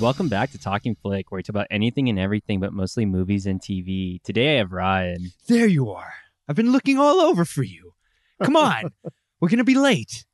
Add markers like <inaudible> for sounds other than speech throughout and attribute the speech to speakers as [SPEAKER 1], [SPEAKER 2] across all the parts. [SPEAKER 1] Welcome back to Talking Flick, where we talk about anything and everything, but mostly movies and TV. Today I have Ryan.
[SPEAKER 2] There you are. I've been looking all over for you. Come on. We're going to be late.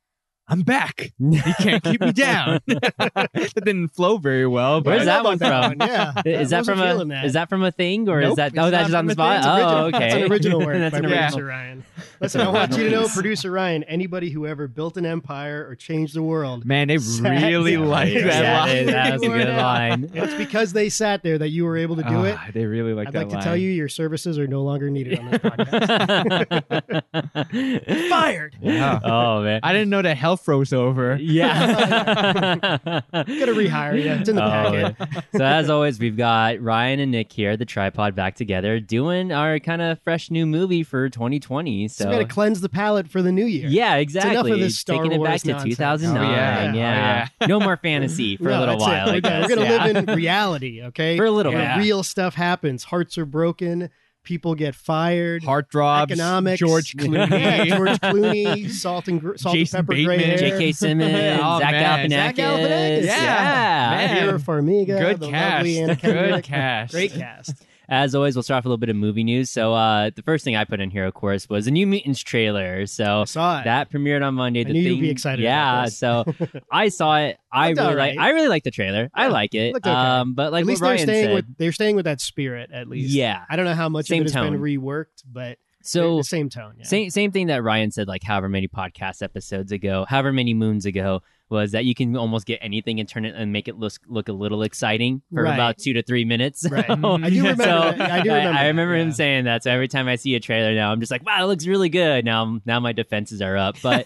[SPEAKER 2] I'm back. You can't keep me down. that didn't flow very well. But
[SPEAKER 1] Where's that
[SPEAKER 3] I know
[SPEAKER 1] one
[SPEAKER 3] about
[SPEAKER 1] from?
[SPEAKER 3] that one, Yeah,
[SPEAKER 1] <laughs> Is
[SPEAKER 3] I
[SPEAKER 1] that
[SPEAKER 3] wasn't
[SPEAKER 1] from a
[SPEAKER 3] feeling that.
[SPEAKER 1] is that from a thing or is
[SPEAKER 2] Nope,
[SPEAKER 1] that
[SPEAKER 2] it's
[SPEAKER 1] oh
[SPEAKER 2] not
[SPEAKER 1] that's just on
[SPEAKER 2] from
[SPEAKER 1] the
[SPEAKER 2] a thing,
[SPEAKER 1] spot?
[SPEAKER 2] it's
[SPEAKER 1] Oh,
[SPEAKER 2] original.
[SPEAKER 1] okay.
[SPEAKER 3] That's an
[SPEAKER 1] <laughs>
[SPEAKER 3] original work
[SPEAKER 1] that's
[SPEAKER 3] by
[SPEAKER 1] an
[SPEAKER 2] Yeah.
[SPEAKER 1] original.
[SPEAKER 3] producer Ryan. Listen, I want you to know, producer Ryan, anybody who ever built an empire or changed the world,
[SPEAKER 2] Man, they
[SPEAKER 3] Sad.
[SPEAKER 2] really
[SPEAKER 3] Yeah.
[SPEAKER 2] like
[SPEAKER 3] Yeah,
[SPEAKER 2] that
[SPEAKER 3] yeah,
[SPEAKER 2] line.
[SPEAKER 3] they-
[SPEAKER 1] that
[SPEAKER 2] <laughs>
[SPEAKER 1] was a good line. <gasps>
[SPEAKER 3] it's because they sat there that you were able to do it.
[SPEAKER 2] Ah, They really like
[SPEAKER 3] I'd
[SPEAKER 2] that
[SPEAKER 3] like to
[SPEAKER 2] line.
[SPEAKER 3] tell you, your services are no longer needed on
[SPEAKER 1] <laughs>
[SPEAKER 3] this podcast.
[SPEAKER 1] Fire.
[SPEAKER 3] Fired.
[SPEAKER 2] Yeah.
[SPEAKER 1] <laughs> Oh man.
[SPEAKER 2] <laughs> I didn't know that hell froze over.
[SPEAKER 1] <laughs> Yeah.
[SPEAKER 3] Gotta rehire you. It's in the
[SPEAKER 1] Oh,
[SPEAKER 3] packet.
[SPEAKER 1] man. so as always, we've got Ryan and Nick here, the tripod back together, doing our kind of fresh new movie for 2020.
[SPEAKER 3] So
[SPEAKER 1] So
[SPEAKER 3] we gotta cleanse the palate for the new year.
[SPEAKER 1] yeah, exactly.
[SPEAKER 3] enough of this Star
[SPEAKER 1] Taking it
[SPEAKER 3] Wars
[SPEAKER 1] back to
[SPEAKER 3] nonsense.
[SPEAKER 1] 2009.
[SPEAKER 2] Oh, yeah.
[SPEAKER 1] yeah,
[SPEAKER 2] Oh, yeah. <laughs>
[SPEAKER 1] no more
[SPEAKER 3] <laughs>
[SPEAKER 1] fantasy for a
[SPEAKER 3] No,
[SPEAKER 1] little
[SPEAKER 3] that's it.
[SPEAKER 1] while. I
[SPEAKER 3] We're gonna-
[SPEAKER 1] guess.
[SPEAKER 3] We're gonna
[SPEAKER 1] yeah.
[SPEAKER 3] live in reality, okay?
[SPEAKER 1] for a little
[SPEAKER 3] Where
[SPEAKER 2] Yeah.
[SPEAKER 1] bit.
[SPEAKER 3] real stuff happens. Hearts are broken. People get fired.
[SPEAKER 2] Heart throbs.
[SPEAKER 3] Economics.
[SPEAKER 2] George
[SPEAKER 3] <laughs> Yeah,
[SPEAKER 2] Clooney.
[SPEAKER 3] George Clooney, salt and gr- salt
[SPEAKER 2] Jason
[SPEAKER 3] and pepper gray
[SPEAKER 2] Bateman.
[SPEAKER 3] hair. <laughs>
[SPEAKER 1] J.K. Simmons,
[SPEAKER 2] Oh,
[SPEAKER 1] Zach
[SPEAKER 2] man.
[SPEAKER 1] Galifianakis.
[SPEAKER 3] Zach Galifianakis.
[SPEAKER 1] Yeah.
[SPEAKER 2] Yeah. Man.
[SPEAKER 3] Vera Farmiga,
[SPEAKER 2] Good
[SPEAKER 3] the
[SPEAKER 2] cast.
[SPEAKER 3] lovely Anna
[SPEAKER 2] Good
[SPEAKER 3] Kendrick.
[SPEAKER 2] cast. <laughs>
[SPEAKER 3] Great cast.
[SPEAKER 1] As always, we'll start off with a little bit of movie news. So uh, the first thing I put in here, of course, was the New Mutants trailer. So
[SPEAKER 3] I saw it.
[SPEAKER 1] that premiered on Monday.
[SPEAKER 3] I
[SPEAKER 1] the
[SPEAKER 3] knew you'd
[SPEAKER 1] thing,
[SPEAKER 3] be excited
[SPEAKER 1] Yeah,
[SPEAKER 3] about this.
[SPEAKER 1] so
[SPEAKER 3] <laughs>
[SPEAKER 1] I saw it. I
[SPEAKER 3] Looked
[SPEAKER 1] really
[SPEAKER 3] alright.
[SPEAKER 1] like. I really like the trailer. I
[SPEAKER 3] Yeah,
[SPEAKER 1] like it.
[SPEAKER 3] looked okay.
[SPEAKER 1] Um, but like
[SPEAKER 3] at
[SPEAKER 1] what
[SPEAKER 3] least they're
[SPEAKER 1] Ryan
[SPEAKER 3] staying
[SPEAKER 1] said,
[SPEAKER 3] with they're staying with that spirit at least.
[SPEAKER 1] yeah.
[SPEAKER 3] I don't know how much
[SPEAKER 1] Same
[SPEAKER 3] of it has
[SPEAKER 1] tone.
[SPEAKER 3] been reworked, but they're
[SPEAKER 1] So
[SPEAKER 3] the same tone. Yeah.
[SPEAKER 1] same same thing that Ryan said, like however many podcast episodes ago, however many moons ago, was that you can almost get anything and turn it and make it look look a little exciting for
[SPEAKER 3] Right.
[SPEAKER 1] about two to three minutes. <laughs>
[SPEAKER 3] Right.
[SPEAKER 2] Oh,
[SPEAKER 1] So-
[SPEAKER 3] I do remember.
[SPEAKER 1] so-
[SPEAKER 3] that. I do
[SPEAKER 1] <laughs>
[SPEAKER 3] remember.
[SPEAKER 1] I,
[SPEAKER 3] that,
[SPEAKER 1] remember him
[SPEAKER 3] yeah.
[SPEAKER 1] saying that. So every time I see a trailer now, I'm just like, wow, it looks really good. Now, I'm- now my defenses are up,
[SPEAKER 3] <laughs>
[SPEAKER 1] but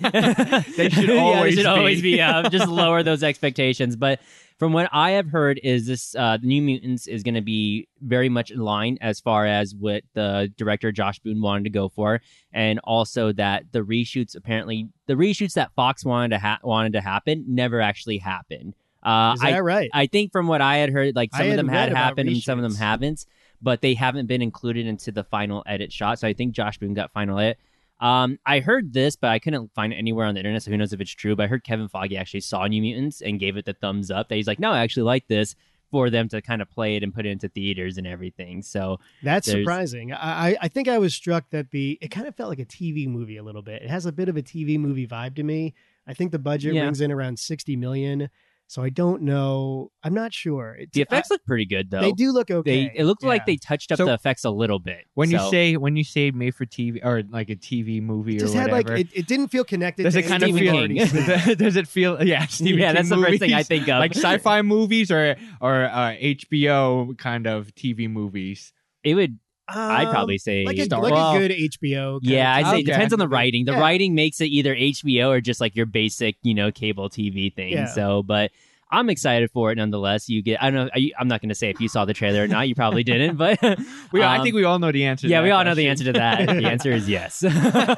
[SPEAKER 2] They
[SPEAKER 1] <laughs>
[SPEAKER 2] should
[SPEAKER 1] Yeah,
[SPEAKER 2] always
[SPEAKER 1] should
[SPEAKER 2] be.
[SPEAKER 1] always be up. Just lower those expectations. But from what I have heard, is this uh, the New Mutants is going to be very much in line as far as what the director Josh Boone wanted to go for, and also that the reshoots apparently the reshoots that Fox wanted to ha- wanted to happen never actually happened. Uh,
[SPEAKER 3] Is
[SPEAKER 1] I
[SPEAKER 3] that right?
[SPEAKER 1] I think from what I had heard, like
[SPEAKER 3] I
[SPEAKER 1] some of
[SPEAKER 3] had
[SPEAKER 1] them
[SPEAKER 3] read
[SPEAKER 1] had
[SPEAKER 3] about
[SPEAKER 1] happened and some of them
[SPEAKER 3] reshoots.
[SPEAKER 1] haven't, but they haven't been included into the final edit shot. So I think Josh Boone got final edit. Um, I heard this, but I couldn't find it anywhere on the internet, so who knows if it's true. But I heard Kevin Foggy actually saw New Mutants and gave it the thumbs up. That he's like, no, I actually like this for them to kind of play it and put it into theaters and everything. So
[SPEAKER 3] That's
[SPEAKER 1] There's-
[SPEAKER 3] surprising. I, I- I think I was struck that the it kind of felt like a TV movie a little bit. It has a bit of a TV movie vibe to me. I think the budget
[SPEAKER 1] Yeah.
[SPEAKER 3] rings in around sixty million. So I don't know. I'm not sure. It-
[SPEAKER 1] the effects look pretty good though.
[SPEAKER 3] I- they do look okay.
[SPEAKER 1] They it looked like
[SPEAKER 3] Yeah.
[SPEAKER 1] they touched up
[SPEAKER 2] So-
[SPEAKER 1] the effects a little bit.
[SPEAKER 2] When you
[SPEAKER 1] So- <laughs>
[SPEAKER 2] say when you say made for TV or like a TV movie
[SPEAKER 3] It just
[SPEAKER 2] or
[SPEAKER 3] had
[SPEAKER 2] whatever,
[SPEAKER 3] like it, it didn't feel connected.
[SPEAKER 2] does
[SPEAKER 3] to
[SPEAKER 2] it kind of
[SPEAKER 3] anything we've
[SPEAKER 2] feel?
[SPEAKER 3] already
[SPEAKER 1] <laughs>
[SPEAKER 2] <laughs>
[SPEAKER 3] seen.
[SPEAKER 2] does it feel? Yeah, Stephen
[SPEAKER 1] yeah,
[SPEAKER 2] King
[SPEAKER 1] that's the first thing I
[SPEAKER 2] movies,
[SPEAKER 1] think of.
[SPEAKER 2] Like sci-fi movies or or uh, HBO kind of TV movies.
[SPEAKER 1] it would. I'd
[SPEAKER 3] Um,
[SPEAKER 1] probably say
[SPEAKER 3] like a,
[SPEAKER 1] Star-
[SPEAKER 3] like
[SPEAKER 1] well,
[SPEAKER 3] a good HBO. kind
[SPEAKER 1] Yeah,
[SPEAKER 3] of
[SPEAKER 1] I'd say
[SPEAKER 2] Okay.
[SPEAKER 1] it depends on the writing. The
[SPEAKER 3] Yeah.
[SPEAKER 1] writing makes it either HBO or just like your basic, you know, cable TV thing.
[SPEAKER 3] Yeah.
[SPEAKER 1] So, but I'm excited for it nonetheless. You get, I don't know, are you- I'm not going to say if you saw the trailer or not. You probably didn't, but <laughs>
[SPEAKER 2] We, I
[SPEAKER 1] um,
[SPEAKER 2] think we all know the answer. to
[SPEAKER 1] yeah, we
[SPEAKER 2] that
[SPEAKER 1] all know the
[SPEAKER 2] question.
[SPEAKER 1] answer to
[SPEAKER 2] <laughs>
[SPEAKER 1] that. the answer is yes. <laughs>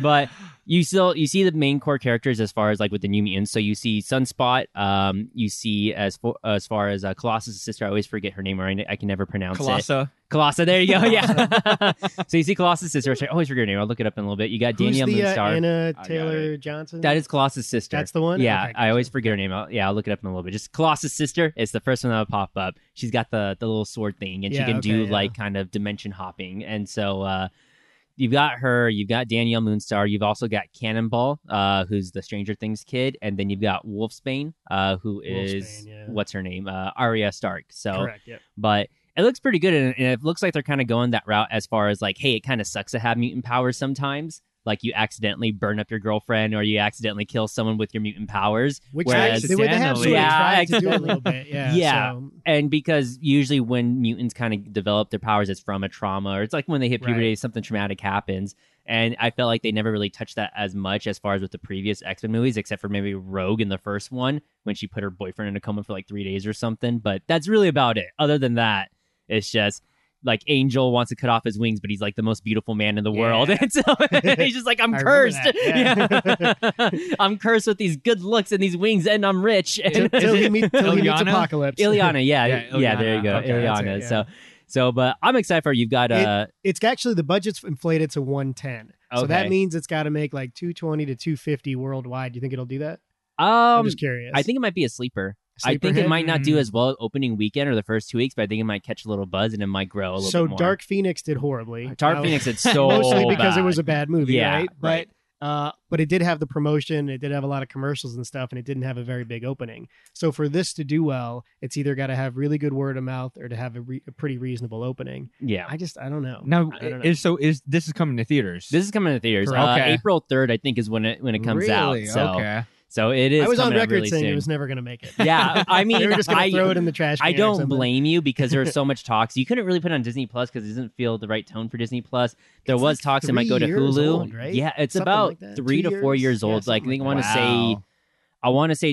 [SPEAKER 1] but you still you see the main core characters as far as like with the new mutants. So you see Sunspot. Um, you see as fo- as far as uh, Colossus' sister. I always forget her name. Or I, I can never pronounce it.
[SPEAKER 2] Colossa.
[SPEAKER 1] Colossa, there you go.
[SPEAKER 3] <laughs>
[SPEAKER 1] Yeah. <laughs> so you see Colossus' sister. Which I always forget her name. I'll look it up in Oh, a little bit. You got
[SPEAKER 3] Who's
[SPEAKER 1] Danielle
[SPEAKER 3] the uh,
[SPEAKER 1] Moonstar.
[SPEAKER 3] Anna
[SPEAKER 2] got
[SPEAKER 3] Taylor Johnson?
[SPEAKER 1] that is Colossus' sister.
[SPEAKER 3] that's the one.
[SPEAKER 1] yeah,
[SPEAKER 3] Okay,
[SPEAKER 1] I
[SPEAKER 3] gotcha.
[SPEAKER 1] always forget her name. I'll, yeah, I'll look it up in a little bit. Just Colossus' sister. It's the first one that'll pop up. She's got the the little sword thing, and she
[SPEAKER 3] Yeah,
[SPEAKER 1] can
[SPEAKER 3] okay,
[SPEAKER 1] do
[SPEAKER 3] yeah.
[SPEAKER 1] like kind of dimension hopping. And so uh, you've got her. You've got Danielle Moonstar. You've also got Cannonball, uh, who's the Stranger Things kid, and then you've got Wolfsbane, uh, who is
[SPEAKER 3] Wolfsbane, yeah.
[SPEAKER 1] what's her name? Uh, Arya Stark. So
[SPEAKER 3] correct. Yeah.
[SPEAKER 1] but it looks pretty good and, and it looks like they're kind of going that route as far as like hey it kind of sucks to have mutant powers sometimes like you accidentally burn up your girlfriend or you accidentally kill someone with your mutant powers
[SPEAKER 3] Which
[SPEAKER 1] Whereas-
[SPEAKER 3] they, they, would- they have sort of
[SPEAKER 1] Yeah,
[SPEAKER 3] tried to do a
[SPEAKER 1] accidentally.
[SPEAKER 3] little bit. Yeah.
[SPEAKER 1] Yeah. <laughs>
[SPEAKER 3] so-
[SPEAKER 1] and because usually when mutants kind of develop their powers it's from a trauma or it's like when they hit puberty
[SPEAKER 3] Right.
[SPEAKER 1] something traumatic happens and i felt like they never really touched that as much as far as with the previous x-men movies except for maybe rogue in the first one when she put her boyfriend in a coma for like three days or something but that's really about it other than that it's just like angel wants to cut off his wings but he's like the most beautiful man in the
[SPEAKER 2] Yeah.
[SPEAKER 1] world <laughs> and so he's just like i'm
[SPEAKER 3] <laughs> I remember
[SPEAKER 1] cursed
[SPEAKER 3] that,
[SPEAKER 1] <laughs> Yeah. i'm cursed with these good looks and these wings and i'm rich
[SPEAKER 2] Is
[SPEAKER 1] and
[SPEAKER 2] it-
[SPEAKER 3] till he, meet,
[SPEAKER 1] <laughs>
[SPEAKER 3] till he
[SPEAKER 2] Ilyana?
[SPEAKER 3] meets <laughs> apocalypse.
[SPEAKER 1] Ileana, yeah,
[SPEAKER 2] Yeah,
[SPEAKER 1] yeah, there you
[SPEAKER 2] Ileana.
[SPEAKER 1] go,
[SPEAKER 2] Okay,
[SPEAKER 3] that's
[SPEAKER 1] Ileana.
[SPEAKER 3] it, yeah.
[SPEAKER 1] So, so, but I'm excited for it. you've got uh,
[SPEAKER 3] it's actually the budget's inflated to 110. So
[SPEAKER 1] Okay.
[SPEAKER 3] that means it's got to make like 220 to 250 worldwide. Do you think it'll do that? I'm
[SPEAKER 1] um,
[SPEAKER 3] just curious.
[SPEAKER 1] I think it might be a sleeper. I
[SPEAKER 3] Sleeper
[SPEAKER 1] think
[SPEAKER 3] hit? Mm.
[SPEAKER 1] it might not do as well opening weekend or the first two weeks, but I think it might catch a little buzz and it might grow a little
[SPEAKER 3] So
[SPEAKER 1] bit more.
[SPEAKER 3] Dark Phoenix did horribly.
[SPEAKER 1] Dark
[SPEAKER 3] Uh,
[SPEAKER 1] Phoenix, it's so
[SPEAKER 3] <laughs> mostly because it was a
[SPEAKER 1] bad.
[SPEAKER 3] bad movie,
[SPEAKER 1] Yeah,
[SPEAKER 3] right? But
[SPEAKER 1] right.
[SPEAKER 3] uh, but it did have the promotion, it did have a lot of commercials and stuff, and it didn't have a very big opening. So for this to do well, it's either got to have really good word of mouth or to have a, re- a pretty reasonable opening.
[SPEAKER 1] yeah.
[SPEAKER 3] I just I don't know.
[SPEAKER 2] Now,
[SPEAKER 3] I don't know.
[SPEAKER 2] is, so is this is coming to theaters?
[SPEAKER 1] This is coming to theaters. Uh,
[SPEAKER 2] Okay.
[SPEAKER 1] April third, I think, is when it when it comes out.
[SPEAKER 2] Really?
[SPEAKER 1] So
[SPEAKER 2] okay.
[SPEAKER 1] so it is.
[SPEAKER 3] I was on
[SPEAKER 1] coming out
[SPEAKER 3] record
[SPEAKER 1] really
[SPEAKER 3] saying
[SPEAKER 1] soon.
[SPEAKER 3] it was never going to make it.
[SPEAKER 1] Yeah, <laughs> I
[SPEAKER 3] <laughs> they
[SPEAKER 1] mean,
[SPEAKER 3] were just going
[SPEAKER 1] I-
[SPEAKER 3] to throw it in the trash.
[SPEAKER 1] I
[SPEAKER 3] can or
[SPEAKER 1] don't
[SPEAKER 3] something.
[SPEAKER 1] blame you because there
[SPEAKER 3] <laughs>
[SPEAKER 1] was so much talks. You couldn't really put it on Disney Plus because it doesn't feel the right tone for Disney Plus. There
[SPEAKER 3] It's
[SPEAKER 1] was
[SPEAKER 3] like
[SPEAKER 1] talks it might
[SPEAKER 3] three
[SPEAKER 1] go to
[SPEAKER 3] years
[SPEAKER 1] Hulu.
[SPEAKER 3] old, right?
[SPEAKER 1] Yeah, it's
[SPEAKER 3] Something
[SPEAKER 1] about
[SPEAKER 3] like that.
[SPEAKER 1] three
[SPEAKER 3] Two
[SPEAKER 1] to four
[SPEAKER 3] years?
[SPEAKER 1] years old.
[SPEAKER 3] Yeah,
[SPEAKER 1] like I
[SPEAKER 3] something
[SPEAKER 1] think I
[SPEAKER 3] like
[SPEAKER 1] want to
[SPEAKER 2] wow.
[SPEAKER 1] say I want to say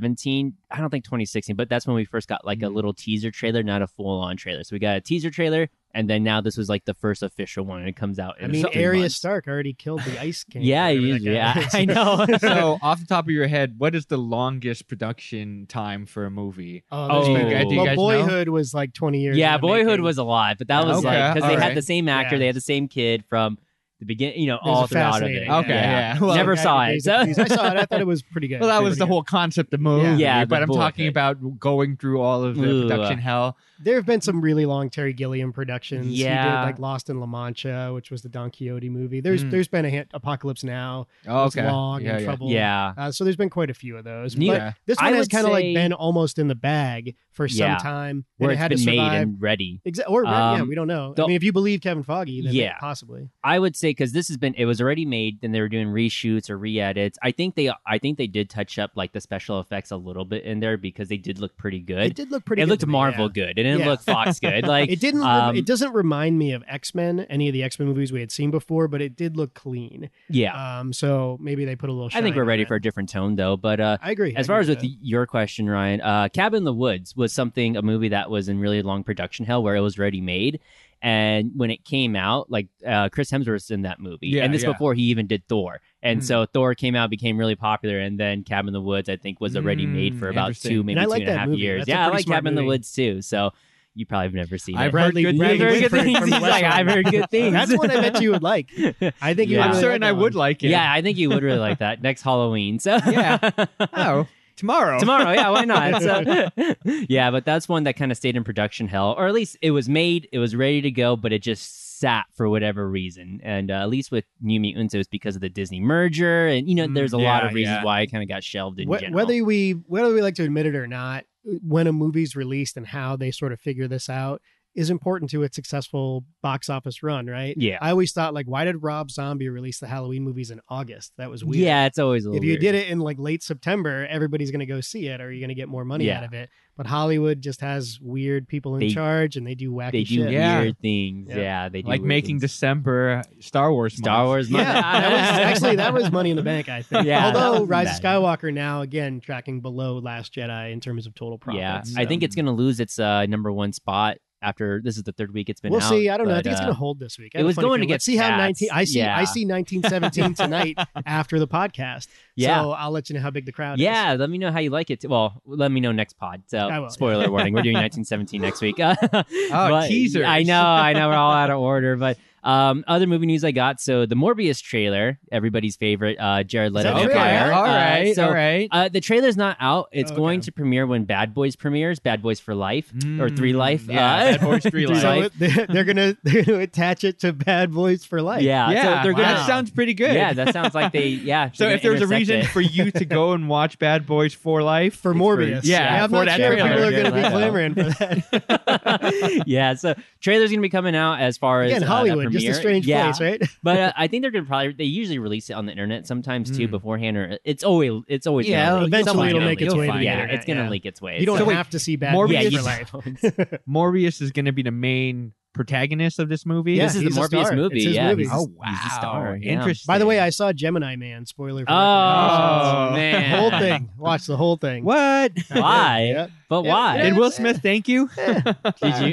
[SPEAKER 1] 2017. I don't think 2016, but that's when we first got like a
[SPEAKER 3] Mm-hmm.
[SPEAKER 2] Mhm.
[SPEAKER 1] little teaser trailer, not a full on trailer. So we got a teaser trailer, and then now this was like the first official one, and it comes out. In
[SPEAKER 3] I mean,
[SPEAKER 1] three
[SPEAKER 3] Arya
[SPEAKER 1] months.
[SPEAKER 3] Stark already killed the
[SPEAKER 1] <laughs>
[SPEAKER 3] Ice King.
[SPEAKER 1] Yeah,
[SPEAKER 3] or whatever
[SPEAKER 1] he
[SPEAKER 3] that
[SPEAKER 1] is,
[SPEAKER 3] guy
[SPEAKER 1] yeah,
[SPEAKER 3] is.
[SPEAKER 1] I
[SPEAKER 3] <laughs>
[SPEAKER 1] know. <laughs>
[SPEAKER 2] <laughs> so off the top of your head, what is the longest production time for a movie?
[SPEAKER 3] Oh,
[SPEAKER 1] Oh.
[SPEAKER 3] that's
[SPEAKER 1] Do you guys-
[SPEAKER 3] bad.
[SPEAKER 1] do you
[SPEAKER 3] Well,
[SPEAKER 2] guys know?
[SPEAKER 3] Boyhood was like 20 years. in
[SPEAKER 1] yeah,
[SPEAKER 3] the
[SPEAKER 1] Boyhood
[SPEAKER 3] making.
[SPEAKER 1] was a lot, but that was
[SPEAKER 2] Okay,
[SPEAKER 1] like because they
[SPEAKER 2] alright.
[SPEAKER 1] had the same actor,
[SPEAKER 3] Yeah.
[SPEAKER 1] they had the same kid from the beginning, you know,
[SPEAKER 3] It was
[SPEAKER 1] all throughout of it.
[SPEAKER 3] fascinating.
[SPEAKER 2] Okay, yeah. Well,
[SPEAKER 1] Never
[SPEAKER 3] the guy
[SPEAKER 1] saw
[SPEAKER 3] who
[SPEAKER 1] it,
[SPEAKER 3] plays
[SPEAKER 1] so-
[SPEAKER 3] the police- I saw it. I thought it was
[SPEAKER 1] <laughs>
[SPEAKER 3] pretty good.
[SPEAKER 2] Well, that was
[SPEAKER 3] Pretty
[SPEAKER 2] the
[SPEAKER 3] good.
[SPEAKER 2] whole concept of the movie.
[SPEAKER 1] Yeah,
[SPEAKER 2] but
[SPEAKER 1] the
[SPEAKER 2] I'm talking
[SPEAKER 1] bullet.
[SPEAKER 2] about going through all of the
[SPEAKER 1] Ooh.
[SPEAKER 2] production hell.
[SPEAKER 3] There have been some really long Terry Gilliam productions. He did,
[SPEAKER 1] Yeah. Hmm.
[SPEAKER 3] like Lost in La Mancha, which was the Don Quixote movie. There's
[SPEAKER 2] Mm.
[SPEAKER 3] there's been a hit, Apocalypse Now.
[SPEAKER 2] Oh,
[SPEAKER 3] was
[SPEAKER 2] okay.
[SPEAKER 3] long
[SPEAKER 2] yeah,
[SPEAKER 3] and
[SPEAKER 2] yeah.
[SPEAKER 3] trouble.
[SPEAKER 1] Yeah.
[SPEAKER 3] Uh, so there's been quite a few of those.
[SPEAKER 1] Neat.
[SPEAKER 3] But
[SPEAKER 2] Yeah.
[SPEAKER 3] this
[SPEAKER 1] I
[SPEAKER 3] one has
[SPEAKER 1] would
[SPEAKER 3] kind of
[SPEAKER 1] say-
[SPEAKER 3] like been almost in the bag for some
[SPEAKER 1] Yeah.
[SPEAKER 3] time.
[SPEAKER 1] Where
[SPEAKER 3] and it
[SPEAKER 1] it's
[SPEAKER 3] had
[SPEAKER 1] been
[SPEAKER 3] to
[SPEAKER 1] made
[SPEAKER 3] survive.
[SPEAKER 1] and ready.
[SPEAKER 3] Exa- or yeah,
[SPEAKER 1] Um,
[SPEAKER 3] we don't know.
[SPEAKER 1] the-
[SPEAKER 3] I mean, if you believe Kevin Foggy, then
[SPEAKER 1] Yeah.
[SPEAKER 3] possibly.
[SPEAKER 1] I would say because this has been it was already made, then they were doing reshoots or re-edits. I think they I think they did touch up like the special effects a little bit in there because they did look pretty
[SPEAKER 3] It
[SPEAKER 1] good.
[SPEAKER 3] did look pretty.
[SPEAKER 1] It
[SPEAKER 3] good
[SPEAKER 1] looked
[SPEAKER 3] to me,
[SPEAKER 1] Marvel
[SPEAKER 3] yeah.
[SPEAKER 1] good. It didn't
[SPEAKER 3] Yeah.
[SPEAKER 1] look Fox
[SPEAKER 3] <laughs>
[SPEAKER 1] good. Like
[SPEAKER 3] It didn't. rem-
[SPEAKER 1] um,
[SPEAKER 3] it doesn't remind me of X Men, any of the X Men movies we had seen before, but it did look clean.
[SPEAKER 1] yeah.
[SPEAKER 3] Um, so maybe they put a little.
[SPEAKER 1] I think
[SPEAKER 3] shine
[SPEAKER 1] we're
[SPEAKER 3] on
[SPEAKER 1] ready
[SPEAKER 3] that.
[SPEAKER 1] for a different tone though. But uh,
[SPEAKER 3] I agree.
[SPEAKER 1] as
[SPEAKER 3] I
[SPEAKER 1] far as
[SPEAKER 3] agree
[SPEAKER 1] with your question, Ryan, uh, Cabin in the Woods was something a movie that was in really long production hell where it was already made, and when it came out, like uh, Chris Hemsworth's in that movie,
[SPEAKER 2] Yeah,
[SPEAKER 1] and this
[SPEAKER 2] yeah.
[SPEAKER 1] before he even did Thor, and
[SPEAKER 2] Hmm.
[SPEAKER 1] so Thor came out became really popular, and then Cabin in the Woods I think was already made
[SPEAKER 2] Mm,
[SPEAKER 1] for about
[SPEAKER 2] interesting.
[SPEAKER 1] two maybe
[SPEAKER 3] Hmm, And I
[SPEAKER 1] two
[SPEAKER 3] like
[SPEAKER 1] and a
[SPEAKER 3] that
[SPEAKER 1] half
[SPEAKER 3] movie.
[SPEAKER 1] years.
[SPEAKER 3] That's a
[SPEAKER 1] yeah, I
[SPEAKER 3] pretty
[SPEAKER 1] like
[SPEAKER 3] smart
[SPEAKER 1] Cabin in the
[SPEAKER 3] movie.
[SPEAKER 1] Woods too, so you probably have never seen
[SPEAKER 2] I've
[SPEAKER 1] it.
[SPEAKER 2] heard
[SPEAKER 3] Bradley-
[SPEAKER 2] good
[SPEAKER 1] You've heard
[SPEAKER 3] Bradley
[SPEAKER 1] <laughs> good
[SPEAKER 3] Whitford
[SPEAKER 1] things.
[SPEAKER 3] from
[SPEAKER 1] He's like,
[SPEAKER 3] Westworld.
[SPEAKER 1] I've <laughs> heard good
[SPEAKER 3] that.
[SPEAKER 1] things.
[SPEAKER 3] That's one I
[SPEAKER 1] <laughs>
[SPEAKER 3] bet you would like. I think you.
[SPEAKER 1] Yeah.
[SPEAKER 3] Would
[SPEAKER 2] I'm
[SPEAKER 3] really
[SPEAKER 2] certain
[SPEAKER 3] like
[SPEAKER 2] I
[SPEAKER 3] that
[SPEAKER 2] would
[SPEAKER 3] one.
[SPEAKER 2] like it.
[SPEAKER 1] yeah, I think you would really like that next Halloween. So <laughs>
[SPEAKER 2] Yeah. <laughs> Oh, tomorrow.
[SPEAKER 1] tomorrow. Yeah, why not?
[SPEAKER 2] <laughs>
[SPEAKER 1] So, yeah, but that's one that kind of stayed in production hell, or at least it was made, it was ready to go, but it just sat for whatever reason. And uh, at least with New Mutants, it was because of the Disney merger, and you know,
[SPEAKER 2] Mm,
[SPEAKER 1] there's a lot
[SPEAKER 2] yeah,
[SPEAKER 1] of reasons
[SPEAKER 2] yeah.
[SPEAKER 1] why it kind of got shelved in
[SPEAKER 3] Wh-
[SPEAKER 1] general.
[SPEAKER 3] whether we whether we like to admit it or not, when a movie's released and how they sort of figure this out is important to its successful box office run, right?
[SPEAKER 1] yeah,
[SPEAKER 3] <laughs> I always thought like, why did Rob Zombie release the Halloween movies in August? That was weird.
[SPEAKER 1] yeah, it's always a little
[SPEAKER 3] If you
[SPEAKER 1] weird.
[SPEAKER 3] did it in like late September, everybody's going to go see it. Or you're going to get more money
[SPEAKER 1] Yeah.
[SPEAKER 3] out of it. But Hollywood just has weird people in
[SPEAKER 1] They-
[SPEAKER 3] charge, and they do wacky
[SPEAKER 1] they do
[SPEAKER 3] shit.
[SPEAKER 2] Yeah.
[SPEAKER 1] weird things.
[SPEAKER 3] Yeah.
[SPEAKER 1] Yeah, they do
[SPEAKER 2] like
[SPEAKER 1] weird
[SPEAKER 2] making
[SPEAKER 1] things.
[SPEAKER 2] December Star Wars.
[SPEAKER 1] Star
[SPEAKER 2] month.
[SPEAKER 1] Wars.
[SPEAKER 3] Yeah,
[SPEAKER 1] month.
[SPEAKER 3] that
[SPEAKER 1] <laughs>
[SPEAKER 2] <laughs>
[SPEAKER 3] was, actually that was Money in the Bank, I think.
[SPEAKER 1] Yeah, that
[SPEAKER 3] Although
[SPEAKER 1] wasn't
[SPEAKER 3] Rise of
[SPEAKER 1] bad.
[SPEAKER 3] Skywalker now again tracking below Last Jedi in terms of total profits.
[SPEAKER 1] Yeah,
[SPEAKER 2] profits,
[SPEAKER 1] I think
[SPEAKER 2] so.
[SPEAKER 1] it's gonna lose its uh, number one spot after this is the third week it's been
[SPEAKER 3] we'll
[SPEAKER 1] out.
[SPEAKER 3] see. I don't know. I
[SPEAKER 1] but,
[SPEAKER 3] think it's
[SPEAKER 1] uh,
[SPEAKER 3] going to hold this week. I
[SPEAKER 1] it
[SPEAKER 3] have a
[SPEAKER 1] was
[SPEAKER 3] funny
[SPEAKER 1] going to
[SPEAKER 3] feeling.
[SPEAKER 1] get
[SPEAKER 3] Let's see how
[SPEAKER 1] tats.
[SPEAKER 3] nineteen. I see.
[SPEAKER 1] Yeah.
[SPEAKER 3] I see
[SPEAKER 1] <laughs>
[SPEAKER 3] nineteen seventeen tonight after the podcast.
[SPEAKER 1] Yeah.
[SPEAKER 3] So I'll let you know how big the crowd is.
[SPEAKER 1] Yeah, let me know how you like it. t- Well, let me know next pod. So,
[SPEAKER 3] I will,
[SPEAKER 1] spoiler warning: we're
[SPEAKER 2] <laughs>
[SPEAKER 1] doing 1917 next week. <laughs> oh,
[SPEAKER 2] teasers.
[SPEAKER 1] I
[SPEAKER 2] <laughs>
[SPEAKER 1] know, I know, we're all out of order. But um, other movie news I got: so the Morbius trailer, everybody's favorite, uh, Jared Leto.
[SPEAKER 3] that
[SPEAKER 2] Okay.
[SPEAKER 3] true?
[SPEAKER 1] Vampire.
[SPEAKER 2] Oh, All
[SPEAKER 1] Uh,
[SPEAKER 2] right.
[SPEAKER 1] so,
[SPEAKER 2] all right. Oh,
[SPEAKER 1] Uh, the trailer's not out. It's
[SPEAKER 3] Okay.
[SPEAKER 1] going to premiere when Bad Boys premieres. Bad Boys for Life or Three
[SPEAKER 2] Mm,
[SPEAKER 1] Life.
[SPEAKER 2] Yeah,
[SPEAKER 1] uh,
[SPEAKER 2] Bad Boys
[SPEAKER 1] <laughs>
[SPEAKER 2] Three
[SPEAKER 1] Three
[SPEAKER 2] Life.
[SPEAKER 1] Life.
[SPEAKER 3] So it- <laughs> they're gonna they're gonna attach it to Bad Boys for Life.
[SPEAKER 1] Yeah,
[SPEAKER 2] yeah,
[SPEAKER 1] so they're
[SPEAKER 3] wow.
[SPEAKER 1] gonna.
[SPEAKER 2] that sounds pretty good.
[SPEAKER 1] Yeah, that sounds like
[SPEAKER 2] <laughs>
[SPEAKER 1] they. Yeah.
[SPEAKER 2] so
[SPEAKER 1] they're
[SPEAKER 2] if there
[SPEAKER 1] gonna
[SPEAKER 2] was a
[SPEAKER 1] intersect
[SPEAKER 2] reason
[SPEAKER 1] it.
[SPEAKER 2] for you to go and watch Bad Boys for Life,
[SPEAKER 3] For Morbius.
[SPEAKER 2] yeah,
[SPEAKER 3] I'm
[SPEAKER 2] for
[SPEAKER 3] not
[SPEAKER 2] that
[SPEAKER 3] sure if
[SPEAKER 2] trailer.
[SPEAKER 3] people are gonna
[SPEAKER 1] Yeah.
[SPEAKER 3] be clamoring for that.
[SPEAKER 1] <laughs> yeah, so trailer's gonna be coming out as far as
[SPEAKER 3] Again,
[SPEAKER 1] uh, that
[SPEAKER 3] Hollywood, just a
[SPEAKER 1] premiere.
[SPEAKER 3] strange
[SPEAKER 1] yeah.
[SPEAKER 3] place, right?
[SPEAKER 1] but uh, I think they're gonna probably they usually release it on the internet sometimes too
[SPEAKER 2] Mm.
[SPEAKER 1] beforehand or it's always it's always
[SPEAKER 2] Yeah,
[SPEAKER 1] gonna
[SPEAKER 2] it'll-
[SPEAKER 1] leak.
[SPEAKER 3] eventually
[SPEAKER 1] Someone
[SPEAKER 3] it'll
[SPEAKER 1] will
[SPEAKER 3] make
[SPEAKER 1] leak
[SPEAKER 3] its
[SPEAKER 1] it.
[SPEAKER 3] way to the
[SPEAKER 1] yeah,
[SPEAKER 3] internet,
[SPEAKER 1] it's gonna
[SPEAKER 3] yeah.
[SPEAKER 1] leak its way.
[SPEAKER 3] You don't
[SPEAKER 1] so,
[SPEAKER 3] have to see Bad
[SPEAKER 2] Morbius
[SPEAKER 1] yeah,
[SPEAKER 3] Boys
[SPEAKER 1] you
[SPEAKER 3] for Life. <laughs>
[SPEAKER 1] don't.
[SPEAKER 2] Morbius is going to be the main protagonist of this movie.
[SPEAKER 1] <laughs>
[SPEAKER 3] Yeah,
[SPEAKER 1] this is the
[SPEAKER 3] he's a
[SPEAKER 1] Morbius
[SPEAKER 3] star.
[SPEAKER 1] movie.
[SPEAKER 3] It's his
[SPEAKER 1] yeah,
[SPEAKER 3] movie.
[SPEAKER 1] he's-
[SPEAKER 2] oh
[SPEAKER 1] he's
[SPEAKER 2] wow,
[SPEAKER 1] a star. yeah.
[SPEAKER 2] Interesting.
[SPEAKER 3] By the way, I saw Gemini Man. Spoiler for
[SPEAKER 1] Oh
[SPEAKER 2] Oh,
[SPEAKER 3] recommendations.
[SPEAKER 1] man,
[SPEAKER 3] <laughs> The whole thing. Watch the whole thing.
[SPEAKER 2] what?
[SPEAKER 1] Why?
[SPEAKER 3] Yep.
[SPEAKER 1] But
[SPEAKER 3] Yeah,
[SPEAKER 1] why?
[SPEAKER 2] Did Will Smith thank you?
[SPEAKER 1] Did you? <laughs>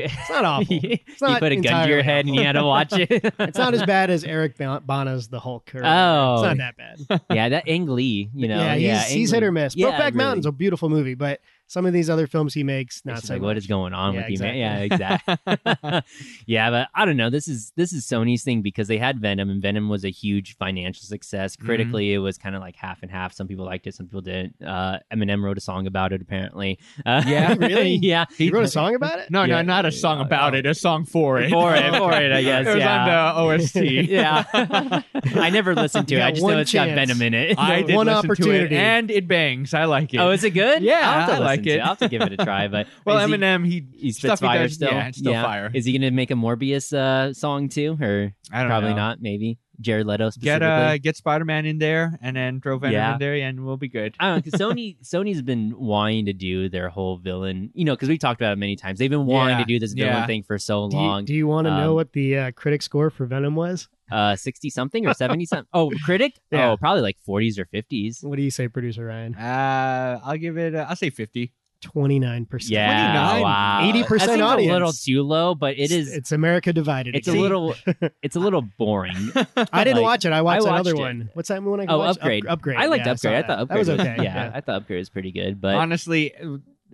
[SPEAKER 3] It's not awful.
[SPEAKER 1] he
[SPEAKER 3] not
[SPEAKER 1] put a gun to your
[SPEAKER 3] entirely
[SPEAKER 1] head and you had to watch it.
[SPEAKER 3] <laughs> It's not as bad as Eric Ban- Bana's The Hulk. Or
[SPEAKER 1] Oh.
[SPEAKER 3] it's not that bad.
[SPEAKER 1] <laughs> yeah, that Ang Lee, you know.
[SPEAKER 3] yeah, he's,
[SPEAKER 1] yeah,
[SPEAKER 3] he's
[SPEAKER 1] Ang
[SPEAKER 3] hit
[SPEAKER 1] Lee.
[SPEAKER 3] or miss.
[SPEAKER 1] Yeah,
[SPEAKER 3] Brokeback
[SPEAKER 1] really.
[SPEAKER 3] Mountain's a beautiful movie, but some of these other films he makes, not
[SPEAKER 1] It's
[SPEAKER 3] so.
[SPEAKER 1] like,
[SPEAKER 3] much.
[SPEAKER 1] what is going on
[SPEAKER 3] Yeah,
[SPEAKER 1] with you, man? Yeah, exactly.
[SPEAKER 2] <laughs>
[SPEAKER 1] <laughs> yeah, but I don't know. This is this is Sony's thing because they had Venom, and Venom was a huge financial success.
[SPEAKER 2] Mhm.
[SPEAKER 1] Critically, it was kind of like half and half. Some people liked it, some people didn't. Uh, Eminem wrote a song about it, apparently. Uh, <laughs>
[SPEAKER 2] Yeah,
[SPEAKER 3] really?
[SPEAKER 1] yeah,
[SPEAKER 3] He wrote a song about it.
[SPEAKER 2] No,
[SPEAKER 1] Yeah.
[SPEAKER 2] no, not a song about it. A song for it.
[SPEAKER 1] for
[SPEAKER 2] <laughs>
[SPEAKER 1] it, for it. I guess.
[SPEAKER 2] It was
[SPEAKER 1] yeah.
[SPEAKER 2] on the
[SPEAKER 1] <laughs>
[SPEAKER 2] OST. <laughs>
[SPEAKER 1] yeah, I never listened to it.
[SPEAKER 3] You
[SPEAKER 1] I
[SPEAKER 3] got
[SPEAKER 1] just know
[SPEAKER 3] one
[SPEAKER 1] it's got
[SPEAKER 3] chance.
[SPEAKER 1] Venom in it. <laughs>
[SPEAKER 2] I did
[SPEAKER 3] One
[SPEAKER 2] listen to
[SPEAKER 3] opportunity.
[SPEAKER 2] it, and it bangs. I like it.
[SPEAKER 1] oh, is it good?
[SPEAKER 2] Yeah,
[SPEAKER 1] I'll have to
[SPEAKER 2] I like
[SPEAKER 1] listen to
[SPEAKER 2] it.
[SPEAKER 1] I'll have to give it a try. But
[SPEAKER 2] <laughs> well,
[SPEAKER 1] is he-
[SPEAKER 2] Eminem, he,
[SPEAKER 1] he spits
[SPEAKER 2] stuff he
[SPEAKER 1] fire
[SPEAKER 2] does,
[SPEAKER 1] still.
[SPEAKER 2] yeah, it's still fire.
[SPEAKER 1] Is he going to make a Morbius uh, song too, or
[SPEAKER 2] I don't
[SPEAKER 1] probably
[SPEAKER 2] know.
[SPEAKER 1] not? Maybe Jared Leto specifically.
[SPEAKER 2] Get uh, get Spider Man in there, and then throw Venom
[SPEAKER 1] Yeah.
[SPEAKER 2] in there, and we'll be good.
[SPEAKER 1] I don't know, 'cause Sony Sony's been wanting to do their whole villain, you know, because we talked about it many times. They've been wanting
[SPEAKER 2] Yeah,
[SPEAKER 1] to do this villain
[SPEAKER 2] yeah.
[SPEAKER 1] thing for so
[SPEAKER 3] Do
[SPEAKER 1] long.
[SPEAKER 3] you, do you want to know
[SPEAKER 1] Um,
[SPEAKER 3] what the uh, critic score for Venom was?
[SPEAKER 1] uh, sixty something or seventy something? Oh, critic?
[SPEAKER 2] Yeah.
[SPEAKER 1] Oh, probably like forties or fifties.
[SPEAKER 3] What do you say, producer Ryan?
[SPEAKER 2] Uh, I'll give it. Uh, I'll say fifty.
[SPEAKER 3] Twenty nine percent.
[SPEAKER 1] Yeah,
[SPEAKER 2] 29.
[SPEAKER 1] wow, That
[SPEAKER 3] 80%
[SPEAKER 1] seems
[SPEAKER 3] audience.
[SPEAKER 1] A little too low, but it is. It's,
[SPEAKER 3] It's America divided.
[SPEAKER 1] a
[SPEAKER 3] See,
[SPEAKER 1] little. It's a little boring.
[SPEAKER 3] I didn't
[SPEAKER 1] like-
[SPEAKER 3] watch it. I watched,
[SPEAKER 1] I
[SPEAKER 3] another
[SPEAKER 1] watched it.
[SPEAKER 3] one. What's that one? I
[SPEAKER 1] Oh,
[SPEAKER 3] watched? Up-
[SPEAKER 1] upgrade.
[SPEAKER 3] upgrade.
[SPEAKER 1] I liked
[SPEAKER 3] yeah, saw
[SPEAKER 1] upgrade. I,
[SPEAKER 3] that.
[SPEAKER 1] thought upgrade
[SPEAKER 3] that was okay.
[SPEAKER 1] yeah, I thought upgrade was pretty good, but
[SPEAKER 2] Honestly,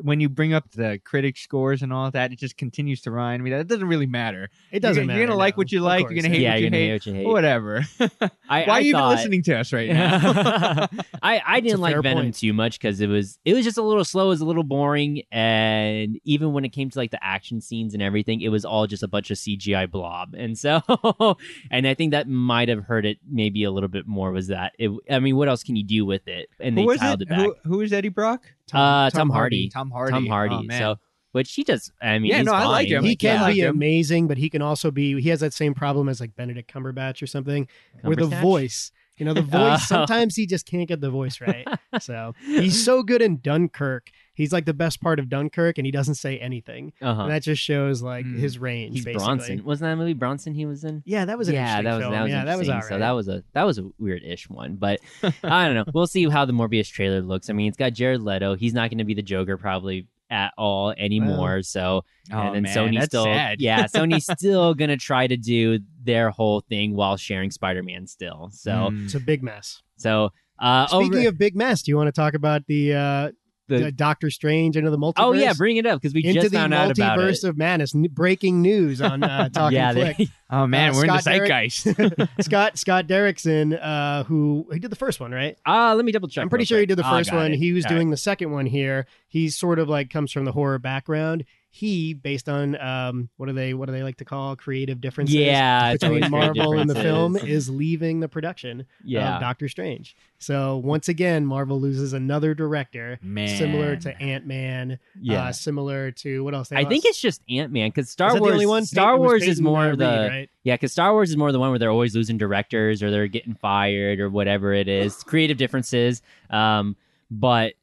[SPEAKER 2] when you bring up the critic scores and all that, it just continues to remind me that it doesn't really matter.
[SPEAKER 3] It
[SPEAKER 2] <laughs>
[SPEAKER 3] doesn't
[SPEAKER 2] You're gonna-
[SPEAKER 3] matter.
[SPEAKER 2] you're gonna like
[SPEAKER 3] no.
[SPEAKER 2] what you
[SPEAKER 3] Of
[SPEAKER 2] like,
[SPEAKER 3] course,
[SPEAKER 2] you're gonna
[SPEAKER 3] yeah.
[SPEAKER 2] hate
[SPEAKER 1] yeah,
[SPEAKER 2] what
[SPEAKER 1] you're
[SPEAKER 2] you
[SPEAKER 1] gonna
[SPEAKER 2] hate.
[SPEAKER 1] hate what you hate.
[SPEAKER 2] Whatever.
[SPEAKER 1] I,
[SPEAKER 2] Why
[SPEAKER 1] I
[SPEAKER 2] are you
[SPEAKER 1] thought-
[SPEAKER 2] even listening to us
[SPEAKER 1] <laughs>
[SPEAKER 2] right <laughs>
[SPEAKER 3] <laughs>
[SPEAKER 2] now?
[SPEAKER 1] I, I
[SPEAKER 3] It's a
[SPEAKER 1] didn't like
[SPEAKER 3] fair
[SPEAKER 1] Venom
[SPEAKER 3] point.
[SPEAKER 1] too much because it was it was just a little slow, it was a little boring, and even when it came to like the action scenes and everything, it was all just a bunch of CGI blob, <laughs> and so and I think that might have hurt it maybe a little bit more. Was that it, I mean, what else can you do with it? And they
[SPEAKER 2] who was
[SPEAKER 1] tiled it,
[SPEAKER 2] it?
[SPEAKER 1] back.
[SPEAKER 2] Who, who is Eddie Brock?
[SPEAKER 1] Uh, Tom Hardy.
[SPEAKER 2] Tom Hardy.
[SPEAKER 1] Tom Hardy.
[SPEAKER 2] Oh, man.
[SPEAKER 1] so, which he does. I mean,
[SPEAKER 2] Yeah,
[SPEAKER 1] he's
[SPEAKER 2] no, I like
[SPEAKER 1] fine.
[SPEAKER 2] him.
[SPEAKER 3] He
[SPEAKER 2] Like,
[SPEAKER 3] can
[SPEAKER 2] yeah.
[SPEAKER 3] be
[SPEAKER 2] Like him.
[SPEAKER 3] amazing, but he can also be. He has that same problem as like Benedict Cumberbatch or something, with a
[SPEAKER 1] Cumberbatch?
[SPEAKER 3] voice. You
[SPEAKER 1] <laughs>
[SPEAKER 3] know, the voice.
[SPEAKER 1] Oh.
[SPEAKER 3] Sometimes he just can't get the voice
[SPEAKER 1] <laughs>
[SPEAKER 3] right. so he's so good in Dunkirk. He's like the best part of Dunkirk, and he doesn't say anything.
[SPEAKER 1] Uh-huh.
[SPEAKER 3] And <laughs> that just shows like
[SPEAKER 2] Mm.
[SPEAKER 3] his range.
[SPEAKER 1] Hmm. He's
[SPEAKER 3] basically.
[SPEAKER 1] Bronson. Wasn't that movie Bronson he was in?
[SPEAKER 3] Yeah, that was an
[SPEAKER 1] yeah,
[SPEAKER 3] interesting
[SPEAKER 1] that was
[SPEAKER 3] film.
[SPEAKER 1] that was
[SPEAKER 3] yeah, that was
[SPEAKER 1] interesting.
[SPEAKER 3] all right.
[SPEAKER 1] So that was a that was a weird-ish one, but <laughs> I don't know. We'll see how the Morbius trailer looks. I mean, it's got Jared Leto. He's not going to be the Joker probably at all anymore. so
[SPEAKER 2] <laughs> Oh,
[SPEAKER 1] and then
[SPEAKER 2] man,
[SPEAKER 1] Sony
[SPEAKER 2] that's
[SPEAKER 1] still
[SPEAKER 2] sad.
[SPEAKER 1] yeah, Sony's
[SPEAKER 3] <laughs>
[SPEAKER 1] still going to try to do their whole thing while sharing Spider-Man still. So
[SPEAKER 2] Mm.
[SPEAKER 3] it's a big mess.
[SPEAKER 1] so uh
[SPEAKER 3] Hmm. Speaking
[SPEAKER 1] over
[SPEAKER 3] of big mess, do you want to talk about the, uh,
[SPEAKER 1] The-
[SPEAKER 3] the Doctor Strange into the multiverse?
[SPEAKER 1] Oh yeah, bring it up because we
[SPEAKER 3] into
[SPEAKER 1] just
[SPEAKER 3] the
[SPEAKER 1] found out about it.
[SPEAKER 3] multiverse of madness. N- breaking news on
[SPEAKER 1] <laughs>
[SPEAKER 3] uh, Talking
[SPEAKER 1] yeah,
[SPEAKER 3] Flick.
[SPEAKER 1] they-
[SPEAKER 2] Oh man,
[SPEAKER 3] Uh,
[SPEAKER 2] we're
[SPEAKER 3] Scott
[SPEAKER 2] in the
[SPEAKER 3] Derrick-
[SPEAKER 2] zeitgeist.
[SPEAKER 1] <laughs>
[SPEAKER 3] Scott Scott Derrickson, uh, who he did the first one, right?
[SPEAKER 1] uh, let me double check.
[SPEAKER 3] I'm pretty
[SPEAKER 1] real
[SPEAKER 3] sure he
[SPEAKER 1] quick.
[SPEAKER 3] did the
[SPEAKER 1] Oh, I
[SPEAKER 3] first
[SPEAKER 1] got
[SPEAKER 3] one.
[SPEAKER 1] it.
[SPEAKER 3] He was
[SPEAKER 1] All right.
[SPEAKER 3] doing the second one here. He sort of like comes from the horror background. He, based on um, what are they what do they like to call creative differences
[SPEAKER 1] yeah it's
[SPEAKER 3] between
[SPEAKER 1] always great
[SPEAKER 3] Marvel and the film, um,
[SPEAKER 1] differences.
[SPEAKER 3] is leaving the production
[SPEAKER 1] Yeah,
[SPEAKER 3] of Doctor Strange. So once again, Marvel loses another director,
[SPEAKER 2] man.
[SPEAKER 3] similar to Ant Man,
[SPEAKER 1] yeah.
[SPEAKER 3] uh, similar to what else? They
[SPEAKER 1] I
[SPEAKER 3] lost-
[SPEAKER 1] think it's just Ant Man because Star
[SPEAKER 3] Is that
[SPEAKER 1] Wars.
[SPEAKER 3] the only one?
[SPEAKER 1] Star
[SPEAKER 3] Peyton- it was
[SPEAKER 1] Wars is
[SPEAKER 3] Peyton,
[SPEAKER 1] more
[SPEAKER 3] uh,
[SPEAKER 1] of the
[SPEAKER 3] Reed, right?
[SPEAKER 1] yeah, because Star Wars is more the one where they're always losing directors or they're getting fired or whatever it
[SPEAKER 3] <gasps>
[SPEAKER 1] is, creative differences. Um, but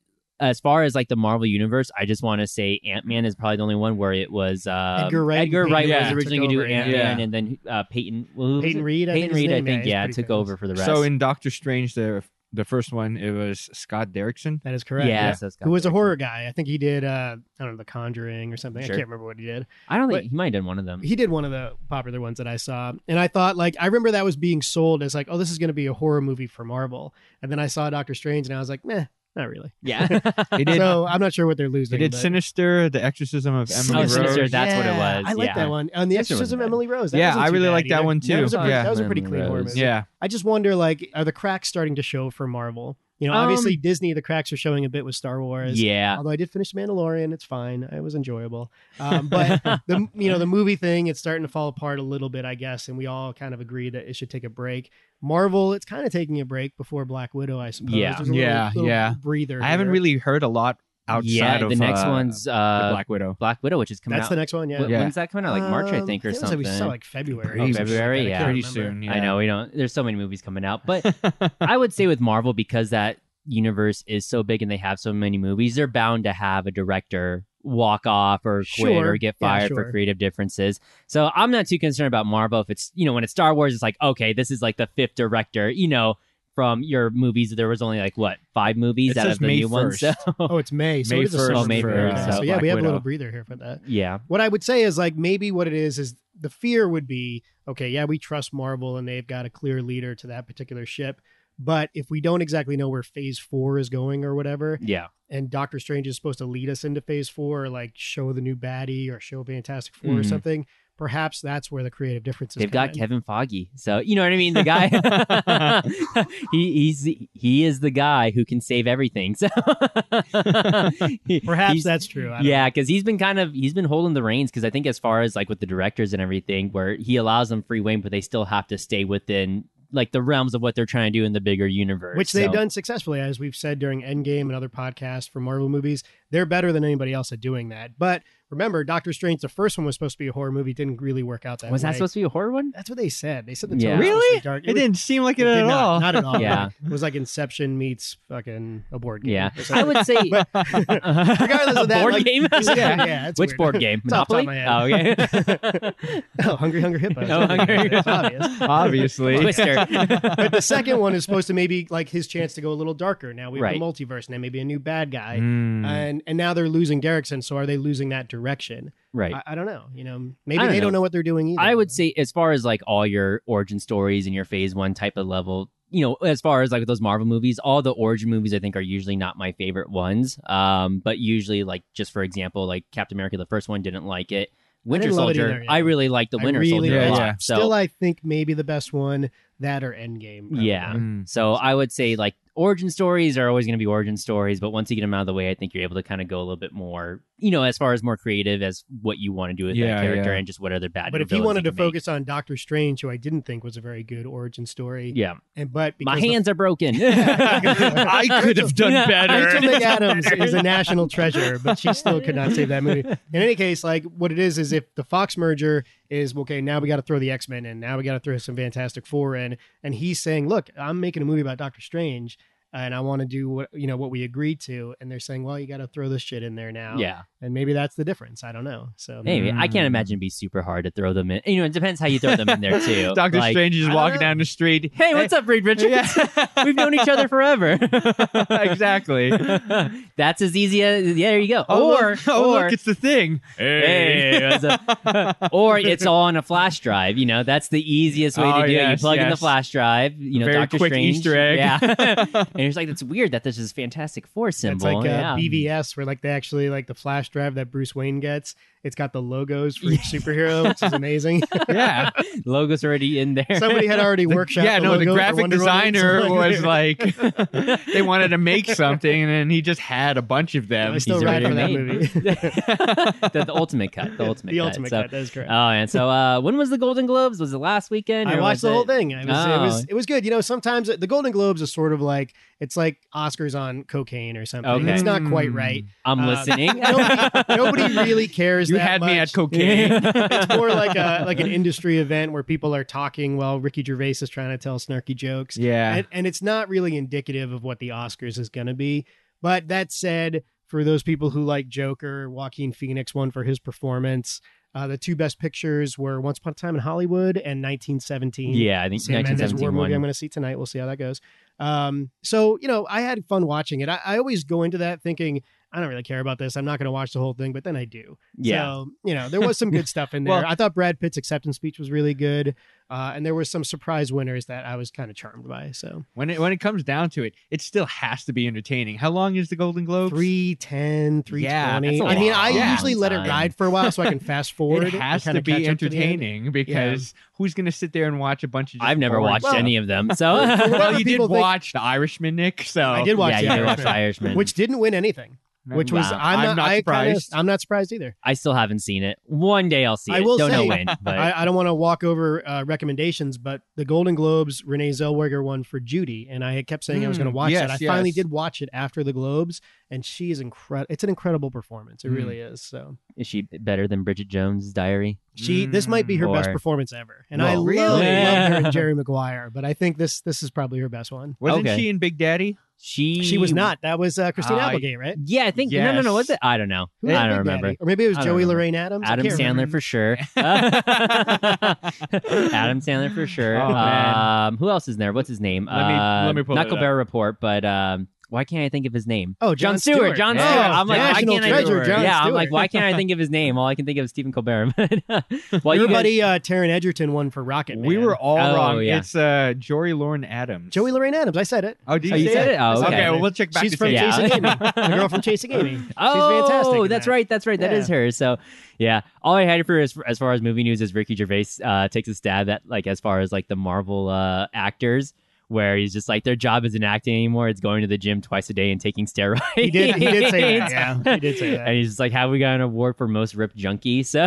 [SPEAKER 1] as far as like the Marvel universe, I just want to say Ant Man is probably the only one where it was uh,
[SPEAKER 3] Edgar Wright and
[SPEAKER 1] Edgar Wright
[SPEAKER 2] Peyton
[SPEAKER 1] was
[SPEAKER 2] Reed
[SPEAKER 1] originally
[SPEAKER 3] took
[SPEAKER 1] going to do
[SPEAKER 3] over, yeah.
[SPEAKER 1] Ant Man, and then uh, Peyton well, who was
[SPEAKER 3] Peyton
[SPEAKER 1] it?
[SPEAKER 3] Reed. I think
[SPEAKER 1] Peyton
[SPEAKER 3] his
[SPEAKER 1] Reed, I
[SPEAKER 3] name,
[SPEAKER 1] think
[SPEAKER 3] he's
[SPEAKER 1] yeah,
[SPEAKER 3] pretty
[SPEAKER 1] took
[SPEAKER 3] famous.
[SPEAKER 1] over for the rest.
[SPEAKER 2] So in Doctor Strange, the the first one, it was Scott Derrickson.
[SPEAKER 1] <laughs>
[SPEAKER 3] That is
[SPEAKER 1] yeah,
[SPEAKER 3] correct. Yeah.
[SPEAKER 1] so it's got
[SPEAKER 3] Who was a
[SPEAKER 1] Derrickson.
[SPEAKER 3] horror guy? I think he did. Uh, I don't know, The Conjuring or something.
[SPEAKER 1] Sure.
[SPEAKER 3] I can't remember what he did.
[SPEAKER 1] I don't think
[SPEAKER 3] but-
[SPEAKER 1] he might have done one of
[SPEAKER 3] <laughs>
[SPEAKER 1] them.
[SPEAKER 3] He did one of the popular ones that I saw, and I thought like I remember that was being sold as like, oh, this is going to be a horror movie for Marvel, and then I saw Doctor Strange, and I was like, meh, not really.
[SPEAKER 1] <laughs> Yeah,
[SPEAKER 2] He did.
[SPEAKER 3] so I'm not sure what they're
[SPEAKER 2] he
[SPEAKER 3] losing.
[SPEAKER 2] did
[SPEAKER 3] but-
[SPEAKER 2] Sinister, The Exorcism of
[SPEAKER 1] Oh,
[SPEAKER 2] Emily
[SPEAKER 1] Sinister,
[SPEAKER 2] Rose.
[SPEAKER 1] that's what it
[SPEAKER 3] Yeah,
[SPEAKER 1] was,
[SPEAKER 3] I like
[SPEAKER 1] yeah.
[SPEAKER 3] that one. And the
[SPEAKER 1] Sinister
[SPEAKER 3] Exorcism
[SPEAKER 1] wasn't bad.
[SPEAKER 3] Emily Rose. That
[SPEAKER 2] Yeah,
[SPEAKER 3] wasn't
[SPEAKER 2] I
[SPEAKER 3] too
[SPEAKER 2] really
[SPEAKER 3] bad
[SPEAKER 2] like that
[SPEAKER 3] either.
[SPEAKER 2] one,
[SPEAKER 3] That
[SPEAKER 2] too.
[SPEAKER 3] was a, pretty-
[SPEAKER 2] Yeah.
[SPEAKER 3] that was a pretty
[SPEAKER 1] Emily
[SPEAKER 3] clean horror
[SPEAKER 1] Rose.
[SPEAKER 3] movie.
[SPEAKER 2] Yeah,
[SPEAKER 3] I just wonder, like, are the cracks starting to show for Marvel? You know,
[SPEAKER 1] Um,
[SPEAKER 3] obviously Disney, the cracks are showing a bit with Star Wars.
[SPEAKER 1] yeah.
[SPEAKER 3] Although I did finish Mandalorian, it's fine. It was enjoyable.
[SPEAKER 1] <laughs>
[SPEAKER 3] Um, but the you know the movie thing, it's starting to fall apart a little bit, I guess. And we all kind of agree that it should take a break. Marvel, it's kind of taking a break before Black Widow, I suppose.
[SPEAKER 1] Yeah.
[SPEAKER 3] There's a little-
[SPEAKER 2] Yeah,
[SPEAKER 3] little
[SPEAKER 2] yeah.
[SPEAKER 3] breather.
[SPEAKER 2] I haven't
[SPEAKER 3] here.
[SPEAKER 2] really heard a lot outside
[SPEAKER 1] yeah,
[SPEAKER 2] of
[SPEAKER 1] the next
[SPEAKER 2] uh,
[SPEAKER 1] one's
[SPEAKER 2] the
[SPEAKER 1] uh, Black,
[SPEAKER 2] Black Widow.
[SPEAKER 1] Widow, which is coming
[SPEAKER 3] That's
[SPEAKER 1] out.
[SPEAKER 3] the next one, yeah.
[SPEAKER 1] Wh- When's that coming out? Like March, I
[SPEAKER 3] Um,
[SPEAKER 1] think, or
[SPEAKER 3] it was like we
[SPEAKER 1] something.
[SPEAKER 3] saw, like February.
[SPEAKER 1] Oh,
[SPEAKER 3] or something
[SPEAKER 1] February,
[SPEAKER 3] like that. I
[SPEAKER 1] yeah.
[SPEAKER 3] can't
[SPEAKER 2] Pretty
[SPEAKER 3] remember.
[SPEAKER 2] soon. Yeah.
[SPEAKER 1] I know we don't. There's so many movies coming out,
[SPEAKER 2] <laughs>
[SPEAKER 1] but I would say with Marvel because that universe is so big and they have so many movies, they're bound to have a director walk off or quit
[SPEAKER 3] Sure.
[SPEAKER 1] or get
[SPEAKER 3] Yeah,
[SPEAKER 1] fired
[SPEAKER 3] sure.
[SPEAKER 1] for creative differences. So I'm not too concerned about Marvel. If it's you know when it's Star Wars, it's like okay, this is like the fifth director, you know. from your movies. There was only like what five movies
[SPEAKER 2] It
[SPEAKER 1] out
[SPEAKER 2] says
[SPEAKER 1] of the
[SPEAKER 2] May
[SPEAKER 1] new ones. <laughs>
[SPEAKER 2] 1st.
[SPEAKER 1] So
[SPEAKER 3] Oh, it's May. So
[SPEAKER 2] May
[SPEAKER 3] it is a
[SPEAKER 2] 1st
[SPEAKER 3] summer
[SPEAKER 1] Oh, May
[SPEAKER 3] movie.
[SPEAKER 1] 1st,
[SPEAKER 3] Yeah,
[SPEAKER 1] so
[SPEAKER 3] so yeah,
[SPEAKER 2] Black
[SPEAKER 3] we have a
[SPEAKER 2] Widow.
[SPEAKER 3] little breather here for that.
[SPEAKER 1] yeah,
[SPEAKER 3] What I would say is like maybe what it is is the fear would be okay, yeah, we trust Marvel and they've got a clear leader to that particular ship. But if we don't exactly know where phase four is going or whatever,
[SPEAKER 1] yeah,
[SPEAKER 3] and Doctor Strange is supposed to lead us into phase four, or like show the new baddie or show Fantastic 4 or
[SPEAKER 1] Mhm.
[SPEAKER 3] something, perhaps that's where the creative differences
[SPEAKER 1] they've
[SPEAKER 3] come
[SPEAKER 1] got
[SPEAKER 3] in.
[SPEAKER 1] Kevin Foggy. So you know what I mean. The
[SPEAKER 3] <laughs>
[SPEAKER 1] guy, <laughs> he he's he is the guy who can save everything. So <laughs> He-
[SPEAKER 3] Perhaps
[SPEAKER 1] he's-
[SPEAKER 3] that's true. I don't
[SPEAKER 1] yeah, because he's been kind of he's been holding the reins. Because I think as far as like with the directors and everything, where he allows them free reign, but they still have to stay within like the realms of what they're trying to do in the bigger universe,
[SPEAKER 3] which they've
[SPEAKER 1] So-
[SPEAKER 3] done successfully, as we've said during Endgame and other podcasts for Marvel movies. They're better than anybody else at doing that. But remember, Doctor Strange, the first one was supposed to be a horror movie, didn't really work out that
[SPEAKER 1] Was
[SPEAKER 3] way.
[SPEAKER 1] that supposed to be a horror
[SPEAKER 3] <laughs>
[SPEAKER 1] one?
[SPEAKER 3] That's what they said. They said the
[SPEAKER 1] Yeah.
[SPEAKER 3] tone was supposed to be dark.
[SPEAKER 2] It, didn't seem like
[SPEAKER 3] was-
[SPEAKER 2] it,
[SPEAKER 3] did
[SPEAKER 2] at <laughs>
[SPEAKER 3] not,
[SPEAKER 2] all.
[SPEAKER 3] Not at
[SPEAKER 1] <laughs>
[SPEAKER 3] all.
[SPEAKER 1] Yeah.
[SPEAKER 3] It was like Inception meets fucking a board game.
[SPEAKER 1] Yeah,
[SPEAKER 3] or something.
[SPEAKER 1] I
[SPEAKER 3] <laughs>
[SPEAKER 1] would say regardless
[SPEAKER 3] of that,
[SPEAKER 1] <laughs> board
[SPEAKER 3] like-
[SPEAKER 1] game.
[SPEAKER 3] <laughs> yeah, yeah. it's
[SPEAKER 1] <laughs> Which
[SPEAKER 3] weird.
[SPEAKER 1] board game?
[SPEAKER 3] It's off the
[SPEAKER 1] Monopoly.
[SPEAKER 3] top
[SPEAKER 1] Oh,
[SPEAKER 3] of
[SPEAKER 1] okay.
[SPEAKER 3] <laughs> Oh, Hungry
[SPEAKER 1] <laughs>
[SPEAKER 3] Hungry Hippo.
[SPEAKER 1] Oh, Hungry-
[SPEAKER 3] It's obvious.
[SPEAKER 1] <laughs>
[SPEAKER 2] <laughs> Obviously.
[SPEAKER 1] Twister.
[SPEAKER 3] But the second one is supposed to maybe like his chance to go a little darker. Now we have
[SPEAKER 1] Right.
[SPEAKER 3] the multiverse, and then maybe a new bad guy.
[SPEAKER 1] Hmm.
[SPEAKER 2] Mm.
[SPEAKER 3] and and now they're losing Derrickson. So are they losing that direction?
[SPEAKER 1] right.
[SPEAKER 3] I, I don't know. You know, maybe
[SPEAKER 1] I don't
[SPEAKER 3] they
[SPEAKER 1] know.
[SPEAKER 3] don't know what they're doing either.
[SPEAKER 1] I would say as far as like all your origin stories and your phase one type of level, you know, as far as like those Marvel movies, all the origin movies I think are usually not my favorite ones. Um, but usually like just for example, like Captain America, the first one didn't like it. Winter
[SPEAKER 3] didn't love it
[SPEAKER 1] Soldier,
[SPEAKER 3] either, yeah.
[SPEAKER 1] I really like the
[SPEAKER 3] I
[SPEAKER 1] Winter
[SPEAKER 3] really
[SPEAKER 1] Soldier
[SPEAKER 2] did.
[SPEAKER 1] a lot.
[SPEAKER 2] Yeah.
[SPEAKER 1] So
[SPEAKER 3] Still, I think maybe the best one that or Endgame. probably.
[SPEAKER 1] Yeah.
[SPEAKER 2] Mm.
[SPEAKER 1] So I would say like origin stories are always going to be origin stories, but once you get them out of the way, I think you're able to kind of go a little bit more, you know, as far as more creative as what you want to do with
[SPEAKER 2] Yeah,
[SPEAKER 1] that character
[SPEAKER 2] yeah.
[SPEAKER 1] and just what other bad.
[SPEAKER 3] But if you
[SPEAKER 1] villains
[SPEAKER 3] wanted to
[SPEAKER 1] can make.
[SPEAKER 3] focus on Doctor Strange, who I didn't think was a very good origin story,
[SPEAKER 1] yeah,
[SPEAKER 3] and but because
[SPEAKER 1] my
[SPEAKER 3] the-
[SPEAKER 1] hands are broken. <laughs>
[SPEAKER 2] <laughs> I could have done
[SPEAKER 1] Yeah,
[SPEAKER 2] better.
[SPEAKER 3] Rachel McAdams is a national treasure, but she still could not save that movie. In any case, like what it is is if the Fox merger is okay, now we got to throw the X Men in, now we got to throw some Fantastic Four in, and he's saying, "Look, I'm making a movie about Doctor Strange, and I want to do what you know what we agreed to," and they're saying, "Well, you got to throw this shit in there now,"
[SPEAKER 1] yeah,
[SPEAKER 3] and maybe that's the difference. I don't know. So
[SPEAKER 1] maybe I can't
[SPEAKER 2] Mm.
[SPEAKER 1] imagine it'd be super hard to throw them in. You know, it depends how you throw them in <laughs> there too.
[SPEAKER 2] <laughs> Doctor
[SPEAKER 1] Like,
[SPEAKER 2] Strange is
[SPEAKER 3] I don't
[SPEAKER 2] walking
[SPEAKER 3] know.
[SPEAKER 2] down the street.
[SPEAKER 1] Hey, what's up, Reed Richards?
[SPEAKER 2] Yeah.
[SPEAKER 1] <laughs> We've known each other forever.
[SPEAKER 2] <laughs> exactly.
[SPEAKER 1] That's as easy as yeah. There you go.
[SPEAKER 2] Oh,
[SPEAKER 1] or
[SPEAKER 2] look, oh,
[SPEAKER 1] Oh, or
[SPEAKER 2] look, it's the thing.
[SPEAKER 1] Hey, what's up? <laughs> or it's all on a flash drive. You know, that's the easiest way to
[SPEAKER 2] Oh,
[SPEAKER 1] do it. You
[SPEAKER 2] yes,
[SPEAKER 1] plug in the
[SPEAKER 2] yes.
[SPEAKER 1] flash drive. You know,
[SPEAKER 2] Very
[SPEAKER 1] Doctor
[SPEAKER 2] quick
[SPEAKER 1] Strange.
[SPEAKER 2] Easter egg. <laughs>
[SPEAKER 1] Yeah, and it's like that's weird that there's this Fantastic Four
[SPEAKER 3] It's
[SPEAKER 1] symbol.
[SPEAKER 3] like uh,
[SPEAKER 1] yeah.
[SPEAKER 3] BVS, where like they actually like the flash drive that Bruce Wayne gets. It's got the logos for each superhero, which
[SPEAKER 1] <laughs>
[SPEAKER 3] is amazing.
[SPEAKER 2] Yeah.
[SPEAKER 1] <laughs> Logo's already in there.
[SPEAKER 3] Somebody had already workshopped.
[SPEAKER 2] yeah,
[SPEAKER 3] <laughs> the
[SPEAKER 2] no, <laughs> the
[SPEAKER 3] logo for
[SPEAKER 2] graphic
[SPEAKER 3] Wonder Woman.
[SPEAKER 2] designer
[SPEAKER 3] Someone-
[SPEAKER 2] was like, they wanted to make something, and then he just had a bunch of them.
[SPEAKER 3] I still
[SPEAKER 1] He's
[SPEAKER 3] ride
[SPEAKER 1] already
[SPEAKER 3] for
[SPEAKER 1] made.
[SPEAKER 3] that
[SPEAKER 1] <laughs>
[SPEAKER 3] movie.
[SPEAKER 1] the, the ultimate cut. The ultimate.
[SPEAKER 3] <laughs> the
[SPEAKER 1] cut.
[SPEAKER 3] ultimate
[SPEAKER 1] So-
[SPEAKER 3] cut. That is correct.
[SPEAKER 1] Oh, and so uh, when was the Golden Globes? Was it last weekend?
[SPEAKER 3] I
[SPEAKER 1] or
[SPEAKER 3] watched
[SPEAKER 1] was
[SPEAKER 3] the whole
[SPEAKER 1] it-
[SPEAKER 3] thing. It was, it was
[SPEAKER 1] Oh.
[SPEAKER 3] it was good. You know, sometimes the Golden Globes is sort of like it's like Oscars on cocaine or something.
[SPEAKER 1] Okay.
[SPEAKER 3] It's not quite right.
[SPEAKER 1] I'm
[SPEAKER 3] Uh,
[SPEAKER 1] listening.
[SPEAKER 3] <laughs>
[SPEAKER 1] <laughs>
[SPEAKER 3] Nobody, nobody
[SPEAKER 2] <laughs>
[SPEAKER 3] really cares.
[SPEAKER 2] Hmm. You
[SPEAKER 3] that
[SPEAKER 2] had me
[SPEAKER 3] much.
[SPEAKER 2] at cocaine.
[SPEAKER 3] It's more like a
[SPEAKER 2] <laughs>
[SPEAKER 3] like an industry event where people are talking while Ricky Gervais is trying to tell snarky jokes.
[SPEAKER 2] yeah.
[SPEAKER 3] and, and it's not really indicative of what the Oscars is going to be. But that said, for those people who like Joker, Joaquin Phoenix won for his performance. Uh, the two best pictures were Once Upon a Time in Hollywood and 1917.
[SPEAKER 1] yeah, I think
[SPEAKER 3] Sam Mendes
[SPEAKER 1] 1917
[SPEAKER 3] war movie I'm
[SPEAKER 1] one.
[SPEAKER 3] going to see tonight. We'll see how that goes. Um, so you know, I had fun watching it. I, I always go into that thinking I don't really care about this. I'm not going to watch the whole thing, but then I do.
[SPEAKER 1] Yeah,
[SPEAKER 3] So, you know, there was some good stuff in there.
[SPEAKER 2] Well-
[SPEAKER 3] I thought Brad Pitt's acceptance speech was really good. Uh, and there were some surprise winners that I was kind of charmed by. So
[SPEAKER 2] When it when it comes down to it, it still has to be entertaining. How long is the Golden Globe?
[SPEAKER 3] 310,
[SPEAKER 2] Yeah,
[SPEAKER 3] 320.
[SPEAKER 2] that's a
[SPEAKER 3] I mean, I
[SPEAKER 2] long
[SPEAKER 3] usually let it
[SPEAKER 1] time.
[SPEAKER 3] ride for a while
[SPEAKER 2] <laughs>
[SPEAKER 3] so I can fast forward.
[SPEAKER 2] It
[SPEAKER 3] and
[SPEAKER 2] has
[SPEAKER 3] kinda
[SPEAKER 2] to be
[SPEAKER 3] catch up to the end.
[SPEAKER 2] entertaining because who's going to sit there and watch a bunch of? Just
[SPEAKER 1] I've never
[SPEAKER 2] boring
[SPEAKER 1] watched
[SPEAKER 2] stuff?
[SPEAKER 1] any of them.
[SPEAKER 3] For
[SPEAKER 1] So
[SPEAKER 3] what
[SPEAKER 2] Well, you did
[SPEAKER 3] people think-
[SPEAKER 2] watch The Irishman, Nick. So
[SPEAKER 1] <laughs>
[SPEAKER 3] I did watch
[SPEAKER 1] yeah,
[SPEAKER 3] The
[SPEAKER 1] you did watch
[SPEAKER 3] Irishman,
[SPEAKER 1] The Irishman,
[SPEAKER 3] Which didn't win anything, which was, uh,
[SPEAKER 1] Wow.
[SPEAKER 3] I'm,
[SPEAKER 2] I'm
[SPEAKER 3] not,
[SPEAKER 2] not
[SPEAKER 3] I kinda-
[SPEAKER 2] surprised.
[SPEAKER 3] I'm not surprised either.
[SPEAKER 1] I still haven't seen it. One day I'll see it.
[SPEAKER 3] I will
[SPEAKER 1] Don't know
[SPEAKER 3] say- <laughs>
[SPEAKER 1] when, but
[SPEAKER 3] I, I don't want to walk over uh, recommendations, but the Golden Globes, Renee Zellweger won for Judy, and I had kept saying I was
[SPEAKER 2] Mm,
[SPEAKER 3] going to watch
[SPEAKER 2] yes,
[SPEAKER 3] that. I finally
[SPEAKER 2] yes.
[SPEAKER 3] did watch it after the Globes, and she is incredible. It's an incredible performance. It
[SPEAKER 2] Mm.
[SPEAKER 3] really is. So
[SPEAKER 1] is she better than Bridget Jones' Diary?
[SPEAKER 3] she, this might be her best
[SPEAKER 1] Or-
[SPEAKER 3] performance ever, and I
[SPEAKER 2] Hmm, Well,
[SPEAKER 3] love,
[SPEAKER 2] really?
[SPEAKER 3] love her
[SPEAKER 1] Yeah.
[SPEAKER 2] <laughs>
[SPEAKER 3] and Jerry Maguire, but I think this this is probably her best one.
[SPEAKER 2] Wasn't
[SPEAKER 1] Okay.
[SPEAKER 2] she in Big Daddy?
[SPEAKER 1] She
[SPEAKER 3] She was not. That was uh, Christine
[SPEAKER 2] I-
[SPEAKER 3] Applegate, right?
[SPEAKER 1] Yeah, I think no, no, no. Was
[SPEAKER 2] Yes.
[SPEAKER 1] it? I don't know.
[SPEAKER 3] Who was
[SPEAKER 1] I
[SPEAKER 3] Big
[SPEAKER 1] don't remember.
[SPEAKER 3] Daddy? Or maybe it was
[SPEAKER 1] I don't
[SPEAKER 3] Joey
[SPEAKER 1] remember.
[SPEAKER 3] Lorraine Adams. I
[SPEAKER 1] Adam
[SPEAKER 3] can't
[SPEAKER 1] Sandler
[SPEAKER 3] remember.
[SPEAKER 1] for
[SPEAKER 2] <laughs>
[SPEAKER 1] sure. Adam Sandler for sure.
[SPEAKER 2] Oh, man.
[SPEAKER 1] um, who else is there? What's his name?
[SPEAKER 2] Let me-
[SPEAKER 1] Uh,
[SPEAKER 2] let me pull
[SPEAKER 1] not
[SPEAKER 2] it
[SPEAKER 1] Colbert Report, but um, why can't I think of his name?
[SPEAKER 3] Oh,
[SPEAKER 1] John, Stewart. John
[SPEAKER 2] Yeah.
[SPEAKER 1] Stewart. I'm like, why
[SPEAKER 3] National
[SPEAKER 1] can't
[SPEAKER 3] treasure,
[SPEAKER 1] I?
[SPEAKER 3] Jon
[SPEAKER 1] yeah, I'm
[SPEAKER 3] Stewart.
[SPEAKER 1] like, why can't
[SPEAKER 2] <laughs>
[SPEAKER 1] I think of his name? All I can think of is Stephen Colbert. <laughs> well,
[SPEAKER 3] Your
[SPEAKER 1] you guys,
[SPEAKER 3] buddy uh, Taron Egerton won for Rocket Man.
[SPEAKER 2] we were all
[SPEAKER 1] Oh,
[SPEAKER 2] wrong.
[SPEAKER 1] yeah.
[SPEAKER 2] It's uh, Jory Lauren Adams.
[SPEAKER 3] Joey Lorraine Adams. I said it.
[SPEAKER 2] Oh, did
[SPEAKER 1] Oh,
[SPEAKER 2] you
[SPEAKER 1] you
[SPEAKER 2] say
[SPEAKER 1] said
[SPEAKER 2] it?
[SPEAKER 1] it. Oh,
[SPEAKER 2] Okay,
[SPEAKER 1] okay.
[SPEAKER 2] well, we'll check back
[SPEAKER 3] She's
[SPEAKER 2] to
[SPEAKER 3] from
[SPEAKER 2] tape.
[SPEAKER 1] Yeah.
[SPEAKER 3] Chasing Amy. The girl from Chasing Amy.
[SPEAKER 1] <laughs> Oh,
[SPEAKER 3] She's fantastic in
[SPEAKER 1] that's
[SPEAKER 3] that.
[SPEAKER 1] right. That's right. That is
[SPEAKER 3] Yeah.
[SPEAKER 1] her. So, yeah. All I had for as, as far as movie news is Ricky Gervais uh, takes a stab at like as far as like the Marvel uh, actors, where he's just like their job isn't acting anymore. It's going to the gym twice a day and taking steroids.
[SPEAKER 3] He did. He did
[SPEAKER 1] <laughs>
[SPEAKER 3] say that. Yeah, he did say that.
[SPEAKER 1] And he's just like, "Have we got an award for most ripped junkie?"
[SPEAKER 3] <laughs>
[SPEAKER 1] So,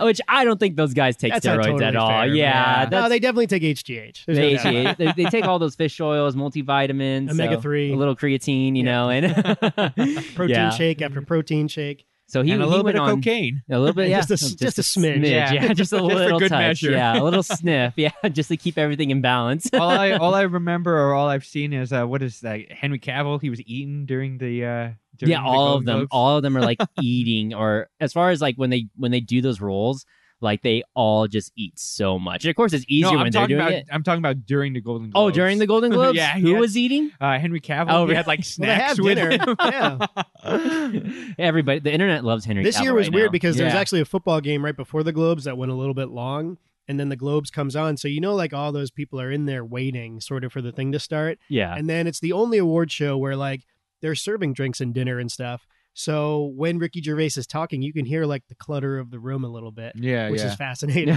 [SPEAKER 1] which I don't think those guys take
[SPEAKER 3] That's not
[SPEAKER 1] steroids
[SPEAKER 3] totally
[SPEAKER 1] at all.
[SPEAKER 3] fair,
[SPEAKER 1] yeah,
[SPEAKER 2] yeah.
[SPEAKER 3] no,
[SPEAKER 1] that's
[SPEAKER 3] they definitely take HGH.
[SPEAKER 1] <laughs>
[SPEAKER 3] There's
[SPEAKER 1] they,
[SPEAKER 3] no doubt.
[SPEAKER 1] they, they take all those fish oils, multivitamins, so
[SPEAKER 3] Omega three.
[SPEAKER 1] a little creatine, you
[SPEAKER 3] Yeah.
[SPEAKER 1] know, and
[SPEAKER 3] <laughs> Protein
[SPEAKER 1] <laughs> yeah.
[SPEAKER 3] shake after protein shake.
[SPEAKER 1] <laughs> So he
[SPEAKER 2] and a
[SPEAKER 1] he
[SPEAKER 2] little bit
[SPEAKER 1] went
[SPEAKER 2] of
[SPEAKER 1] on, <laughs>
[SPEAKER 2] cocaine.
[SPEAKER 1] a little bit, yeah,
[SPEAKER 3] Just a s- just a smidge.
[SPEAKER 1] yeah,
[SPEAKER 2] Yeah.
[SPEAKER 1] just a
[SPEAKER 2] Just for
[SPEAKER 1] little
[SPEAKER 2] good
[SPEAKER 1] touch,
[SPEAKER 2] measure.
[SPEAKER 1] yeah, a little sniff, yeah, <laughs> just to keep everything in balance.
[SPEAKER 2] all I all I remember or all I've seen is uh, what is that? Henry Cavill. He was eaten during the. Uh, during
[SPEAKER 1] yeah,
[SPEAKER 2] the
[SPEAKER 1] all of
[SPEAKER 2] Golden
[SPEAKER 1] them,
[SPEAKER 2] Globes.
[SPEAKER 1] all of them are like eating, or as far as like when they when they do those rolls, like they all just eat so much. And of course, it's easier
[SPEAKER 2] no,
[SPEAKER 1] when
[SPEAKER 2] I'm
[SPEAKER 1] they're
[SPEAKER 2] talking
[SPEAKER 1] doing
[SPEAKER 2] about.
[SPEAKER 1] it.
[SPEAKER 2] I'm talking about during the Golden
[SPEAKER 1] Oh,
[SPEAKER 2] Globes.
[SPEAKER 1] during the Golden Globes,
[SPEAKER 2] Yeah, he
[SPEAKER 1] who
[SPEAKER 2] had-
[SPEAKER 1] was eating?
[SPEAKER 2] uh, Henry Cavill.
[SPEAKER 1] Oh, <laughs>
[SPEAKER 2] he had like
[SPEAKER 3] Well, they
[SPEAKER 2] snacks
[SPEAKER 3] have
[SPEAKER 2] with
[SPEAKER 3] dinner.
[SPEAKER 2] him.
[SPEAKER 3] Oh, yeah.
[SPEAKER 1] Everybody, the internet loves Henry.
[SPEAKER 3] This
[SPEAKER 1] Cavill
[SPEAKER 3] year was
[SPEAKER 1] right
[SPEAKER 3] weird
[SPEAKER 1] now.
[SPEAKER 3] because there was
[SPEAKER 2] Yeah.
[SPEAKER 3] actually a football game right before the Globes that went a little bit long, and then the Globes comes on. So you know, like all those people are in there waiting, sort of for the thing to start. <laughs>
[SPEAKER 1] yeah,
[SPEAKER 3] And then it's the only award show where like they're serving drinks and dinner and stuff. So when Ricky Gervais is talking, you can hear like the clutter of the room a little bit,
[SPEAKER 2] yeah,
[SPEAKER 3] which
[SPEAKER 2] yeah.
[SPEAKER 3] is fascinating.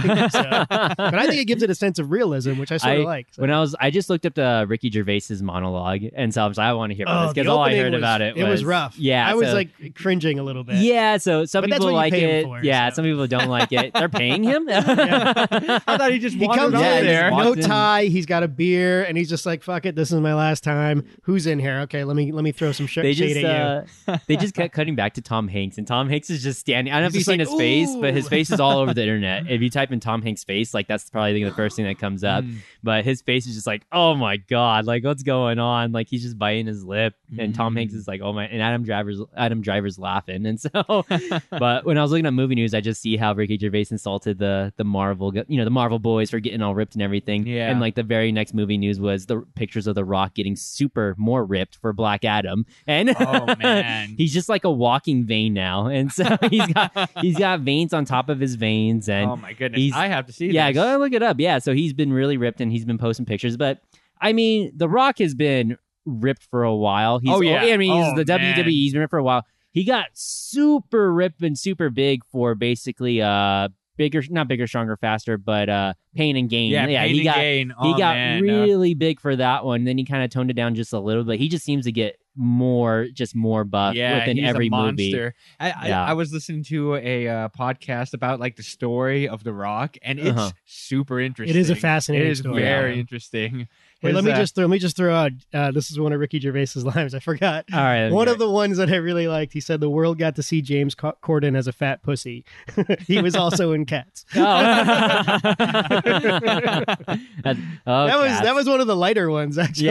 [SPEAKER 1] <laughs>
[SPEAKER 3] <laughs> so, uh, but I think it gives it a sense of realism, which I sort
[SPEAKER 1] I-
[SPEAKER 3] of like. So.
[SPEAKER 1] When I was, I just looked up the Ricky Gervais's monologue, and so I was like, I want to hear about
[SPEAKER 3] Oh,
[SPEAKER 1] this because
[SPEAKER 3] the
[SPEAKER 1] all I
[SPEAKER 3] opening
[SPEAKER 1] heard
[SPEAKER 3] was-
[SPEAKER 1] about it,
[SPEAKER 3] it was rough.
[SPEAKER 1] Yeah,
[SPEAKER 3] I was
[SPEAKER 1] so-
[SPEAKER 3] like cringing a little bit.
[SPEAKER 1] yeah. So some
[SPEAKER 3] But that's
[SPEAKER 1] people
[SPEAKER 3] what you
[SPEAKER 1] like
[SPEAKER 3] pay 'em
[SPEAKER 1] it.
[SPEAKER 3] for,
[SPEAKER 1] yeah,
[SPEAKER 3] so.
[SPEAKER 1] some people don't like it. They're paying
[SPEAKER 3] <laughs>
[SPEAKER 1] him.
[SPEAKER 2] <laughs> I thought he just
[SPEAKER 3] He
[SPEAKER 2] wandered
[SPEAKER 3] comes
[SPEAKER 2] over
[SPEAKER 1] yeah,
[SPEAKER 3] in,
[SPEAKER 1] he
[SPEAKER 2] there.
[SPEAKER 1] just
[SPEAKER 3] no
[SPEAKER 1] walked in.
[SPEAKER 3] tie. He's got a beer, and he's just like, "Fuck it, this is my last time." Who's in here? Okay, let me let me throw some sh-
[SPEAKER 1] <laughs> they
[SPEAKER 3] shade
[SPEAKER 1] just
[SPEAKER 3] at you.
[SPEAKER 1] uh, they just kept cutting back to Tom Hanks, and Tom Hanks is just standing. I don't know if
[SPEAKER 3] He's
[SPEAKER 1] you've
[SPEAKER 3] just
[SPEAKER 1] seen
[SPEAKER 3] like,
[SPEAKER 1] his face, but his
[SPEAKER 3] "Ooh."
[SPEAKER 1] face is all over
[SPEAKER 3] <laughs>
[SPEAKER 1] the internet. If you type in Tom Hanks' face, like that's probably the first thing that comes up.
[SPEAKER 2] Mm.
[SPEAKER 1] But his face is just like, oh my god, like what's going on? Like he's just biting his lip, and Tom
[SPEAKER 2] Mm.
[SPEAKER 1] Hanks is like, oh my, and Adam Driver's Adam Driver's laughing, and
[SPEAKER 2] <laughs>
[SPEAKER 1] so. but when I was looking at movie news, I just see how Ricky Gervais insulted the the Marvel, you know, the Marvel boys for getting all ripped and everything.
[SPEAKER 2] Yeah.
[SPEAKER 1] And like the very next movie news was the pictures of The Rock getting super more ripped for Black Adam, and <laughs>
[SPEAKER 2] oh man.
[SPEAKER 1] he's just like a walking vein now, and so he's
[SPEAKER 2] <laughs>
[SPEAKER 1] got he's got veins on top of his veins, and
[SPEAKER 2] oh my goodness.
[SPEAKER 1] he's-
[SPEAKER 2] I have to see.
[SPEAKER 1] yeah,
[SPEAKER 2] this.
[SPEAKER 1] go and look it up. Yeah, so he's been really ripped and he's been posting pictures. But I mean, The Rock has been ripped for a while. He's,
[SPEAKER 2] Oh, yeah.
[SPEAKER 1] I mean, he's
[SPEAKER 2] Oh,
[SPEAKER 1] the
[SPEAKER 2] man.
[SPEAKER 1] WWE. He's been ripped for a while. He got super ripped and super big for basically uh bigger, not bigger, stronger, faster, but uh pain and gain.
[SPEAKER 2] Yeah, Pain
[SPEAKER 1] he
[SPEAKER 2] and
[SPEAKER 1] got
[SPEAKER 2] Gain.
[SPEAKER 1] he
[SPEAKER 2] Oh,
[SPEAKER 1] got
[SPEAKER 2] man. Uh,
[SPEAKER 1] really big for that one. Then he kind of toned it down just a little bit. He just seems to get more, just more buff within
[SPEAKER 2] he's
[SPEAKER 1] every
[SPEAKER 2] a
[SPEAKER 1] movie.
[SPEAKER 2] monster. I, I,
[SPEAKER 1] Yeah.
[SPEAKER 2] I was listening to a uh, podcast about like the story of The Rock, and it's
[SPEAKER 1] Uh-huh.
[SPEAKER 2] super interesting.
[SPEAKER 3] it is a fascinating
[SPEAKER 2] It is
[SPEAKER 3] story.
[SPEAKER 2] very interesting.
[SPEAKER 3] Wait,
[SPEAKER 2] His,
[SPEAKER 3] let me
[SPEAKER 2] uh,
[SPEAKER 3] just throw, let me just throw out. Uh, this is one of Ricky Gervais's <laughs> lines. I forgot.
[SPEAKER 1] All right,
[SPEAKER 3] One of the ones that I really liked, he said, "The world got to see James Co- Corden as a fat pussy. <laughs> he was also in Cats. <laughs>
[SPEAKER 1] Oh. that, <laughs> oh,
[SPEAKER 3] that was
[SPEAKER 1] cats.
[SPEAKER 3] that was one of the lighter ones, actually.
[SPEAKER 1] <laughs>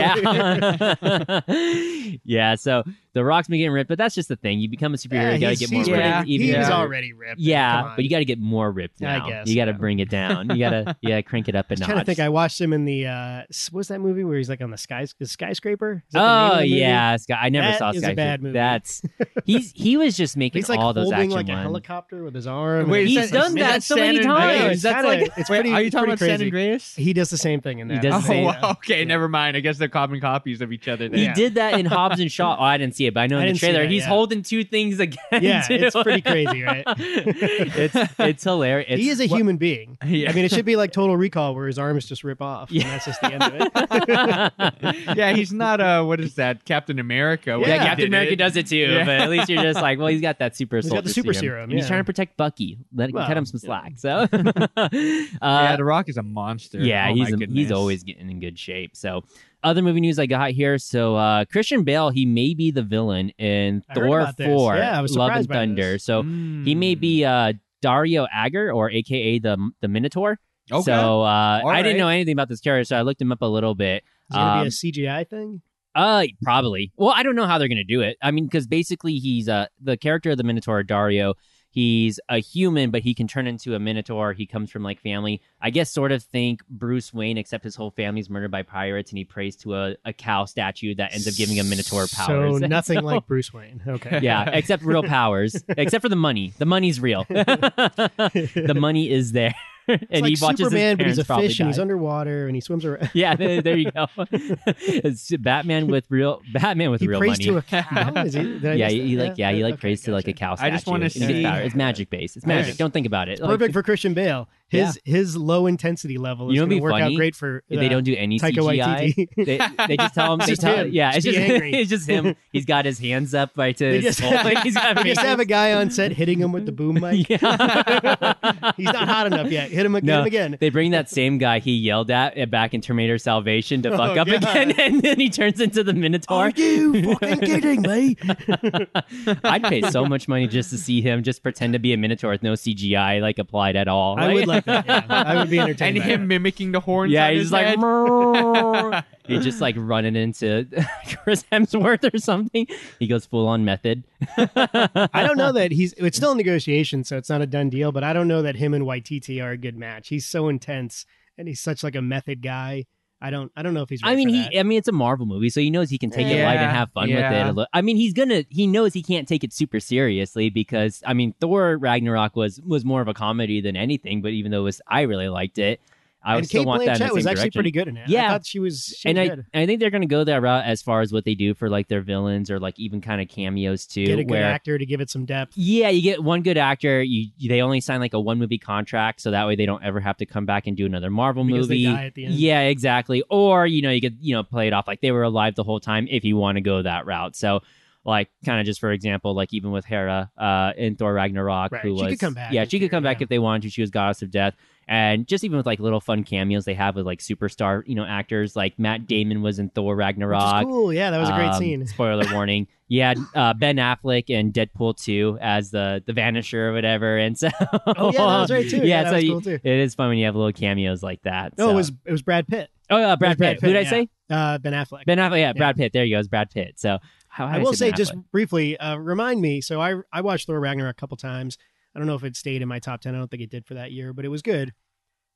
[SPEAKER 1] Yeah.
[SPEAKER 3] <laughs>
[SPEAKER 1] yeah. <laughs> So the Rock's been getting ripped, but that's just the thing. You become a superhero,
[SPEAKER 3] Yeah,
[SPEAKER 1] you gotta
[SPEAKER 3] he's,
[SPEAKER 1] get more
[SPEAKER 3] he's
[SPEAKER 1] ripped.
[SPEAKER 3] pretty-
[SPEAKER 2] Yeah.
[SPEAKER 1] even
[SPEAKER 3] he
[SPEAKER 1] if
[SPEAKER 3] was
[SPEAKER 1] you're-
[SPEAKER 3] already ripped. Come
[SPEAKER 1] yeah,
[SPEAKER 3] on.
[SPEAKER 1] but you gotta get more ripped
[SPEAKER 3] I
[SPEAKER 1] now.
[SPEAKER 3] guess,
[SPEAKER 1] you gotta
[SPEAKER 3] yeah.
[SPEAKER 1] bring it down. You gotta yeah, crank it up a
[SPEAKER 3] I'm
[SPEAKER 1] notch.
[SPEAKER 3] trying to think. <laughs> I watched him in the uh, s- what's that movie where he's like on the sky the skyscraper? Is that the name of
[SPEAKER 1] Oh
[SPEAKER 3] the movie?
[SPEAKER 1] yeah, Sky, I never
[SPEAKER 3] That
[SPEAKER 1] saw
[SPEAKER 3] is a
[SPEAKER 1] Sky.
[SPEAKER 3] bad movie. <laughs>
[SPEAKER 1] That's he's he was just making
[SPEAKER 3] he's like
[SPEAKER 1] all those
[SPEAKER 3] holding
[SPEAKER 1] action
[SPEAKER 3] like a
[SPEAKER 1] ones.
[SPEAKER 3] helicopter with his arm.
[SPEAKER 2] Wait,
[SPEAKER 3] and
[SPEAKER 2] is
[SPEAKER 1] He's
[SPEAKER 2] that-
[SPEAKER 1] done
[SPEAKER 2] is
[SPEAKER 1] that so many
[SPEAKER 2] San Andreas?
[SPEAKER 1] times.
[SPEAKER 3] it's
[SPEAKER 1] That's
[SPEAKER 3] kinda-
[SPEAKER 1] like-
[SPEAKER 3] it's
[SPEAKER 2] Wait,
[SPEAKER 3] pretty.
[SPEAKER 2] are you talking
[SPEAKER 3] pretty
[SPEAKER 2] about San
[SPEAKER 3] crazy.
[SPEAKER 2] Andreas?
[SPEAKER 3] He does the same thing in that.
[SPEAKER 1] He does
[SPEAKER 2] Oh,
[SPEAKER 1] the same-
[SPEAKER 3] yeah.
[SPEAKER 2] wow, okay.
[SPEAKER 3] Yeah.
[SPEAKER 2] Never mind. I guess they're common copies of each other. Then.
[SPEAKER 1] uh, He
[SPEAKER 3] Yeah.
[SPEAKER 1] did that in Hobbs
[SPEAKER 3] <laughs>
[SPEAKER 1] and Shaw. Oh, I didn't see it, but I know
[SPEAKER 3] I
[SPEAKER 1] in the
[SPEAKER 3] didn't see
[SPEAKER 1] trailer
[SPEAKER 3] that,
[SPEAKER 1] he's
[SPEAKER 3] yeah.
[SPEAKER 1] holding two things again. <laughs>
[SPEAKER 3] Yeah,
[SPEAKER 1] too.
[SPEAKER 3] it's pretty
[SPEAKER 2] <laughs>
[SPEAKER 3] crazy, right?
[SPEAKER 1] it's it's hilarious. It's,
[SPEAKER 3] he is a
[SPEAKER 1] what-
[SPEAKER 3] human being.
[SPEAKER 2] Yeah.
[SPEAKER 1] <laughs>
[SPEAKER 3] I mean, it should be like Total Recall, where his arms just rip off,
[SPEAKER 1] Yeah.
[SPEAKER 3] and that's just the end of it.
[SPEAKER 2] yeah, he's not. Uh, what is that? Captain America. when
[SPEAKER 1] Yeah,
[SPEAKER 2] he
[SPEAKER 3] Yeah.
[SPEAKER 1] Captain
[SPEAKER 2] did
[SPEAKER 1] America
[SPEAKER 2] it.
[SPEAKER 1] does it too,
[SPEAKER 2] Yeah.
[SPEAKER 1] but at least you're just like, well, he's got that super.
[SPEAKER 3] He's got
[SPEAKER 1] soldier
[SPEAKER 3] the super
[SPEAKER 1] serum,
[SPEAKER 3] serum,
[SPEAKER 1] and he's
[SPEAKER 3] yeah.
[SPEAKER 1] trying to protect Bucky. Let
[SPEAKER 3] Well,
[SPEAKER 1] cut him some
[SPEAKER 3] <laughs> yeah.
[SPEAKER 1] slack. So, <laughs> uh,
[SPEAKER 2] Yeah, The Rock is a monster.
[SPEAKER 1] yeah,
[SPEAKER 2] Oh, my
[SPEAKER 1] he's he's
[SPEAKER 2] goodness.
[SPEAKER 1] always getting in good shape. So, other movie news I got here. So, uh, Christian Bale, he may be the villain in
[SPEAKER 3] I heard
[SPEAKER 1] Thor
[SPEAKER 3] about this.
[SPEAKER 1] Four,
[SPEAKER 3] Yeah, I was
[SPEAKER 1] Love and
[SPEAKER 3] surprised by
[SPEAKER 1] Thunder.
[SPEAKER 3] this. Hmm.
[SPEAKER 1] So he may
[SPEAKER 2] Mm.
[SPEAKER 1] be uh, Dario Agger, or AKA the the Minotaur.
[SPEAKER 2] Hmm. Okay.
[SPEAKER 1] So uh, I
[SPEAKER 2] All
[SPEAKER 1] didn't
[SPEAKER 2] right.
[SPEAKER 1] know anything about this character, so I looked him up a little bit.
[SPEAKER 3] Is it gonna
[SPEAKER 1] Um,
[SPEAKER 3] be a CGI thing?
[SPEAKER 1] Uh, Uh, probably. Well, I don't know how they're gonna do it. I mean, because basically he's uh the character of the Minotaur Dario. He's a human, but he can turn into a Minotaur. He comes from like family, I guess, sort of think Bruce Wayne, except his whole family's murdered by pirates, and he prays to a, a cow statue that ends up giving him Minotaur powers. <laughs>
[SPEAKER 3] So nothing like Bruce Wayne. Okay.
[SPEAKER 1] yeah, except real
[SPEAKER 3] <laughs>
[SPEAKER 1] powers, except for the money. The money's real. <laughs>
[SPEAKER 3] <laughs>
[SPEAKER 1] the money is there, and
[SPEAKER 3] It's like
[SPEAKER 1] he watches
[SPEAKER 3] Superman,
[SPEAKER 1] his
[SPEAKER 3] but he's a
[SPEAKER 1] parents probably
[SPEAKER 3] fish and he's
[SPEAKER 1] die.
[SPEAKER 3] underwater and he swims around.
[SPEAKER 1] yeah, <laughs> there, there you go. it's Batman with real Batman with
[SPEAKER 3] he
[SPEAKER 1] real
[SPEAKER 3] prays
[SPEAKER 1] money. <laughs>
[SPEAKER 3] to a cow. Is he, did I
[SPEAKER 1] yeah,
[SPEAKER 3] miss
[SPEAKER 1] he,
[SPEAKER 3] that?
[SPEAKER 1] he like yeah, he like
[SPEAKER 3] okay,
[SPEAKER 1] prays to like a
[SPEAKER 3] gotcha.
[SPEAKER 1] cow statue.
[SPEAKER 2] I just wanna
[SPEAKER 1] and he gets
[SPEAKER 2] see-
[SPEAKER 1] power. It's magic based. It's
[SPEAKER 2] Yeah.
[SPEAKER 1] magic. Don't think about it. Like,
[SPEAKER 3] Perfect for Christian Bale. His his low intensity level is
[SPEAKER 1] You know what'd
[SPEAKER 3] going
[SPEAKER 1] be
[SPEAKER 3] to work
[SPEAKER 1] funny?
[SPEAKER 3] out great for
[SPEAKER 1] They
[SPEAKER 3] uh,
[SPEAKER 1] don't do any
[SPEAKER 3] Taika
[SPEAKER 1] CGI. <laughs>
[SPEAKER 3] Waititi. <laughs>
[SPEAKER 1] They, they just tell him.
[SPEAKER 3] It's
[SPEAKER 1] they
[SPEAKER 3] just
[SPEAKER 1] tell,
[SPEAKER 3] him.
[SPEAKER 1] Yeah, it's
[SPEAKER 3] Just
[SPEAKER 1] just
[SPEAKER 3] be
[SPEAKER 1] <laughs>
[SPEAKER 3] angry.
[SPEAKER 1] it's just him. He's got his hands up right to
[SPEAKER 3] They
[SPEAKER 1] his
[SPEAKER 3] just,
[SPEAKER 1] skull. He's got
[SPEAKER 3] <laughs> they
[SPEAKER 1] <laughs>
[SPEAKER 3] just have a guy on set hitting him with the boom mic.
[SPEAKER 1] Yeah. <laughs>
[SPEAKER 3] He's not hot enough yet. Hit him, ag- hit
[SPEAKER 1] No.
[SPEAKER 3] him again.
[SPEAKER 1] They bring that same guy he yelled at uh, back in Terminator Salvation to fuck
[SPEAKER 3] Oh,
[SPEAKER 1] up again, <laughs> and then he turns into the Minotaur.
[SPEAKER 3] Are you
[SPEAKER 1] <laughs>
[SPEAKER 3] fucking kidding me?
[SPEAKER 1] I'd pay so much money just to see him just pretend to be a Minotaur with no CGI like applied at all.
[SPEAKER 3] I would like that. Yeah. I would
[SPEAKER 1] <laughs>
[SPEAKER 3] be entertained.
[SPEAKER 2] and
[SPEAKER 3] by
[SPEAKER 2] him mimicking the horns.
[SPEAKER 1] Yeah,
[SPEAKER 2] on
[SPEAKER 1] he's
[SPEAKER 2] his
[SPEAKER 1] just like "Mmm," "Mrrr."
[SPEAKER 2] head.
[SPEAKER 1] he just like running into <laughs> Chris Hemsworth or something. He goes full on method.
[SPEAKER 3] that. I don't know that he's. It's still in negotiation, so it's not a done deal. But I don't know that him and Waititi are a good match. He's so intense, and he's such like a method guy. I don't. I don't know if he's.
[SPEAKER 1] I
[SPEAKER 3] ready
[SPEAKER 1] mean,
[SPEAKER 3] for
[SPEAKER 1] he.
[SPEAKER 3] that.
[SPEAKER 1] I mean, it's a Marvel movie, so he knows he can take it light and
[SPEAKER 2] Yeah,
[SPEAKER 1] have fun with it.
[SPEAKER 2] yeah.
[SPEAKER 1] a little- I mean, he's gonna. He knows he can't take it super seriously because I mean, Thor Ragnarok was was more of a comedy than anything. But even though it was, I really liked it. I would
[SPEAKER 3] and
[SPEAKER 1] still
[SPEAKER 3] Kate
[SPEAKER 1] want
[SPEAKER 3] Blanchett
[SPEAKER 1] that in the same
[SPEAKER 3] was actually
[SPEAKER 1] direction.
[SPEAKER 3] pretty good in it.
[SPEAKER 1] Yeah.
[SPEAKER 3] I thought she was. She
[SPEAKER 1] and
[SPEAKER 3] was
[SPEAKER 1] I,
[SPEAKER 3] good.
[SPEAKER 1] I think they're going to go that route as far as what they do for like their villains or like even kind of cameos too.
[SPEAKER 3] get a good
[SPEAKER 1] where
[SPEAKER 3] actor to give it some depth.
[SPEAKER 1] yeah, you get one good actor. You you- they only sign like a one movie contract, so that way they don't ever have to come back and do another Marvel
[SPEAKER 3] Because they
[SPEAKER 1] movie.
[SPEAKER 3] die at the end.
[SPEAKER 1] Yeah, exactly. Or you know you could you know play it off like they were alive the whole time if you want to go that route. So. Like kind of just for example, like even with Hera uh, in Thor Ragnarok,
[SPEAKER 3] Right.
[SPEAKER 1] who
[SPEAKER 3] She
[SPEAKER 1] was
[SPEAKER 3] could come back
[SPEAKER 1] yeah,
[SPEAKER 3] if
[SPEAKER 1] she could
[SPEAKER 3] you're-
[SPEAKER 1] come back
[SPEAKER 3] yeah.
[SPEAKER 1] if they wanted to. She was goddess of death, and just even with like little fun cameos they have with like superstar you know actors like Matt Damon was in Thor
[SPEAKER 3] Which is
[SPEAKER 1] Ragnarok.
[SPEAKER 3] cool. Yeah, that was a great
[SPEAKER 1] Um, <laughs>
[SPEAKER 3] scene.
[SPEAKER 1] Spoiler
[SPEAKER 3] <laughs>
[SPEAKER 1] warning. Yeah, uh, Ben Affleck and Deadpool 2 as the the Vanisher or whatever. And so,
[SPEAKER 3] Oh
[SPEAKER 1] <laughs>
[SPEAKER 3] yeah, that was right too.
[SPEAKER 1] Yeah,
[SPEAKER 3] Yeah,
[SPEAKER 1] so
[SPEAKER 3] that was
[SPEAKER 1] you-
[SPEAKER 3] cool too.
[SPEAKER 1] it is fun when you have little cameos like that.
[SPEAKER 3] No,
[SPEAKER 1] so.
[SPEAKER 3] it was it was Brad Pitt,
[SPEAKER 1] oh yeah, Brad,
[SPEAKER 3] it was Brad
[SPEAKER 1] Pitt. Who did
[SPEAKER 3] Pitt,
[SPEAKER 1] I say?
[SPEAKER 3] uh, Ben Affleck.
[SPEAKER 1] Ben Affleck. Yeah, Brad Pitt. There you go. It's Brad Pitt. So how, how
[SPEAKER 3] I
[SPEAKER 1] do
[SPEAKER 3] will
[SPEAKER 1] Ben
[SPEAKER 3] say just
[SPEAKER 1] Affleck?
[SPEAKER 3] briefly, uh, remind me. So I I watched Thor Ragnarok a couple times. I don't know if it stayed in my top ten. I don't think it did for that year, but it was good.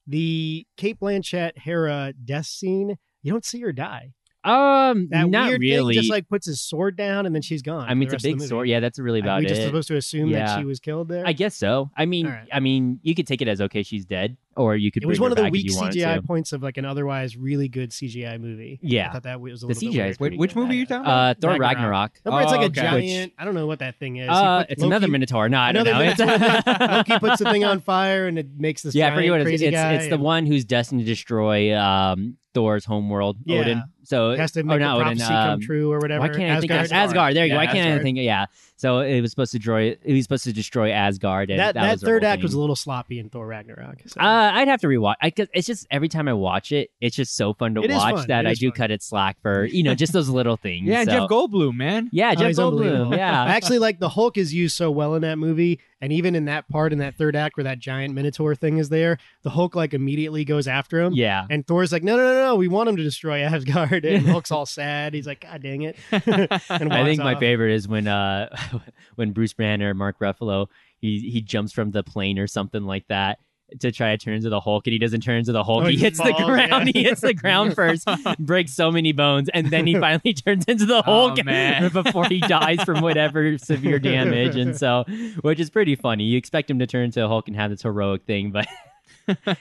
[SPEAKER 3] The Kate Blanchett Hera death scene. You don't see her die.
[SPEAKER 1] um
[SPEAKER 3] That
[SPEAKER 1] not
[SPEAKER 3] weird
[SPEAKER 1] really.
[SPEAKER 3] thing just like puts his sword down and then she's gone.
[SPEAKER 1] I mean,
[SPEAKER 3] for
[SPEAKER 1] it's a
[SPEAKER 3] the rest of the
[SPEAKER 1] big
[SPEAKER 3] movie.
[SPEAKER 1] story. Yeah, that's really
[SPEAKER 3] Are
[SPEAKER 1] about
[SPEAKER 3] we just
[SPEAKER 1] it.
[SPEAKER 3] supposed to assume
[SPEAKER 1] Yeah.
[SPEAKER 3] that she was killed there.
[SPEAKER 1] I guess so. I mean,
[SPEAKER 3] All right.
[SPEAKER 1] I mean, you could take it as okay, she's dead, or you could.
[SPEAKER 3] it was
[SPEAKER 1] bring
[SPEAKER 3] one
[SPEAKER 1] her
[SPEAKER 3] of the
[SPEAKER 1] back if
[SPEAKER 3] weak
[SPEAKER 1] you wanted
[SPEAKER 3] CGI
[SPEAKER 1] to.
[SPEAKER 3] points of like an otherwise really good CGI movie. I
[SPEAKER 1] Yeah,
[SPEAKER 3] thought that was a
[SPEAKER 1] The CGI
[SPEAKER 3] little bit
[SPEAKER 1] is
[SPEAKER 3] weird.
[SPEAKER 1] pretty
[SPEAKER 2] Wait, which movie are you talking about?
[SPEAKER 1] uh, Thor
[SPEAKER 3] Ragnarok.
[SPEAKER 1] Ragnarok.
[SPEAKER 3] Remember, it's like a
[SPEAKER 2] Oh, okay.
[SPEAKER 3] giant. I don't know what that thing is. He
[SPEAKER 1] Uh,
[SPEAKER 3] puts
[SPEAKER 1] it's
[SPEAKER 3] Loki-
[SPEAKER 1] another Minotaur. No, I don't know.
[SPEAKER 3] another
[SPEAKER 1] It's- <laughs>
[SPEAKER 3] Loki puts the thing on fire and it makes this.
[SPEAKER 1] yeah, I
[SPEAKER 3] giant,
[SPEAKER 1] forget what it is.
[SPEAKER 3] crazy
[SPEAKER 1] It's,
[SPEAKER 3] guy
[SPEAKER 1] it's the
[SPEAKER 3] and
[SPEAKER 1] one who's destined to destroy um, Thor's homeworld,
[SPEAKER 3] Yeah.
[SPEAKER 1] Odin. So
[SPEAKER 3] has to
[SPEAKER 1] or
[SPEAKER 3] make
[SPEAKER 1] not
[SPEAKER 3] the
[SPEAKER 1] Odin,
[SPEAKER 3] prophecy come
[SPEAKER 1] um,
[SPEAKER 3] true or whatever.
[SPEAKER 1] why can't I think
[SPEAKER 3] Asgard.
[SPEAKER 1] Asgard? Asgard. There you go.
[SPEAKER 2] Yeah,
[SPEAKER 1] why can't I
[SPEAKER 3] Asgard.
[SPEAKER 1] think? Yeah. So it was supposed to destroy. He was supposed to destroy Asgard. And
[SPEAKER 3] That,
[SPEAKER 1] that,
[SPEAKER 3] that,
[SPEAKER 1] was their
[SPEAKER 3] third
[SPEAKER 1] whole
[SPEAKER 3] act
[SPEAKER 1] thing.
[SPEAKER 3] was a little sloppy in Thor Ragnarok. so.
[SPEAKER 1] Uh, I'd have to rewatch. I, 'cause it's just every time I watch it, it's just so fun to
[SPEAKER 3] It is
[SPEAKER 1] watch
[SPEAKER 3] fun.
[SPEAKER 1] that
[SPEAKER 3] It
[SPEAKER 1] I
[SPEAKER 3] is
[SPEAKER 1] do
[SPEAKER 3] fun.
[SPEAKER 1] cut it slack for you know just those little things.
[SPEAKER 2] yeah, and
[SPEAKER 1] so.
[SPEAKER 2] Jeff Goldblum, man.
[SPEAKER 1] Yeah,
[SPEAKER 3] Oh,
[SPEAKER 1] Jeff
[SPEAKER 3] he's
[SPEAKER 1] Goldblum.
[SPEAKER 3] unbelievable.
[SPEAKER 1] Yeah,
[SPEAKER 3] Actually, like the Hulk is used so well in that movie, and even in that part in that third act where that giant Minotaur thing is there, the Hulk like immediately goes after him.
[SPEAKER 1] yeah.
[SPEAKER 3] And Thor's like, no, no, no, no, we want him to destroy Asgard. And Hulk's all sad. He's like, God dang it. <laughs> and
[SPEAKER 1] <laughs> I think
[SPEAKER 3] walks
[SPEAKER 1] my
[SPEAKER 3] off.
[SPEAKER 1] favorite is when uh <laughs> when Bruce Banner and Mark Ruffalo he he jumps from the plane or something like that to try to turn into the Hulk and he doesn't turn into the Hulk.
[SPEAKER 3] Oh,
[SPEAKER 1] he
[SPEAKER 3] he
[SPEAKER 1] hits the
[SPEAKER 3] falls,
[SPEAKER 1] ground.
[SPEAKER 3] yeah.
[SPEAKER 1] He hits the ground first, breaks so many bones, and then he finally turns into <laughs> the
[SPEAKER 2] Oh,
[SPEAKER 1] Hulk
[SPEAKER 2] man.
[SPEAKER 1] <laughs> before he dies from whatever severe damage. And so, which is pretty funny. You expect him to turn into a Hulk and have this heroic thing, but <laughs>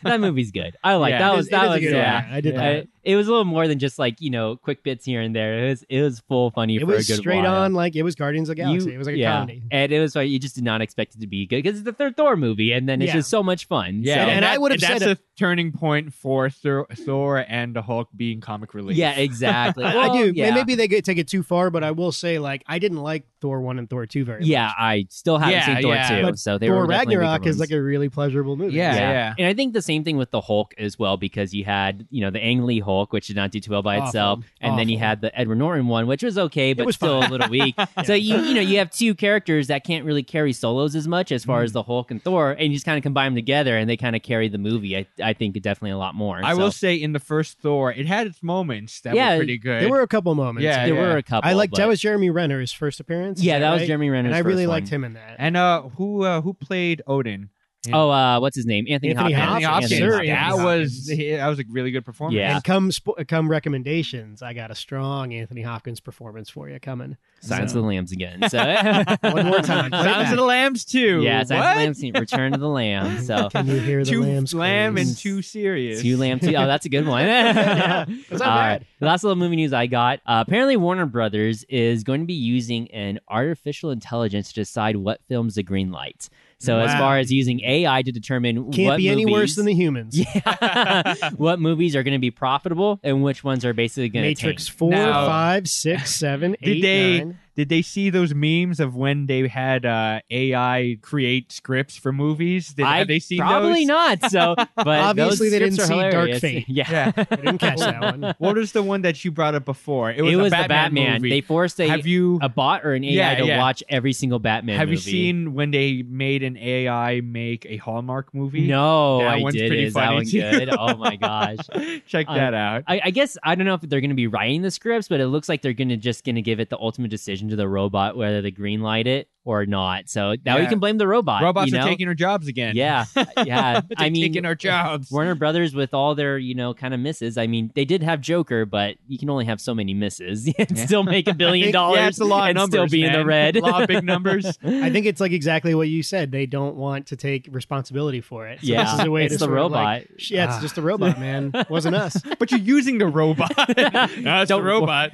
[SPEAKER 1] that movie's good. I like
[SPEAKER 2] Yeah.
[SPEAKER 1] that
[SPEAKER 3] It
[SPEAKER 1] was
[SPEAKER 3] is- it
[SPEAKER 1] that
[SPEAKER 3] is a
[SPEAKER 1] was
[SPEAKER 3] good
[SPEAKER 1] yeah.
[SPEAKER 3] one. I did
[SPEAKER 1] I-
[SPEAKER 3] like it.
[SPEAKER 1] it was a little more than just like you know quick bits here and there. It was it was full funny
[SPEAKER 3] It
[SPEAKER 1] for
[SPEAKER 3] was
[SPEAKER 1] a good
[SPEAKER 3] straight
[SPEAKER 1] while.
[SPEAKER 3] on like it was Guardians of the Galaxy.
[SPEAKER 1] You-
[SPEAKER 3] it was like a
[SPEAKER 1] yeah.
[SPEAKER 3] comedy.
[SPEAKER 1] and it was like you just did not expect it to be good because it's the third Thor movie, and then it's
[SPEAKER 3] Yeah.
[SPEAKER 1] just so much fun.
[SPEAKER 2] <laughs> Yeah,
[SPEAKER 1] so-
[SPEAKER 3] and I
[SPEAKER 2] that-
[SPEAKER 3] would've
[SPEAKER 2] that's a
[SPEAKER 3] said
[SPEAKER 2] turning point for Thor, Thor and the Hulk being comic <laughs> relief.
[SPEAKER 1] yeah, exactly.
[SPEAKER 3] I-
[SPEAKER 1] Well,
[SPEAKER 3] I do.
[SPEAKER 1] oh, Yeah.
[SPEAKER 3] And maybe they get, take it too far, but I will say, like, I didn't like Thor one and Thor two very
[SPEAKER 1] yeah,
[SPEAKER 3] much.
[SPEAKER 1] I still haven't
[SPEAKER 2] Yeah,
[SPEAKER 1] seen Thor
[SPEAKER 2] yeah.
[SPEAKER 1] two,
[SPEAKER 3] But
[SPEAKER 1] so they
[SPEAKER 3] Thor
[SPEAKER 1] were definitely
[SPEAKER 3] Ragnarok
[SPEAKER 1] weaker
[SPEAKER 3] is
[SPEAKER 1] ones.
[SPEAKER 3] like a really pleasurable movie.
[SPEAKER 2] Yeah,
[SPEAKER 1] Yeah.
[SPEAKER 2] yeah.
[SPEAKER 1] And I think the same thing with the Hulk as well, because you had, you know, the Ang Lee Hulk, which did not do too well by
[SPEAKER 3] Awful.
[SPEAKER 1] itself, and then you
[SPEAKER 3] Awful.
[SPEAKER 1] had the Edward Norton one, which was okay, but
[SPEAKER 3] was
[SPEAKER 1] still a little
[SPEAKER 3] <laughs>
[SPEAKER 1] weak. So you you know you have two characters that can't really carry solos as much as far
[SPEAKER 3] Mm.
[SPEAKER 1] as the Hulk and Thor, and you just kind of combine them together, and they kind of carry the movie. I I think definitely a lot more.
[SPEAKER 2] I
[SPEAKER 1] So
[SPEAKER 2] will say in the first Thor, it had its moments that
[SPEAKER 1] Yeah,
[SPEAKER 2] were pretty good.
[SPEAKER 3] There were a couple moments.
[SPEAKER 2] Yeah,
[SPEAKER 1] There were a couple.
[SPEAKER 3] I liked
[SPEAKER 1] but-
[SPEAKER 3] that was Jeremy Renner's first appearance. is
[SPEAKER 1] yeah, that was
[SPEAKER 3] right?
[SPEAKER 1] Jeremy Renner's.
[SPEAKER 3] and I really
[SPEAKER 1] first one.
[SPEAKER 3] liked him in that.
[SPEAKER 2] and uh, who uh, who played Odin?
[SPEAKER 1] Oh, uh, what's his name? Anthony,
[SPEAKER 3] Anthony
[SPEAKER 1] Hopkins.
[SPEAKER 2] Anthony Hopkins.
[SPEAKER 3] Sir
[SPEAKER 1] Anthony
[SPEAKER 3] Anthony
[SPEAKER 2] that
[SPEAKER 1] Hopkins.
[SPEAKER 2] was
[SPEAKER 3] Hopkins.
[SPEAKER 2] that was a really good performance.
[SPEAKER 1] Yeah.
[SPEAKER 3] And come sp- come recommendations, I got a strong Anthony Hopkins performance for you coming.
[SPEAKER 1] Silence
[SPEAKER 2] So-
[SPEAKER 1] of the Lambs again. So
[SPEAKER 3] <laughs>
[SPEAKER 1] <laughs>
[SPEAKER 3] One more time. Play
[SPEAKER 2] Silence of the Lambs too.
[SPEAKER 1] Yeah, Silence
[SPEAKER 2] what?
[SPEAKER 1] of the Lambs. Return of the Lamb.
[SPEAKER 3] <laughs>
[SPEAKER 1] So
[SPEAKER 3] Can you hear
[SPEAKER 2] <laughs>
[SPEAKER 3] the
[SPEAKER 2] Too
[SPEAKER 3] lambs?
[SPEAKER 2] lamb
[SPEAKER 3] cries?
[SPEAKER 2] and too serious.
[SPEAKER 1] Two lamb tea. Oh, that's a good one.
[SPEAKER 3] <laughs>
[SPEAKER 1] <laughs>
[SPEAKER 3] Yeah,
[SPEAKER 1] All
[SPEAKER 3] not
[SPEAKER 1] right.
[SPEAKER 3] bad.
[SPEAKER 1] The last little movie news I got. Uh, apparently, Warner Brothers is going to be using an artificial intelligence to decide what films to green light. So, as
[SPEAKER 2] Wow.
[SPEAKER 1] far as using AI to determine
[SPEAKER 3] Can't
[SPEAKER 1] what
[SPEAKER 3] be any
[SPEAKER 1] movies-
[SPEAKER 3] worse than the humans.
[SPEAKER 1] <laughs>
[SPEAKER 3] <laughs>
[SPEAKER 1] yeah, what movies are going to be profitable and which ones are basically going to
[SPEAKER 3] Matrix four,
[SPEAKER 2] Now-
[SPEAKER 1] <laughs>
[SPEAKER 3] five, six, seven,
[SPEAKER 2] Did
[SPEAKER 3] eight,
[SPEAKER 2] they-
[SPEAKER 3] nine.
[SPEAKER 2] <laughs> Did they see those memes of when they had uh, AI create scripts for movies? Did,
[SPEAKER 1] I
[SPEAKER 2] have they seen
[SPEAKER 1] Probably
[SPEAKER 2] those?
[SPEAKER 1] not.
[SPEAKER 3] <laughs>
[SPEAKER 1] So, but
[SPEAKER 3] Obviously
[SPEAKER 1] those
[SPEAKER 3] they didn't
[SPEAKER 1] scripts are
[SPEAKER 3] see Dark
[SPEAKER 1] hilarious.
[SPEAKER 3] Fate.
[SPEAKER 1] <laughs> Yeah.
[SPEAKER 2] Yeah.
[SPEAKER 3] I didn't
[SPEAKER 1] <laughs>
[SPEAKER 3] catch that one.
[SPEAKER 2] what was the one that you brought up before? It
[SPEAKER 1] It was,
[SPEAKER 2] was, a
[SPEAKER 1] the Batman.
[SPEAKER 2] movie.
[SPEAKER 1] They forced a,
[SPEAKER 2] have you
[SPEAKER 1] a bot or an AI
[SPEAKER 2] Yeah,
[SPEAKER 1] to
[SPEAKER 2] yeah.
[SPEAKER 1] watch every single Batman
[SPEAKER 2] have you
[SPEAKER 1] movie.
[SPEAKER 2] seen when they made an AI make a Hallmark movie?
[SPEAKER 1] No,
[SPEAKER 2] That
[SPEAKER 1] I
[SPEAKER 2] one's
[SPEAKER 1] did.
[SPEAKER 2] pretty
[SPEAKER 1] Is that
[SPEAKER 2] funny,
[SPEAKER 1] one
[SPEAKER 2] too.
[SPEAKER 1] good? Oh my gosh.
[SPEAKER 2] <laughs> Check
[SPEAKER 1] Uh,
[SPEAKER 2] that out.
[SPEAKER 1] I, I guess I don't know if they're going to be writing the scripts, but it looks like they're going to just going to give it the ultimate decision to the robot whether they green light it or not. So now you
[SPEAKER 2] Yeah.
[SPEAKER 1] can blame the robot.
[SPEAKER 2] Robots
[SPEAKER 1] you know?
[SPEAKER 2] are taking our jobs again. <laughs>
[SPEAKER 1] Yeah, yeah.
[SPEAKER 2] They're
[SPEAKER 1] I mean,
[SPEAKER 2] taking our jobs.
[SPEAKER 1] Warner Brothers with all their you know kind of misses. I mean, they did have Joker, but you can only have so many misses <laughs> and
[SPEAKER 2] Yeah.
[SPEAKER 1] still make a billion
[SPEAKER 2] think-
[SPEAKER 1] dollars
[SPEAKER 2] <laughs> yeah, it's a lot of
[SPEAKER 1] and
[SPEAKER 2] numbers,
[SPEAKER 1] still be in the
[SPEAKER 2] man.
[SPEAKER 1] red.
[SPEAKER 2] <laughs> A lot
[SPEAKER 1] <laughs>
[SPEAKER 2] of big numbers.
[SPEAKER 3] I think it's like exactly what you said. They don't want to take responsibility for it. So
[SPEAKER 1] yeah,
[SPEAKER 3] this is a way
[SPEAKER 1] it's
[SPEAKER 3] to
[SPEAKER 1] the
[SPEAKER 3] sort of like,
[SPEAKER 1] robot.
[SPEAKER 3] yeah, it's
[SPEAKER 2] Ah.
[SPEAKER 3] just the robot, man.
[SPEAKER 1] <laughs>
[SPEAKER 3] Wasn't us.
[SPEAKER 2] but you're using the robot. That's
[SPEAKER 1] Don't-
[SPEAKER 2] the robot.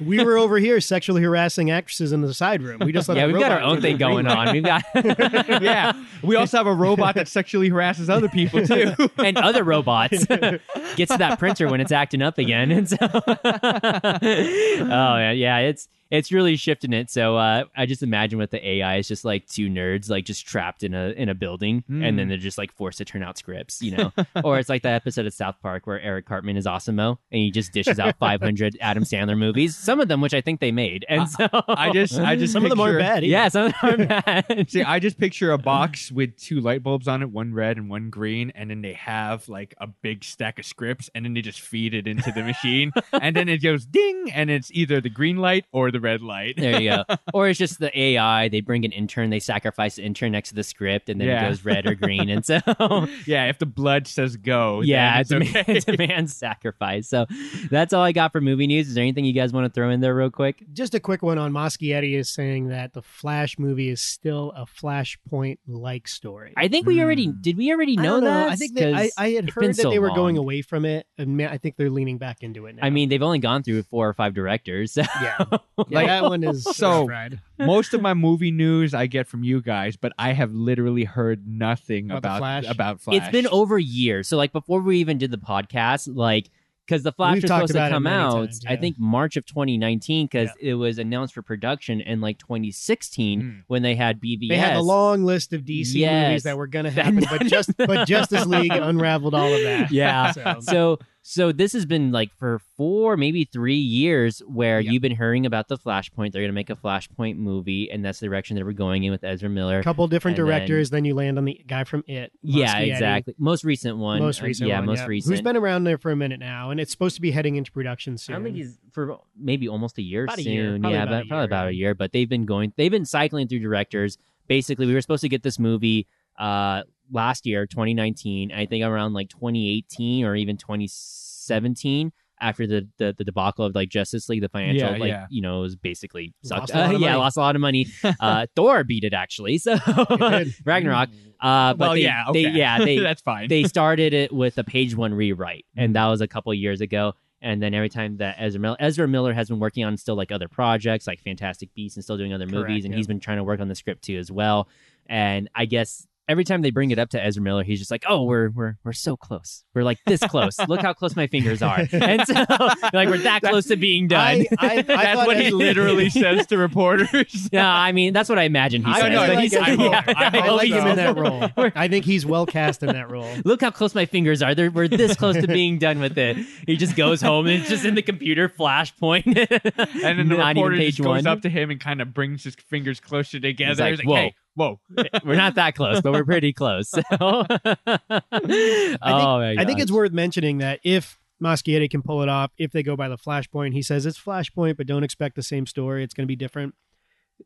[SPEAKER 1] <laughs>
[SPEAKER 3] We were over here sexually harassing actresses in the side room. We just let
[SPEAKER 1] <laughs> yeah,
[SPEAKER 3] a
[SPEAKER 1] we've got our
[SPEAKER 3] robot do
[SPEAKER 1] own
[SPEAKER 3] the
[SPEAKER 1] thing
[SPEAKER 3] green
[SPEAKER 1] going
[SPEAKER 3] light.
[SPEAKER 1] on. We've got
[SPEAKER 2] <laughs> yeah. We also have a robot that sexually harasses other
[SPEAKER 1] <laughs>
[SPEAKER 2] people too.
[SPEAKER 1] and other robots gets to that printer when it's acting up again. And so, <laughs> oh yeah, yeah, it's it's really shifting it. So uh, I just imagine with the AI, it's just like two nerds like just trapped in a in a building, and then
[SPEAKER 2] Mm.
[SPEAKER 1] they're just like forced to turn out scripts, you know. <laughs> or it's like that episode of South Park where Eric Cartman is Awesomeo, and he just dishes out 500 Adam Sandler movies, some of them which I think they made, and so
[SPEAKER 2] I just I
[SPEAKER 1] <laughs>
[SPEAKER 2] just
[SPEAKER 3] Some of them are
[SPEAKER 2] picture-
[SPEAKER 3] bad. either.
[SPEAKER 1] yeah, some of them <laughs> are bad.
[SPEAKER 2] See, I just picture a box with two light bulbs on it, one red and one green, and then they have like a big stack of scripts, and then they just feed it into the machine, and then it goes ding, and it's either the green light or the red light.
[SPEAKER 1] There you go. Or it's just the AI. They bring an intern, they sacrifice the intern next to the script, and then it
[SPEAKER 2] Yeah.
[SPEAKER 1] goes red or green.
[SPEAKER 3] <laughs>
[SPEAKER 1] And so,
[SPEAKER 2] Yeah, if the blood says
[SPEAKER 3] Oh,
[SPEAKER 2] go,
[SPEAKER 1] <laughs> yeah,
[SPEAKER 2] then
[SPEAKER 1] it's, a
[SPEAKER 2] it's
[SPEAKER 1] man,
[SPEAKER 2] okay.
[SPEAKER 1] it's a man's sacrifice. So that's all I got for movie news. Is there anything you guys want to throw in there real quick?
[SPEAKER 3] Just a quick one on Moschietti is saying that the Flash movie is still a Flashpoint like story.
[SPEAKER 1] I think we already
[SPEAKER 2] Mm.
[SPEAKER 1] did. We already
[SPEAKER 3] Hmm. I
[SPEAKER 1] know
[SPEAKER 3] don't
[SPEAKER 1] that.
[SPEAKER 3] I think that I,
[SPEAKER 1] 'Cause,
[SPEAKER 3] I had
[SPEAKER 1] it's been
[SPEAKER 3] heard that
[SPEAKER 1] so
[SPEAKER 3] they were
[SPEAKER 1] long.
[SPEAKER 3] going away from it, and man, I think they're leaning back into it now.
[SPEAKER 1] I mean, they've only gone through four or five directors. So <laughs>
[SPEAKER 3] yeah,
[SPEAKER 2] Like-
[SPEAKER 3] that one
[SPEAKER 2] <laughs>
[SPEAKER 3] is
[SPEAKER 2] So-
[SPEAKER 3] fried.
[SPEAKER 2] Most of my movie news I get from you guys, but I have literally heard nothing
[SPEAKER 3] About the
[SPEAKER 2] about
[SPEAKER 3] Flash?
[SPEAKER 2] about Flash.
[SPEAKER 1] it's been over a year. So like before we even did the podcast, like because the Flash
[SPEAKER 3] We've
[SPEAKER 1] was
[SPEAKER 3] talked
[SPEAKER 1] supposed to
[SPEAKER 3] about it
[SPEAKER 1] come
[SPEAKER 3] many
[SPEAKER 1] out,
[SPEAKER 3] times,
[SPEAKER 1] I
[SPEAKER 3] yeah.
[SPEAKER 1] think March of 2019, because it was announced for production in like 2016
[SPEAKER 2] <laughs> Mm.
[SPEAKER 1] when they had BVS.
[SPEAKER 3] they had a long list of DC
[SPEAKER 1] Yes.
[SPEAKER 3] movies that were going to
[SPEAKER 1] <laughs> That-
[SPEAKER 3] happen, but just but
[SPEAKER 1] <laughs>
[SPEAKER 3] Justice League unraveled all of that.
[SPEAKER 1] Yeah.
[SPEAKER 3] So-
[SPEAKER 1] <laughs> so so this has been like for four maybe three years where
[SPEAKER 2] Yeah.
[SPEAKER 1] you've been hearing about the flashpoint they're going to make a flashpoint movie and that's the direction that we're going in with ezra miller
[SPEAKER 3] a couple different
[SPEAKER 1] And then-
[SPEAKER 3] directors, then, you land on the guy from It.
[SPEAKER 1] yeah
[SPEAKER 3] Muschietti.
[SPEAKER 1] exactly most recent one
[SPEAKER 3] Most
[SPEAKER 1] Uh,
[SPEAKER 3] recent,
[SPEAKER 1] yeah
[SPEAKER 3] one,
[SPEAKER 1] most recent
[SPEAKER 3] Who's been around there for a minute now, and it's supposed to be heading into production
[SPEAKER 1] I
[SPEAKER 3] soon.
[SPEAKER 1] don't think he's for maybe almost a year
[SPEAKER 3] About a
[SPEAKER 1] soon.
[SPEAKER 3] year. Probably
[SPEAKER 1] yeah,
[SPEAKER 3] about
[SPEAKER 1] about,
[SPEAKER 3] a
[SPEAKER 1] probably
[SPEAKER 3] year.
[SPEAKER 1] about a year. But they've been going, they've been cycling through directors. Basically, we were supposed to get this movie uh, last year, 2019. I think around like 2018 or even 2017. After the, the the debacle of like Justice League, the financial
[SPEAKER 2] Yeah,
[SPEAKER 1] like
[SPEAKER 2] yeah.
[SPEAKER 1] you know it was basically sucked.
[SPEAKER 3] Lost a lot
[SPEAKER 1] Uh, <laughs>
[SPEAKER 3] of
[SPEAKER 1] yeah,
[SPEAKER 3] money.
[SPEAKER 1] lost a lot of
[SPEAKER 3] <laughs>
[SPEAKER 1] money. Uh, Thor beat it actually, so <laughs>
[SPEAKER 3] It did.
[SPEAKER 1] Ragnarok. Uh, but
[SPEAKER 2] <laughs> well,
[SPEAKER 1] they-
[SPEAKER 2] yeah,
[SPEAKER 1] they,
[SPEAKER 2] okay.
[SPEAKER 1] yeah,
[SPEAKER 3] <laughs>
[SPEAKER 1] they
[SPEAKER 2] <laughs> that's
[SPEAKER 1] <laughs>
[SPEAKER 2] fine.
[SPEAKER 1] they started it with a page one rewrite, and that was a couple years ago. And then every time that Ezra Miller, Ezra Miller has been working on still like other projects, like Fantastic Beasts, and still doing other
[SPEAKER 3] Correct,
[SPEAKER 1] movies, and
[SPEAKER 3] yeah.
[SPEAKER 1] he's been trying to work on the script too as well. And I guess every time they bring it up to Ezra Miller, he's just like, "Oh, we're we're we're so close. We're like this close. Look how close my fingers
[SPEAKER 3] <laughs>
[SPEAKER 1] are." And so, like, we're that close to being done.
[SPEAKER 3] I, I,
[SPEAKER 1] <laughs>
[SPEAKER 3] I
[SPEAKER 2] That's
[SPEAKER 3] thought
[SPEAKER 2] what he
[SPEAKER 3] Ezra-
[SPEAKER 2] literally
[SPEAKER 3] <laughs>
[SPEAKER 2] says to reporters.
[SPEAKER 1] yeah, I mean, that's what I imagine he
[SPEAKER 3] I
[SPEAKER 1] says.
[SPEAKER 3] know,
[SPEAKER 1] but
[SPEAKER 3] like
[SPEAKER 1] he's-
[SPEAKER 3] Ezra Miller.
[SPEAKER 1] yeah,
[SPEAKER 2] I
[SPEAKER 3] I
[SPEAKER 2] hope
[SPEAKER 3] like him
[SPEAKER 2] so.
[SPEAKER 3] in that role. I think he's well cast in
[SPEAKER 1] <laughs>
[SPEAKER 3] that role.
[SPEAKER 1] Look how close my fingers are. They're, we're this close to being done with it. He just goes home and it's just in the computer flashpoint.
[SPEAKER 2] And then
[SPEAKER 1] <laughs>
[SPEAKER 2] the
[SPEAKER 1] Not even
[SPEAKER 2] reporter
[SPEAKER 1] page
[SPEAKER 2] just goes
[SPEAKER 1] one.
[SPEAKER 2] up to him and kind of brings his fingers closer together.
[SPEAKER 1] like,
[SPEAKER 2] He's like,
[SPEAKER 1] "Whoa."
[SPEAKER 2] hey, whoa.
[SPEAKER 1] We're not that close, but we're pretty close.
[SPEAKER 2] <laughs>
[SPEAKER 1] So. <laughs> oh, my
[SPEAKER 3] I think
[SPEAKER 1] God.
[SPEAKER 3] it's worth mentioning that if Moschietta can pull it off, if they go by the Flashpoint, he says it's Flashpoint, but don't expect the same story. It's going to be different.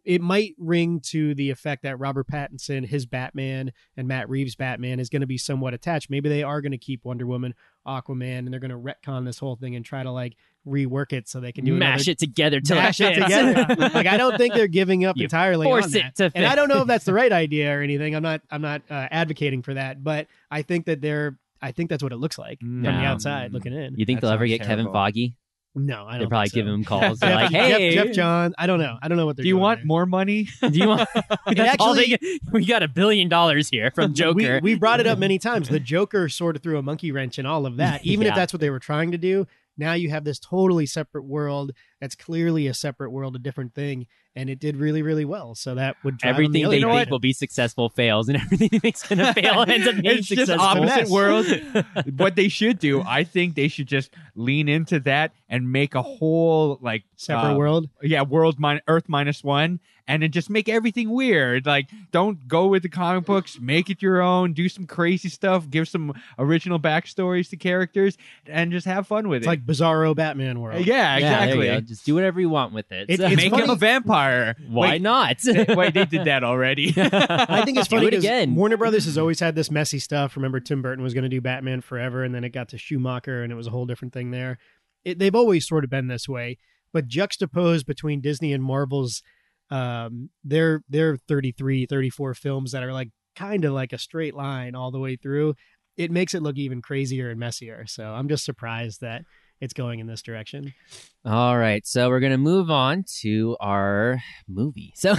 [SPEAKER 3] It might ring to the effect that Robert Pattinson, his Batman, and Matt Reeves' Batman is going to be somewhat attached. Maybe they are going to keep Wonder Woman, Aquaman, and they're going to retcon this whole thing and try to like rework it so they can do
[SPEAKER 1] mash
[SPEAKER 3] another-
[SPEAKER 1] it together till
[SPEAKER 3] mash
[SPEAKER 1] it
[SPEAKER 3] <laughs> it
[SPEAKER 1] fits.
[SPEAKER 3] together.
[SPEAKER 1] <laughs>
[SPEAKER 3] like I don't think they're giving up
[SPEAKER 1] You
[SPEAKER 3] entirely.
[SPEAKER 1] force
[SPEAKER 3] on
[SPEAKER 1] it
[SPEAKER 3] that.
[SPEAKER 1] to fit.
[SPEAKER 3] And I don't know if that's
[SPEAKER 1] <laughs>
[SPEAKER 3] the right idea or anything. I'm not. I'm not uh, advocating for that. But I think that they're. I think that's what it looks like from the
[SPEAKER 1] No.
[SPEAKER 3] outside looking in.
[SPEAKER 1] You think
[SPEAKER 2] That
[SPEAKER 1] they'll ever
[SPEAKER 2] sounds
[SPEAKER 1] get Kevin
[SPEAKER 2] terrible.
[SPEAKER 1] Foggy?
[SPEAKER 3] No, I don't.
[SPEAKER 1] They're probably
[SPEAKER 3] think so.
[SPEAKER 1] giving
[SPEAKER 3] <laughs>
[SPEAKER 1] him calls. They're
[SPEAKER 3] Jeff-
[SPEAKER 1] like, "Hey,
[SPEAKER 3] Jeff, Jeff John. I don't know. I don't know what they're.
[SPEAKER 2] Do you
[SPEAKER 3] doing
[SPEAKER 2] want
[SPEAKER 3] there.
[SPEAKER 2] more money?
[SPEAKER 1] do
[SPEAKER 3] <laughs>
[SPEAKER 1] you want?" <laughs>
[SPEAKER 3] It
[SPEAKER 1] That's all
[SPEAKER 3] actually-
[SPEAKER 1] they get. We got a billion dollars here from Joker.
[SPEAKER 3] <laughs> We, we brought it up many times.
[SPEAKER 1] <laughs>
[SPEAKER 3] The Joker sort of threw a monkey wrench in all of that. Even
[SPEAKER 1] Yeah.
[SPEAKER 3] if that's what they were trying to do, now you have this totally separate world that's clearly a separate world, a different thing, and it did really, really well. So that would drive them the
[SPEAKER 1] everything
[SPEAKER 3] other
[SPEAKER 1] they
[SPEAKER 3] direction.
[SPEAKER 1] think will be successful fails, and <laughs> everything <laughs> they think's
[SPEAKER 3] <laughs>
[SPEAKER 1] gonna fail ends
[SPEAKER 2] <laughs>
[SPEAKER 1] up being
[SPEAKER 2] It's just
[SPEAKER 1] successful.
[SPEAKER 2] opposite worlds.
[SPEAKER 1] <laughs>
[SPEAKER 2] what they should do, I think they should just lean into that and make a whole like
[SPEAKER 3] separate
[SPEAKER 2] uh,
[SPEAKER 3] world.
[SPEAKER 2] yeah, world min- Earth minus one, and then just make everything weird. Like, don't go with the comic books. Make it your own. Do some crazy stuff. Give some original backstories to characters, and just have fun with
[SPEAKER 3] It's
[SPEAKER 2] it.
[SPEAKER 3] like Bizarro Batman world.
[SPEAKER 2] yeah,
[SPEAKER 1] Yeah, there you
[SPEAKER 2] exactly.
[SPEAKER 1] go. Just do whatever you want with it.
[SPEAKER 3] It-
[SPEAKER 1] So-
[SPEAKER 3] It's
[SPEAKER 2] Make him
[SPEAKER 3] funny-
[SPEAKER 2] a vampire.
[SPEAKER 1] Why
[SPEAKER 2] Wait,
[SPEAKER 1] not?
[SPEAKER 3] <laughs>
[SPEAKER 1] <laughs>
[SPEAKER 2] they- <laughs> wait, they did that already.
[SPEAKER 3] I think it's
[SPEAKER 1] Do
[SPEAKER 3] funny
[SPEAKER 1] it
[SPEAKER 3] because
[SPEAKER 1] again.
[SPEAKER 3] Warner
[SPEAKER 1] <laughs>
[SPEAKER 3] Brothers has always had this messy stuff. Remember, Tim Burton was going to do Batman Forever, and then it got to Schumacher, and it was a whole different thing there. It, they've always sort of been this way, but juxtaposed between Disney and Marvel's um, their their 33, 34 films that are like kind of like a straight line all the way through, it makes it look even crazier and messier. So I'm just surprised that it's going in this direction.
[SPEAKER 1] All right, so we're gonna move on to our movie. So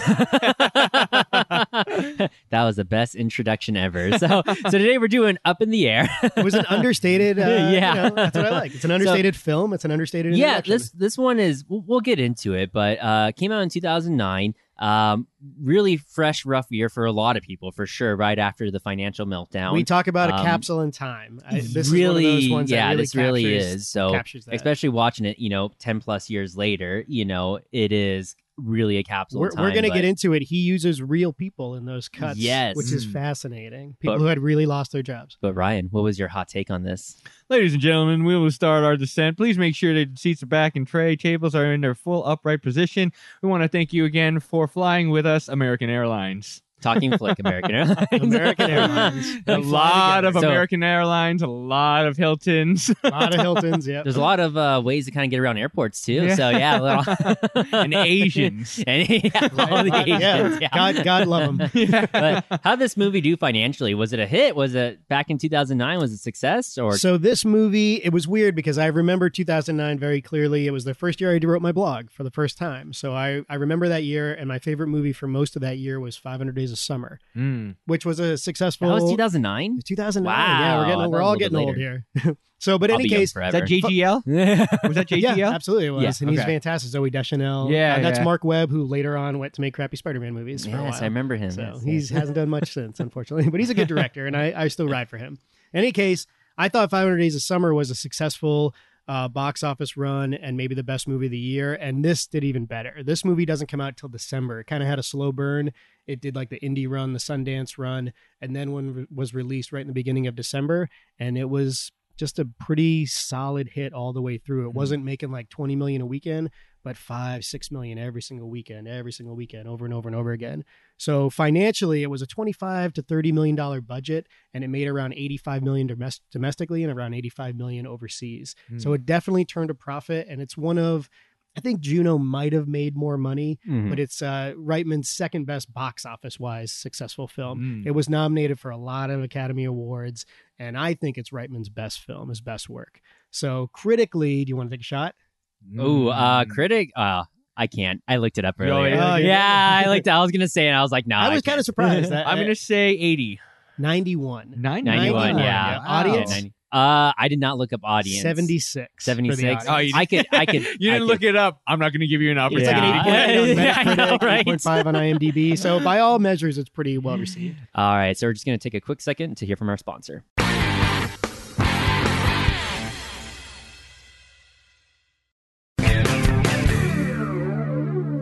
[SPEAKER 1] <laughs> that was the best introduction ever. So, so today we're doing Up in the Air.
[SPEAKER 3] It
[SPEAKER 1] <laughs>
[SPEAKER 3] was an understated, uh,
[SPEAKER 1] Yeah.
[SPEAKER 3] you know, that's what I like. It's an understated film. It's an understated.
[SPEAKER 1] yeah,
[SPEAKER 3] introduction.
[SPEAKER 1] this this one is. We'll, we'll get into it, but uh, came out in two thousand nine. Um, really fresh, rough year for a lot of people, for sure. Right after the financial meltdown,
[SPEAKER 3] We talk about a
[SPEAKER 1] Um,
[SPEAKER 3] capsule in time. I, this
[SPEAKER 1] really,
[SPEAKER 3] is one of those ones
[SPEAKER 1] yeah,
[SPEAKER 3] that really
[SPEAKER 1] this really
[SPEAKER 3] captures-
[SPEAKER 1] is. So
[SPEAKER 3] captures that.
[SPEAKER 1] especially watching it, you know, ten plus years later, you know, it is really a capsule.
[SPEAKER 3] we're,
[SPEAKER 1] time,
[SPEAKER 3] we're gonna
[SPEAKER 1] but-
[SPEAKER 3] get into it. He uses real people in those cuts,
[SPEAKER 1] Yes.
[SPEAKER 3] which is
[SPEAKER 2] Mm.
[SPEAKER 3] fascinating. People
[SPEAKER 1] But-
[SPEAKER 3] who had really lost their jobs.
[SPEAKER 1] But Ryan, what was your hot take on this?
[SPEAKER 2] Ladies and gentlemen, we will start our descent. Please make sure that seats are back and tray tables are in their full upright position. We want to thank you again for flying with us, American Airlines.
[SPEAKER 1] Talking flick, American Airlines.
[SPEAKER 3] <laughs> American Airlines.
[SPEAKER 2] <laughs> A
[SPEAKER 3] We fly
[SPEAKER 2] lot of
[SPEAKER 1] together. So-
[SPEAKER 2] American Airlines, a lot
[SPEAKER 1] <laughs>
[SPEAKER 2] of Hiltons,
[SPEAKER 3] A lot of Hiltons,
[SPEAKER 1] <laughs>
[SPEAKER 3] yeah.
[SPEAKER 1] There's a lot of uh, ways to kind of get around airports too.
[SPEAKER 2] Yeah.
[SPEAKER 1] So yeah, a
[SPEAKER 3] <laughs>
[SPEAKER 1] little... <laughs>
[SPEAKER 2] and Asians.
[SPEAKER 1] and yeah, all the
[SPEAKER 3] Yeah.
[SPEAKER 1] Asians. Yeah.
[SPEAKER 3] God, God love them.
[SPEAKER 1] <laughs>
[SPEAKER 2] <laughs>
[SPEAKER 1] but how did this movie do financially? Was it a hit? Was it back in 2009? Was it success? Or
[SPEAKER 3] So this movie, it was weird because I remember 2009 very clearly. It was the first year I wrote my blog for the first time. So I, I remember that year, and my favorite movie for most of that year was 500 Days of Summer,
[SPEAKER 2] Mm.
[SPEAKER 3] which was a
[SPEAKER 1] that
[SPEAKER 3] successful.
[SPEAKER 1] was 2009?
[SPEAKER 3] 2009. Yeah, we're
[SPEAKER 1] Wow,
[SPEAKER 3] getting
[SPEAKER 1] that
[SPEAKER 3] we're
[SPEAKER 1] was a
[SPEAKER 3] all
[SPEAKER 1] little
[SPEAKER 3] getting
[SPEAKER 1] bit
[SPEAKER 3] old here. <laughs> so, but in
[SPEAKER 1] I'll
[SPEAKER 3] any
[SPEAKER 1] be young
[SPEAKER 3] case,
[SPEAKER 2] Is
[SPEAKER 1] forever. <laughs>
[SPEAKER 2] that JGL? Was <laughs> that JGL?
[SPEAKER 3] Yeah, absolutely it was.
[SPEAKER 1] Yeah,
[SPEAKER 3] and he's
[SPEAKER 2] okay.
[SPEAKER 3] fantastic. Zoe Deschanel.
[SPEAKER 2] Yeah,
[SPEAKER 3] Uh, that's
[SPEAKER 2] yeah.
[SPEAKER 3] Mark Webb, who later on went to make crappy Spider-Man movies for a
[SPEAKER 1] yes,
[SPEAKER 3] while.
[SPEAKER 1] I remember him.
[SPEAKER 3] so
[SPEAKER 1] Yes,
[SPEAKER 3] he
[SPEAKER 1] yes.
[SPEAKER 3] hasn't done much since, unfortunately. But he's a good director, and I, I still ride for him. In any case, I thought 500 Days of Summer was a successful uh, box office run and maybe the best movie of the year. And this did even better. This movie doesn't come out till December. It kind of had a slow burn. It did like the indie run, the Sundance run, and then one re- was released right in the beginning of December, and it was just a pretty solid hit all the way through. It
[SPEAKER 1] Mm-hmm.
[SPEAKER 3] wasn't making like 20 million a weekend, but five, six million every single weekend, every single weekend, over and over and over again. So financially, it was a 25 to 30 million dollar budget, and it made around 85 million domes- domestically and around 85 million overseas.
[SPEAKER 2] Hmm.
[SPEAKER 3] So it definitely turned a profit, and it's one of, I think Juno might have made more money,
[SPEAKER 1] Mhm.
[SPEAKER 3] but it's uh, Reitman's second best box office wise successful film.
[SPEAKER 1] Hmm.
[SPEAKER 2] Mm.
[SPEAKER 3] It was nominated for a lot of Academy Awards, and I think it's Reitman's best film, his best work. So critically, do you want to take a shot? Hmm.
[SPEAKER 1] Ooh, uh, critic. Uh, I can't. I looked it up
[SPEAKER 2] Mm-hmm. Oh,
[SPEAKER 1] earlier.
[SPEAKER 2] yeah,
[SPEAKER 1] yeah,
[SPEAKER 3] you did.
[SPEAKER 1] I looked. I was gonna say, and I was like, no.
[SPEAKER 3] I
[SPEAKER 1] <laughs> I
[SPEAKER 2] <laughs>
[SPEAKER 3] was kind of surprised.
[SPEAKER 2] I'm gonna say 80.
[SPEAKER 3] 91.
[SPEAKER 1] 91,
[SPEAKER 3] 91,
[SPEAKER 1] yeah.
[SPEAKER 3] yeah. Audience?
[SPEAKER 1] Yeah, 90. Uh, I did not look up audience.
[SPEAKER 3] 76. for the
[SPEAKER 1] 76.
[SPEAKER 3] audience.
[SPEAKER 2] Oh, you-
[SPEAKER 1] I could, <laughs> I could.
[SPEAKER 2] <laughs> You
[SPEAKER 1] I
[SPEAKER 2] didn't
[SPEAKER 1] could-
[SPEAKER 2] look it up. I'm not going to give you an
[SPEAKER 1] It's
[SPEAKER 2] opportunity.
[SPEAKER 1] like an
[SPEAKER 2] to get it.
[SPEAKER 1] Yeah.
[SPEAKER 2] <laughs>
[SPEAKER 1] <laughs>
[SPEAKER 3] an 8.9
[SPEAKER 1] Yeah, I
[SPEAKER 3] on
[SPEAKER 1] know,
[SPEAKER 3] Metacritic,
[SPEAKER 1] right?
[SPEAKER 3] 8.5 on IMDb. So by all measures, it's
[SPEAKER 1] <laughs>
[SPEAKER 3] pretty <laughs> well received.
[SPEAKER 1] All right, so we're just going to take a quick second to hear from our sponsor.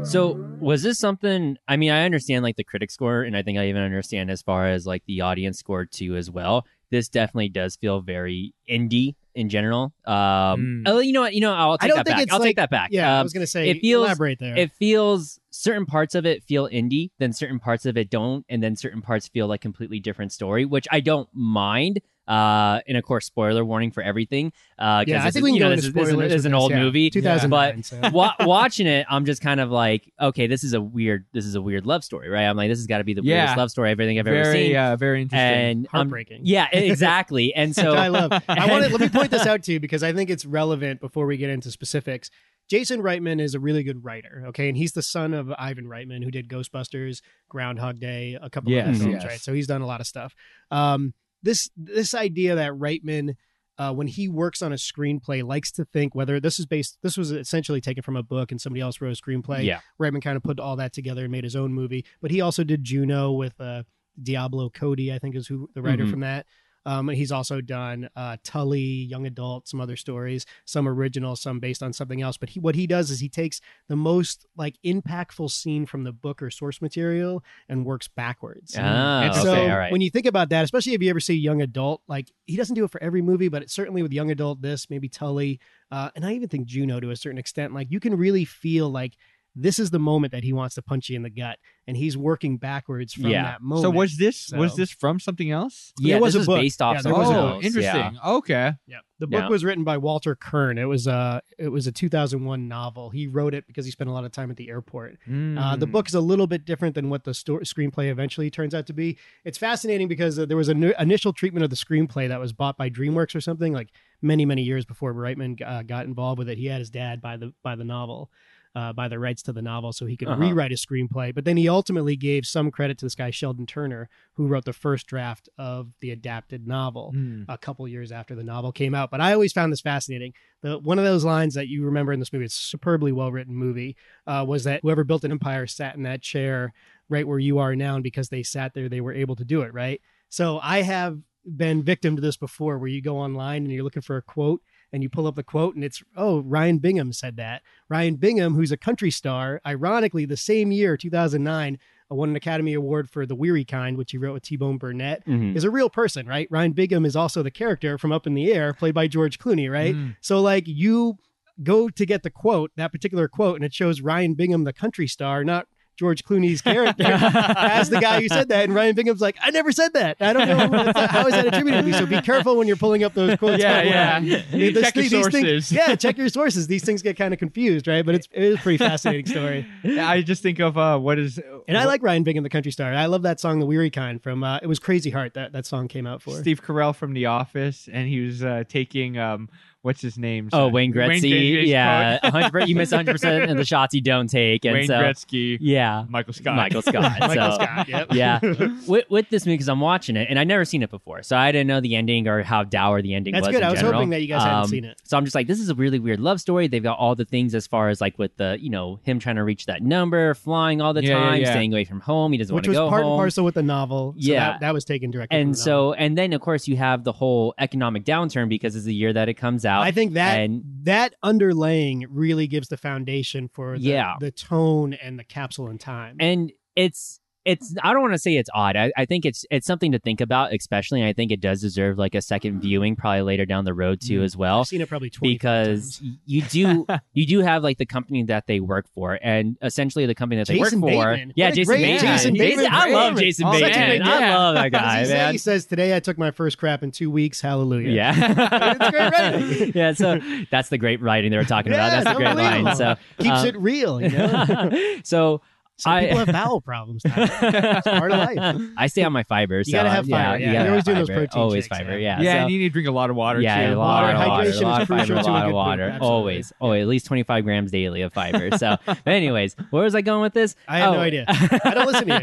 [SPEAKER 1] So, was this something? I mean, I understand like the critic score, and I think I even understand as far as like the audience score too as well. This definitely does feel very indie in general. Um,
[SPEAKER 2] Mm.
[SPEAKER 1] oh, you know what? You know, I'll
[SPEAKER 3] Hmm. I
[SPEAKER 1] take
[SPEAKER 3] don't
[SPEAKER 1] that
[SPEAKER 3] think
[SPEAKER 1] back.
[SPEAKER 3] it's
[SPEAKER 1] I'll
[SPEAKER 3] like-
[SPEAKER 1] take that back.
[SPEAKER 3] Yeah, I
[SPEAKER 1] Um,
[SPEAKER 3] was going to say,
[SPEAKER 1] it feels-
[SPEAKER 3] elaborate there.
[SPEAKER 1] it feels certain parts of it feel indie then certain parts of it don't and then certain parts feel like completely different story which i don't mind uh and of course spoiler warning for everything uh 'cause
[SPEAKER 3] yeah, I
[SPEAKER 1] this
[SPEAKER 3] think
[SPEAKER 1] is-
[SPEAKER 3] we can
[SPEAKER 1] you
[SPEAKER 3] go
[SPEAKER 1] know,
[SPEAKER 3] into
[SPEAKER 1] this is- this is-
[SPEAKER 3] spoilers.
[SPEAKER 1] this is
[SPEAKER 3] with
[SPEAKER 1] an old
[SPEAKER 3] yeah.
[SPEAKER 1] movie um,
[SPEAKER 3] 2009. so.
[SPEAKER 1] Wa- watching it i'm just kind of like okay this is a weird this is a weird love story right i'm like this has got to be the
[SPEAKER 2] Yeah.
[SPEAKER 1] weirdest love story everything i've ever
[SPEAKER 2] Very,
[SPEAKER 1] seen
[SPEAKER 2] uh, very interesting.
[SPEAKER 1] and um,
[SPEAKER 3] Heartbreaking.
[SPEAKER 1] yeah exactly
[SPEAKER 3] <laughs>
[SPEAKER 1] and
[SPEAKER 3] Which I
[SPEAKER 1] so <laughs>
[SPEAKER 3] love.
[SPEAKER 2] <laughs>
[SPEAKER 3] I want to let me point this out to you because I think it's relevant before we get into specifics. Jason Reitman is a really good writer, okay, and he's the son of Ivan Reitman, who did Ghostbusters, Groundhog Day, a couple of
[SPEAKER 2] Yes,
[SPEAKER 3] other films,
[SPEAKER 2] yes.
[SPEAKER 3] right? So he's done a lot of stuff. Um, this this idea that Reitman, uh, when he works on a screenplay, likes to think whether this is based. This was essentially taken from a book, and somebody else wrote a screenplay.
[SPEAKER 1] yeah
[SPEAKER 3] Reitman kind of put all that together and made his own movie. But he also did Juno with uh, Diablo Cody, I think is who the writer
[SPEAKER 1] Mhm.
[SPEAKER 3] from that. Um, and he's also done uh, Tully, Young Adult, some other stories, some original, some based on something else. But he, what he does is he takes the most like impactful scene from the book or source material and works backwards.
[SPEAKER 1] Ah,
[SPEAKER 3] and
[SPEAKER 1] okay,
[SPEAKER 3] so
[SPEAKER 1] all right.
[SPEAKER 3] when you think about that, especially if you ever see Young Adult, like he doesn't do it for every movie, but it's certainly with Young Adult, this maybe Tully, uh, and I even think Juno to a certain extent, like you can really feel like this is the moment that he wants to punch you in the gut, and he's working backwards from
[SPEAKER 1] Yeah.
[SPEAKER 3] that moment.
[SPEAKER 2] so was this was
[SPEAKER 3] So-
[SPEAKER 2] this from something else?
[SPEAKER 1] yeah
[SPEAKER 3] There was
[SPEAKER 1] this
[SPEAKER 3] a
[SPEAKER 1] is
[SPEAKER 3] book.
[SPEAKER 1] based off
[SPEAKER 3] Yeah, there
[SPEAKER 1] something
[SPEAKER 3] was a
[SPEAKER 2] oh,
[SPEAKER 1] else.
[SPEAKER 2] interesting.
[SPEAKER 1] Yeah.
[SPEAKER 2] Okay.
[SPEAKER 3] yeah. The book
[SPEAKER 1] Yeah.
[SPEAKER 3] was written by Walter Kern. It was a it was a 2001 novel. He wrote it because he spent a lot of time at the airport. Uh, the
[SPEAKER 1] Hmm.
[SPEAKER 2] Mm.
[SPEAKER 3] book is a little bit different than what the sto- screenplay eventually turns out to be. It's fascinating because uh, there was an initial treatment of the screenplay that was bought by DreamWorks or something like many many years before Reitman uh, got involved with it. He had his dad buy the buy the novel. Uh, by the rights to the novel, so he could
[SPEAKER 1] Uh-huh.
[SPEAKER 3] rewrite a screenplay. But then he ultimately gave some credit to this guy Sheldon Turner, who wrote the first draft of the adapted novel
[SPEAKER 2] Mm.
[SPEAKER 3] a couple years after the novel came out. But I always found this fascinating. The one of those lines that you remember in this movie, it's a superbly well written movie, uh, was that whoever built an empire sat in that chair right where you are now, and because they sat there, they were able to do it. Right. So I have been victim to this before, where you go online and you're looking for a quote. And you pull up the quote, and it's, oh, Ryan Bingham said that. Ryan Bingham, who's a country star, ironically, the same year, 2009, won an Academy Award for The Weary Kind, which he wrote with T Bone Burnett
[SPEAKER 1] Mhm.
[SPEAKER 3] is a real person, right? Ryan Bingham is also the character from Up in the Air, played by George Clooney, right?
[SPEAKER 2] Mm.
[SPEAKER 3] So like you go to get the quote, that particular quote, and it shows Ryan Bingham, the country star, not George Clooney's
[SPEAKER 2] <laughs>
[SPEAKER 3] character.
[SPEAKER 2] Hmm.
[SPEAKER 3] <laughs> As the guy who said that, and Ryan Bingham's like, I never said that. I don't know what- how is that attributed to me. So be careful when you're pulling up those quotes.
[SPEAKER 2] Yeah, <laughs>
[SPEAKER 3] online.
[SPEAKER 2] yeah.
[SPEAKER 3] Yeah, this-
[SPEAKER 2] Check your
[SPEAKER 3] these
[SPEAKER 2] <laughs>
[SPEAKER 3] things-
[SPEAKER 2] sources.
[SPEAKER 3] yeah, check your sources. These things get kind of confused, right? But it's it is a pretty fascinating story.
[SPEAKER 2] Yeah, I just think of uh, what is.
[SPEAKER 3] And I like Ryan Bingham, the country star. I love that song, "The Weary Kind," from uh, it was Crazy Heart that that song came out for.
[SPEAKER 2] Steve Carell from The Office, and he was uh, taking um, what's his name?
[SPEAKER 1] Oh, Wayne Gretzky.
[SPEAKER 2] Gretzky's
[SPEAKER 1] yeah,
[SPEAKER 2] <laughs>
[SPEAKER 1] <laughs>
[SPEAKER 2] quote.
[SPEAKER 1] 100, you miss 100% of the shots you don't take. And
[SPEAKER 2] Wayne
[SPEAKER 1] so,
[SPEAKER 2] Gretzky,
[SPEAKER 1] yeah,
[SPEAKER 2] Michael Scott. <laughs>
[SPEAKER 1] Michael Scott.
[SPEAKER 3] Michael
[SPEAKER 1] so,
[SPEAKER 3] Scott.
[SPEAKER 1] <laughs>
[SPEAKER 3] Yep.
[SPEAKER 1] yeah. With, with this movie, because I'm watching it, and I'd never seen it before. So I didn't know the ending or how dour the ending
[SPEAKER 3] That's
[SPEAKER 1] was.
[SPEAKER 3] good.
[SPEAKER 1] in
[SPEAKER 3] I was
[SPEAKER 1] general.
[SPEAKER 3] hoping that you guys hadn't
[SPEAKER 1] Um,
[SPEAKER 3] seen it.
[SPEAKER 1] So I'm just like, this is a really weird love story. They've got all the things as far as like with the, you know, him trying to reach that number, flying all the
[SPEAKER 2] Yeah, yeah,
[SPEAKER 1] time,
[SPEAKER 2] yeah.
[SPEAKER 1] staying away from home. He doesn't want
[SPEAKER 3] which
[SPEAKER 1] to
[SPEAKER 3] was
[SPEAKER 1] go
[SPEAKER 3] part
[SPEAKER 1] home.
[SPEAKER 3] and parcel with the novel. So
[SPEAKER 1] Yeah.
[SPEAKER 3] that, that was taken directly. from
[SPEAKER 1] and
[SPEAKER 3] the novel.
[SPEAKER 1] so, and then of course you have the whole economic downturn because it's the year that it comes out.
[SPEAKER 3] I think that
[SPEAKER 1] and-
[SPEAKER 3] that underlaying really gives the foundation for the,
[SPEAKER 1] Yeah.
[SPEAKER 3] the tone and the capsule in time.
[SPEAKER 1] and it's it's i don't want to say it's odd I, I think it's it's something to think about especially and i think it does deserve like a second viewing probably later down the road too
[SPEAKER 2] Mm.
[SPEAKER 1] as well
[SPEAKER 3] Mm-hmm. I've seen it probably twenty
[SPEAKER 1] because y- you
[SPEAKER 3] <laughs>
[SPEAKER 1] do you do have like the company that they work for and essentially the company that they
[SPEAKER 3] Jason
[SPEAKER 1] work
[SPEAKER 3] Bateman.
[SPEAKER 1] for yeah
[SPEAKER 3] What a
[SPEAKER 1] jason
[SPEAKER 3] great
[SPEAKER 1] bateman
[SPEAKER 2] Jason
[SPEAKER 3] Bateman
[SPEAKER 1] i love
[SPEAKER 3] Bateman.
[SPEAKER 1] jason
[SPEAKER 2] Such a
[SPEAKER 1] bateman
[SPEAKER 2] big
[SPEAKER 1] i
[SPEAKER 3] guy.
[SPEAKER 1] love
[SPEAKER 3] <laughs>
[SPEAKER 1] that
[SPEAKER 3] What does
[SPEAKER 1] guy
[SPEAKER 3] he, say?
[SPEAKER 1] man
[SPEAKER 3] he says, "Today I took my first crap in two weeks. Hallelujah."
[SPEAKER 1] yeah
[SPEAKER 3] It's great writing.
[SPEAKER 1] <laughs> yeah so that's the great writing they were talking about <laughs>
[SPEAKER 3] Yeah,
[SPEAKER 1] that's the great line
[SPEAKER 3] unbelievable.
[SPEAKER 1] so <laughs>
[SPEAKER 3] Keeps
[SPEAKER 1] Um,
[SPEAKER 3] it real. You know?
[SPEAKER 1] so
[SPEAKER 3] Some
[SPEAKER 1] uh, I-
[SPEAKER 3] people
[SPEAKER 1] <laughs>
[SPEAKER 3] have bowel problems. Tyler. <laughs> part of life.
[SPEAKER 1] I stay on my fiber.
[SPEAKER 3] You
[SPEAKER 1] so,
[SPEAKER 3] gotta have
[SPEAKER 1] yeah,
[SPEAKER 3] fiber,
[SPEAKER 1] you
[SPEAKER 3] yeah.
[SPEAKER 1] gotta
[SPEAKER 3] You're always
[SPEAKER 1] have
[SPEAKER 3] doing those
[SPEAKER 1] fiber.
[SPEAKER 3] protein
[SPEAKER 1] Always
[SPEAKER 3] shakes,
[SPEAKER 1] fiber.
[SPEAKER 3] yeah.
[SPEAKER 1] Yeah.
[SPEAKER 2] yeah,
[SPEAKER 1] so-
[SPEAKER 2] and you need to drink a lot of water
[SPEAKER 1] yeah,
[SPEAKER 2] too.
[SPEAKER 1] a lot,
[SPEAKER 3] Water
[SPEAKER 1] of water,
[SPEAKER 3] hydration
[SPEAKER 1] a lot
[SPEAKER 3] is
[SPEAKER 1] of fiber,
[SPEAKER 3] crucial
[SPEAKER 1] a
[SPEAKER 3] to a
[SPEAKER 1] lot of
[SPEAKER 3] good poop,
[SPEAKER 1] water.
[SPEAKER 3] absolutely.
[SPEAKER 1] Always, always, at least twenty five grams daily of fiber. So, but anyways, where was I going with this?
[SPEAKER 3] I had no
[SPEAKER 1] Oh.
[SPEAKER 3] idea. <laughs> I don't listen to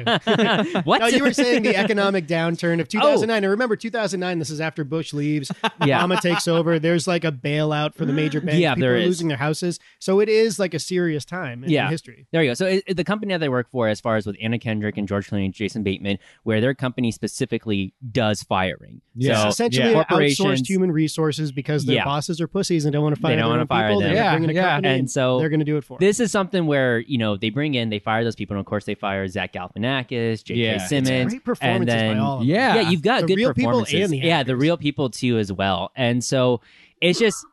[SPEAKER 3] you.
[SPEAKER 1] <laughs> what?
[SPEAKER 3] No, you were saying the economic downturn of
[SPEAKER 1] Oh.
[SPEAKER 3] 2009. And remember, 2009, this is after Bush leaves.
[SPEAKER 1] <laughs> Yeah.
[SPEAKER 3] Obama takes over. There's like a bailout for the major
[SPEAKER 1] <gasps>
[SPEAKER 3] banks.
[SPEAKER 1] Yeah,
[SPEAKER 3] People
[SPEAKER 1] there
[SPEAKER 3] are
[SPEAKER 1] is.
[SPEAKER 3] losing their houses. So it is like a serious time in
[SPEAKER 1] Yeah.
[SPEAKER 3] history.
[SPEAKER 1] There you go. So it, it- the company that I work for, as far as with Anna Kendrick and George Clooney and Jason Bateman, where their company specifically does firing.
[SPEAKER 2] Yeah.
[SPEAKER 1] So
[SPEAKER 3] It's essentially
[SPEAKER 1] yeah.
[SPEAKER 3] outsourced
[SPEAKER 1] corporations-
[SPEAKER 3] human resources because their
[SPEAKER 1] Yeah.
[SPEAKER 3] bosses are pussies and don't want to fire
[SPEAKER 1] They don't
[SPEAKER 3] their
[SPEAKER 1] wanna
[SPEAKER 3] own
[SPEAKER 1] fire
[SPEAKER 3] people.
[SPEAKER 1] them.
[SPEAKER 3] They're
[SPEAKER 2] Yeah,
[SPEAKER 3] bringing a
[SPEAKER 2] yeah.
[SPEAKER 3] company
[SPEAKER 1] and
[SPEAKER 3] and
[SPEAKER 1] so
[SPEAKER 3] they're going to do it for 'em.
[SPEAKER 1] This is something where you know they bring in, they fire those people, and of course they fire Zach Galifianakis, J.K.
[SPEAKER 2] Yeah. It's
[SPEAKER 1] Simmons,
[SPEAKER 3] Great performances
[SPEAKER 1] then-
[SPEAKER 3] by all of them.
[SPEAKER 2] yeah.
[SPEAKER 1] yeah, you've got
[SPEAKER 3] The
[SPEAKER 1] good
[SPEAKER 3] real people
[SPEAKER 1] performances.
[SPEAKER 3] and the
[SPEAKER 1] yeah, the
[SPEAKER 3] actors.
[SPEAKER 1] real people too as well. And so it's just